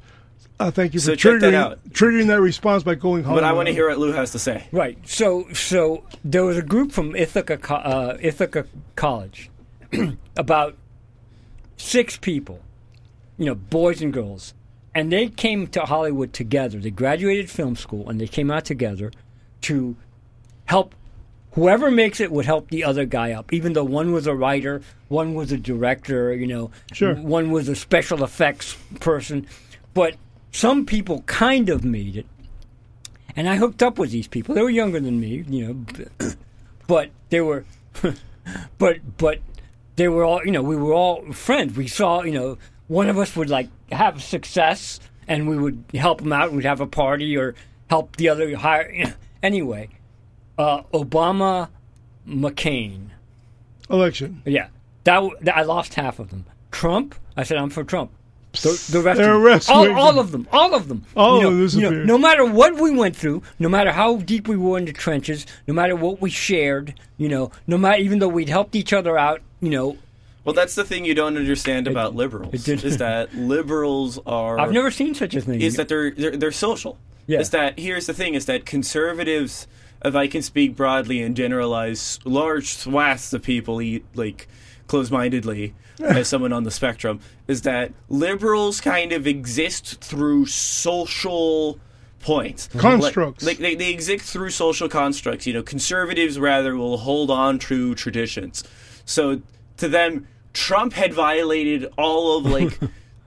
Speaker 1: Uh, thank you for
Speaker 2: So
Speaker 1: triggering
Speaker 2: check that out.
Speaker 1: triggering that response by going home.
Speaker 2: But I want to hear what Lou has to say.
Speaker 3: Right. So, so there was a group from Ithaca, Co- uh, Ithaca College, about six people, you know, boys and girls, and they came to Hollywood together. They graduated film school and they came out together to help whoever makes it would help the other guy up. Even though one was a writer, one was a director, you know,
Speaker 1: Sure.
Speaker 3: one was a special effects person, but some people kind of made it and I hooked up with these people. They were younger than me, you know, b- but they were, but but they were all, you know, we were all friends. We saw, you know, one of us would like have success, and we would help them out. We'd have a party or help the other hire. Anyway, uh, Obama, McCain,
Speaker 1: election.
Speaker 3: yeah, that, w- that I lost half of them. Trump, I said I'm for Trump. The, the rest,
Speaker 1: They're
Speaker 3: of
Speaker 1: arrest
Speaker 3: them. All,
Speaker 1: wing.
Speaker 3: all of them, all of them.
Speaker 1: All
Speaker 3: you
Speaker 1: of
Speaker 3: know,
Speaker 1: them
Speaker 3: you know,
Speaker 1: disappeared.
Speaker 3: no matter what we went through, no matter how deep we were in the trenches, no matter what we shared, you know, no matter even though we'd helped each other out, you know,
Speaker 2: Well, that's the thing you don't understand about liberals
Speaker 3: did-
Speaker 2: is that liberals are
Speaker 3: I've never seen such a thing.
Speaker 2: is that they're they're, they're social.
Speaker 3: Yeah.
Speaker 2: Is that here's the thing is that conservatives, if I can speak broadly and generalize, large swaths of people eat like close-mindedly as someone on the spectrum is that liberals kind of exist through social points Like-
Speaker 1: Constructs.
Speaker 2: like, they, they exist through social constructs you know conservatives rather will hold on to traditions so to them trump had violated all of like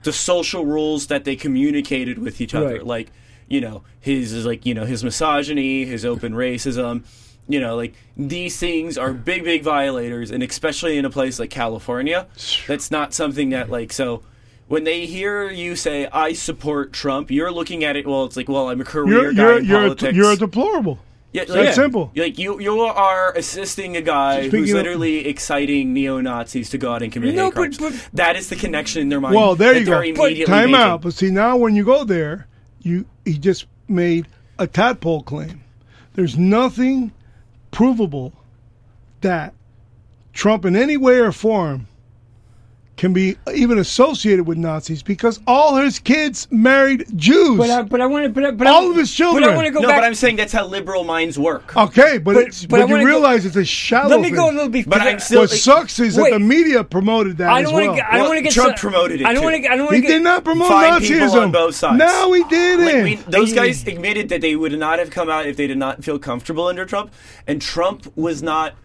Speaker 2: the social rules that they communicated with each other
Speaker 3: Right.
Speaker 2: like you know his is like you know his misogyny his open racism you know like these things are big big violators and especially in a place like california that's not something that like so when they hear you say i support trump you're looking at it well it's like well i'm a career
Speaker 1: You're
Speaker 2: guy
Speaker 1: you're
Speaker 2: in
Speaker 1: you're a,
Speaker 2: politics
Speaker 1: you're a deplorable.
Speaker 2: yeah,
Speaker 1: That's simple.
Speaker 2: Like you, you are assisting a guy
Speaker 1: Speaking
Speaker 2: who's
Speaker 1: of-
Speaker 2: literally exciting neo Nazis to go out and commit
Speaker 3: No,
Speaker 2: hate
Speaker 3: but-
Speaker 2: crimes.
Speaker 3: but-
Speaker 2: that is the connection in their mind.
Speaker 1: Well, there
Speaker 2: that
Speaker 1: you
Speaker 2: they're
Speaker 1: go.
Speaker 2: Immediately
Speaker 1: Time
Speaker 2: making.
Speaker 1: out. But see, now when you go there, you he just made a tadpole claim. There's nothing provable that Trump, in any way or form, can be even associated with Nazis because all his kids married Jews.
Speaker 3: but I, but I want to, but, I- but I-
Speaker 1: All of his children.
Speaker 3: But I want to go
Speaker 2: No,
Speaker 3: back.
Speaker 2: but I'm saying that's how liberal minds work.
Speaker 1: okay, but
Speaker 3: But-
Speaker 1: it's,
Speaker 3: but I
Speaker 1: but,
Speaker 3: wanna
Speaker 1: you
Speaker 3: go-
Speaker 1: realize it's a shallow.
Speaker 3: Let me
Speaker 1: thing.
Speaker 3: go a little bit.
Speaker 2: But
Speaker 3: further.
Speaker 2: I'm still-
Speaker 1: What sucks is
Speaker 3: Wait.
Speaker 1: that the media promoted that
Speaker 3: I
Speaker 1: as
Speaker 3: don't
Speaker 1: well.
Speaker 3: want to. I don't
Speaker 2: Well,
Speaker 3: want to get
Speaker 2: Trump
Speaker 3: so-
Speaker 2: promoted it
Speaker 3: I don't
Speaker 2: too.
Speaker 3: want to. I don't want
Speaker 1: he
Speaker 3: to get.
Speaker 1: did not promote
Speaker 2: Find
Speaker 1: Nazism.
Speaker 2: people on both sides.
Speaker 1: No, he didn't.
Speaker 2: Like, we, those
Speaker 3: They-
Speaker 2: guys admitted that they would not have come out if they did not feel comfortable under Trump, and Trump was not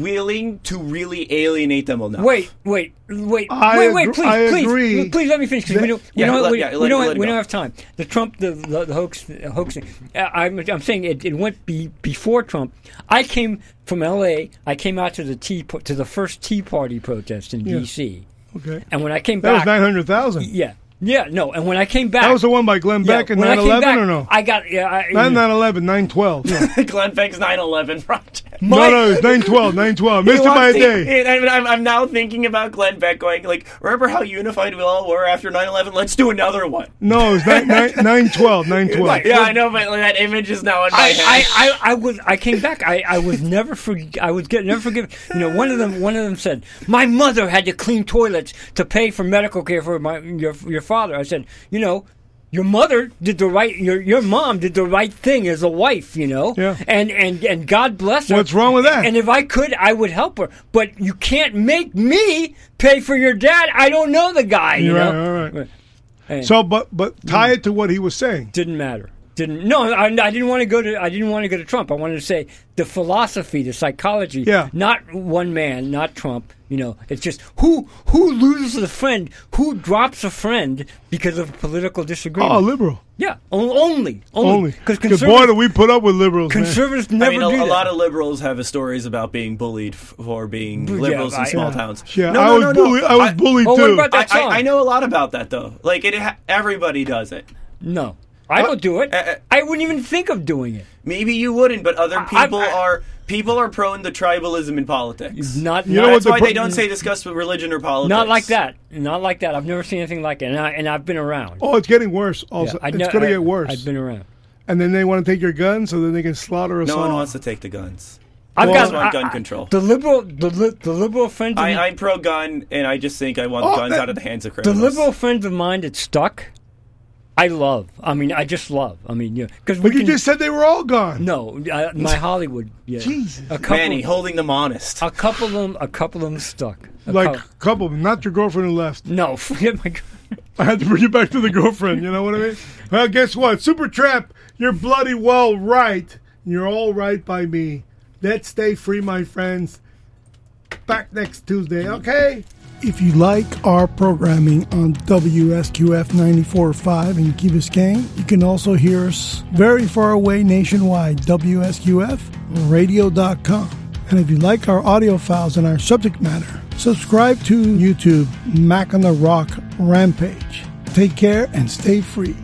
Speaker 2: willing to really alienate them enough.
Speaker 3: Wait, wait, wait,
Speaker 1: I
Speaker 3: wait, wait,
Speaker 1: agr-
Speaker 3: please,
Speaker 1: I
Speaker 3: please,
Speaker 1: agree
Speaker 3: please let me finish because we don't, we
Speaker 2: Yeah,
Speaker 3: don't,
Speaker 2: let-
Speaker 3: we,
Speaker 2: yeah,
Speaker 3: we
Speaker 2: let-
Speaker 3: don't,
Speaker 2: let
Speaker 3: have,
Speaker 2: it
Speaker 3: we don't
Speaker 2: go.
Speaker 3: have time. The Trump, the, the, the hoax, the hoaxing. Uh, I'm, I'm saying it, it went be, before Trump. I came from L.A. I came out to the tea par- to the first Tea Party protest in D.C.
Speaker 1: Okay.
Speaker 3: And when I came
Speaker 1: That was
Speaker 3: back,
Speaker 1: 900,000.
Speaker 3: yeah, yeah, no. And when I came back,
Speaker 1: That was the one by Glenn
Speaker 3: yeah,
Speaker 1: Beck in
Speaker 3: when I
Speaker 1: 9
Speaker 3: came
Speaker 1: 11
Speaker 3: back,
Speaker 1: or no?
Speaker 3: I got yeah, I,
Speaker 1: Not 9 11, 9 12. No,
Speaker 2: Glenn Beck's 9/11 project.
Speaker 1: no, no, it's 9 12, 9 12. Missed it by a
Speaker 2: Watch the-
Speaker 1: day.
Speaker 2: and I'm, I'm, I'm now thinking about Glenn Beck going like, remember how unified we all were after 9/11? Let's do another one.
Speaker 1: No, it's 9, 9, 9 12, 9 12.
Speaker 2: Yeah, I know, but like, that image is now in my head.
Speaker 3: I, I, I, I was I came back. I, I was never for, I was get, never forgiven. You know, one of them one of them said, "My mother had to clean toilets to pay for medical care for my your your father." I said, "You know, your mother did the right your your mom did the right thing as a wife, you know.
Speaker 1: Yeah.
Speaker 3: And and and God bless her.
Speaker 1: What's wrong with that?
Speaker 3: And if I could, I would help her. But you can't make me pay for your dad. I don't know the guy. You
Speaker 1: You're right,
Speaker 3: know,
Speaker 1: all right. So, but but tie it to what he was saying.
Speaker 3: didn't matter. Didn't no, I, I didn't want to go to I didn't want to go to Trump. I wanted to say the philosophy, the psychology.
Speaker 1: Yeah.
Speaker 3: Not one man, not Trump. You know, it's just who who loses a friend, who drops a friend because of a political disagreement.
Speaker 1: Oh, liberal.
Speaker 3: yeah, o- only only
Speaker 1: Only.
Speaker 3: because
Speaker 1: Because boy, do
Speaker 3: conservatives,
Speaker 1: we put up with liberals. man.
Speaker 3: conservatives
Speaker 2: I
Speaker 3: never
Speaker 2: mean, a,
Speaker 3: do
Speaker 2: a
Speaker 3: that.
Speaker 2: lot of liberals have stories about being bullied f- for being liberals
Speaker 3: I-
Speaker 2: in small
Speaker 3: yeah.
Speaker 2: towns.
Speaker 1: Yeah,
Speaker 2: no,
Speaker 1: I
Speaker 2: no,
Speaker 1: was
Speaker 2: no, no.
Speaker 1: bullied. I was bullied
Speaker 3: Oh, what
Speaker 1: too.
Speaker 3: about that?
Speaker 2: I, I,
Speaker 3: song.
Speaker 2: I know a lot about that though. Like it, ha- everybody does it.
Speaker 3: no, I don't do it.
Speaker 2: Uh, uh,
Speaker 3: I wouldn't even think of doing it.
Speaker 2: Maybe you wouldn't, but other
Speaker 3: I-
Speaker 2: people
Speaker 3: I-
Speaker 2: are people are prone to tribalism in politics.
Speaker 3: Not
Speaker 1: You know
Speaker 3: not-
Speaker 1: what
Speaker 2: That's
Speaker 1: the
Speaker 2: why
Speaker 1: pro-
Speaker 2: they don't say discuss with religion or politics.
Speaker 3: not like that. Not like that. I've never seen anything like it, and, I, and I've been around.
Speaker 1: Oh, it's getting worse.
Speaker 3: Yeah,
Speaker 1: Also,
Speaker 3: I
Speaker 1: it's
Speaker 3: know-
Speaker 1: going
Speaker 3: I-
Speaker 1: to get worse.
Speaker 3: I've been around.
Speaker 1: and then they want to take your gun, so then they can slaughter us
Speaker 2: No
Speaker 1: all.
Speaker 2: one wants to take the guns.
Speaker 3: I've
Speaker 2: Well,
Speaker 3: got
Speaker 2: I want
Speaker 3: I-
Speaker 2: gun
Speaker 3: I-
Speaker 2: control.
Speaker 3: The liberal, the, li- the liberal friends, of,
Speaker 2: I,
Speaker 3: m-
Speaker 2: I'm pro gun, and I just think I want
Speaker 1: Oh,
Speaker 2: guns
Speaker 1: that-
Speaker 2: out of the hands of
Speaker 3: the
Speaker 2: criminals.
Speaker 3: liberal friends of mine that stuck. I love. I mean, I just love. I mean, yeah, because we
Speaker 1: But you
Speaker 3: can,
Speaker 1: just said they were all gone.
Speaker 3: no. I, my Hollywood, yeah.
Speaker 1: Jesus.
Speaker 3: a couple,
Speaker 2: Manny holding them honest.
Speaker 3: a couple of them, a couple of them stuck. A
Speaker 1: Like
Speaker 3: cou-
Speaker 1: a couple, not your girlfriend who left.
Speaker 3: no, forget my. g-
Speaker 1: I had to bring you back to the girlfriend. You know what I mean? Well, guess what? Super Trap, you're bloody well right. You're all right by me. Let's stay free, my friends. Back next Tuesday, okay? If you like our programming on WSQF 94.5 in Key Biscayne, you can also hear us very far away nationwide, WSQFradio.com. And if you like our audio files and our subject matter, subscribe to YouTube Mac on the Rock Rampage. Take care and stay free.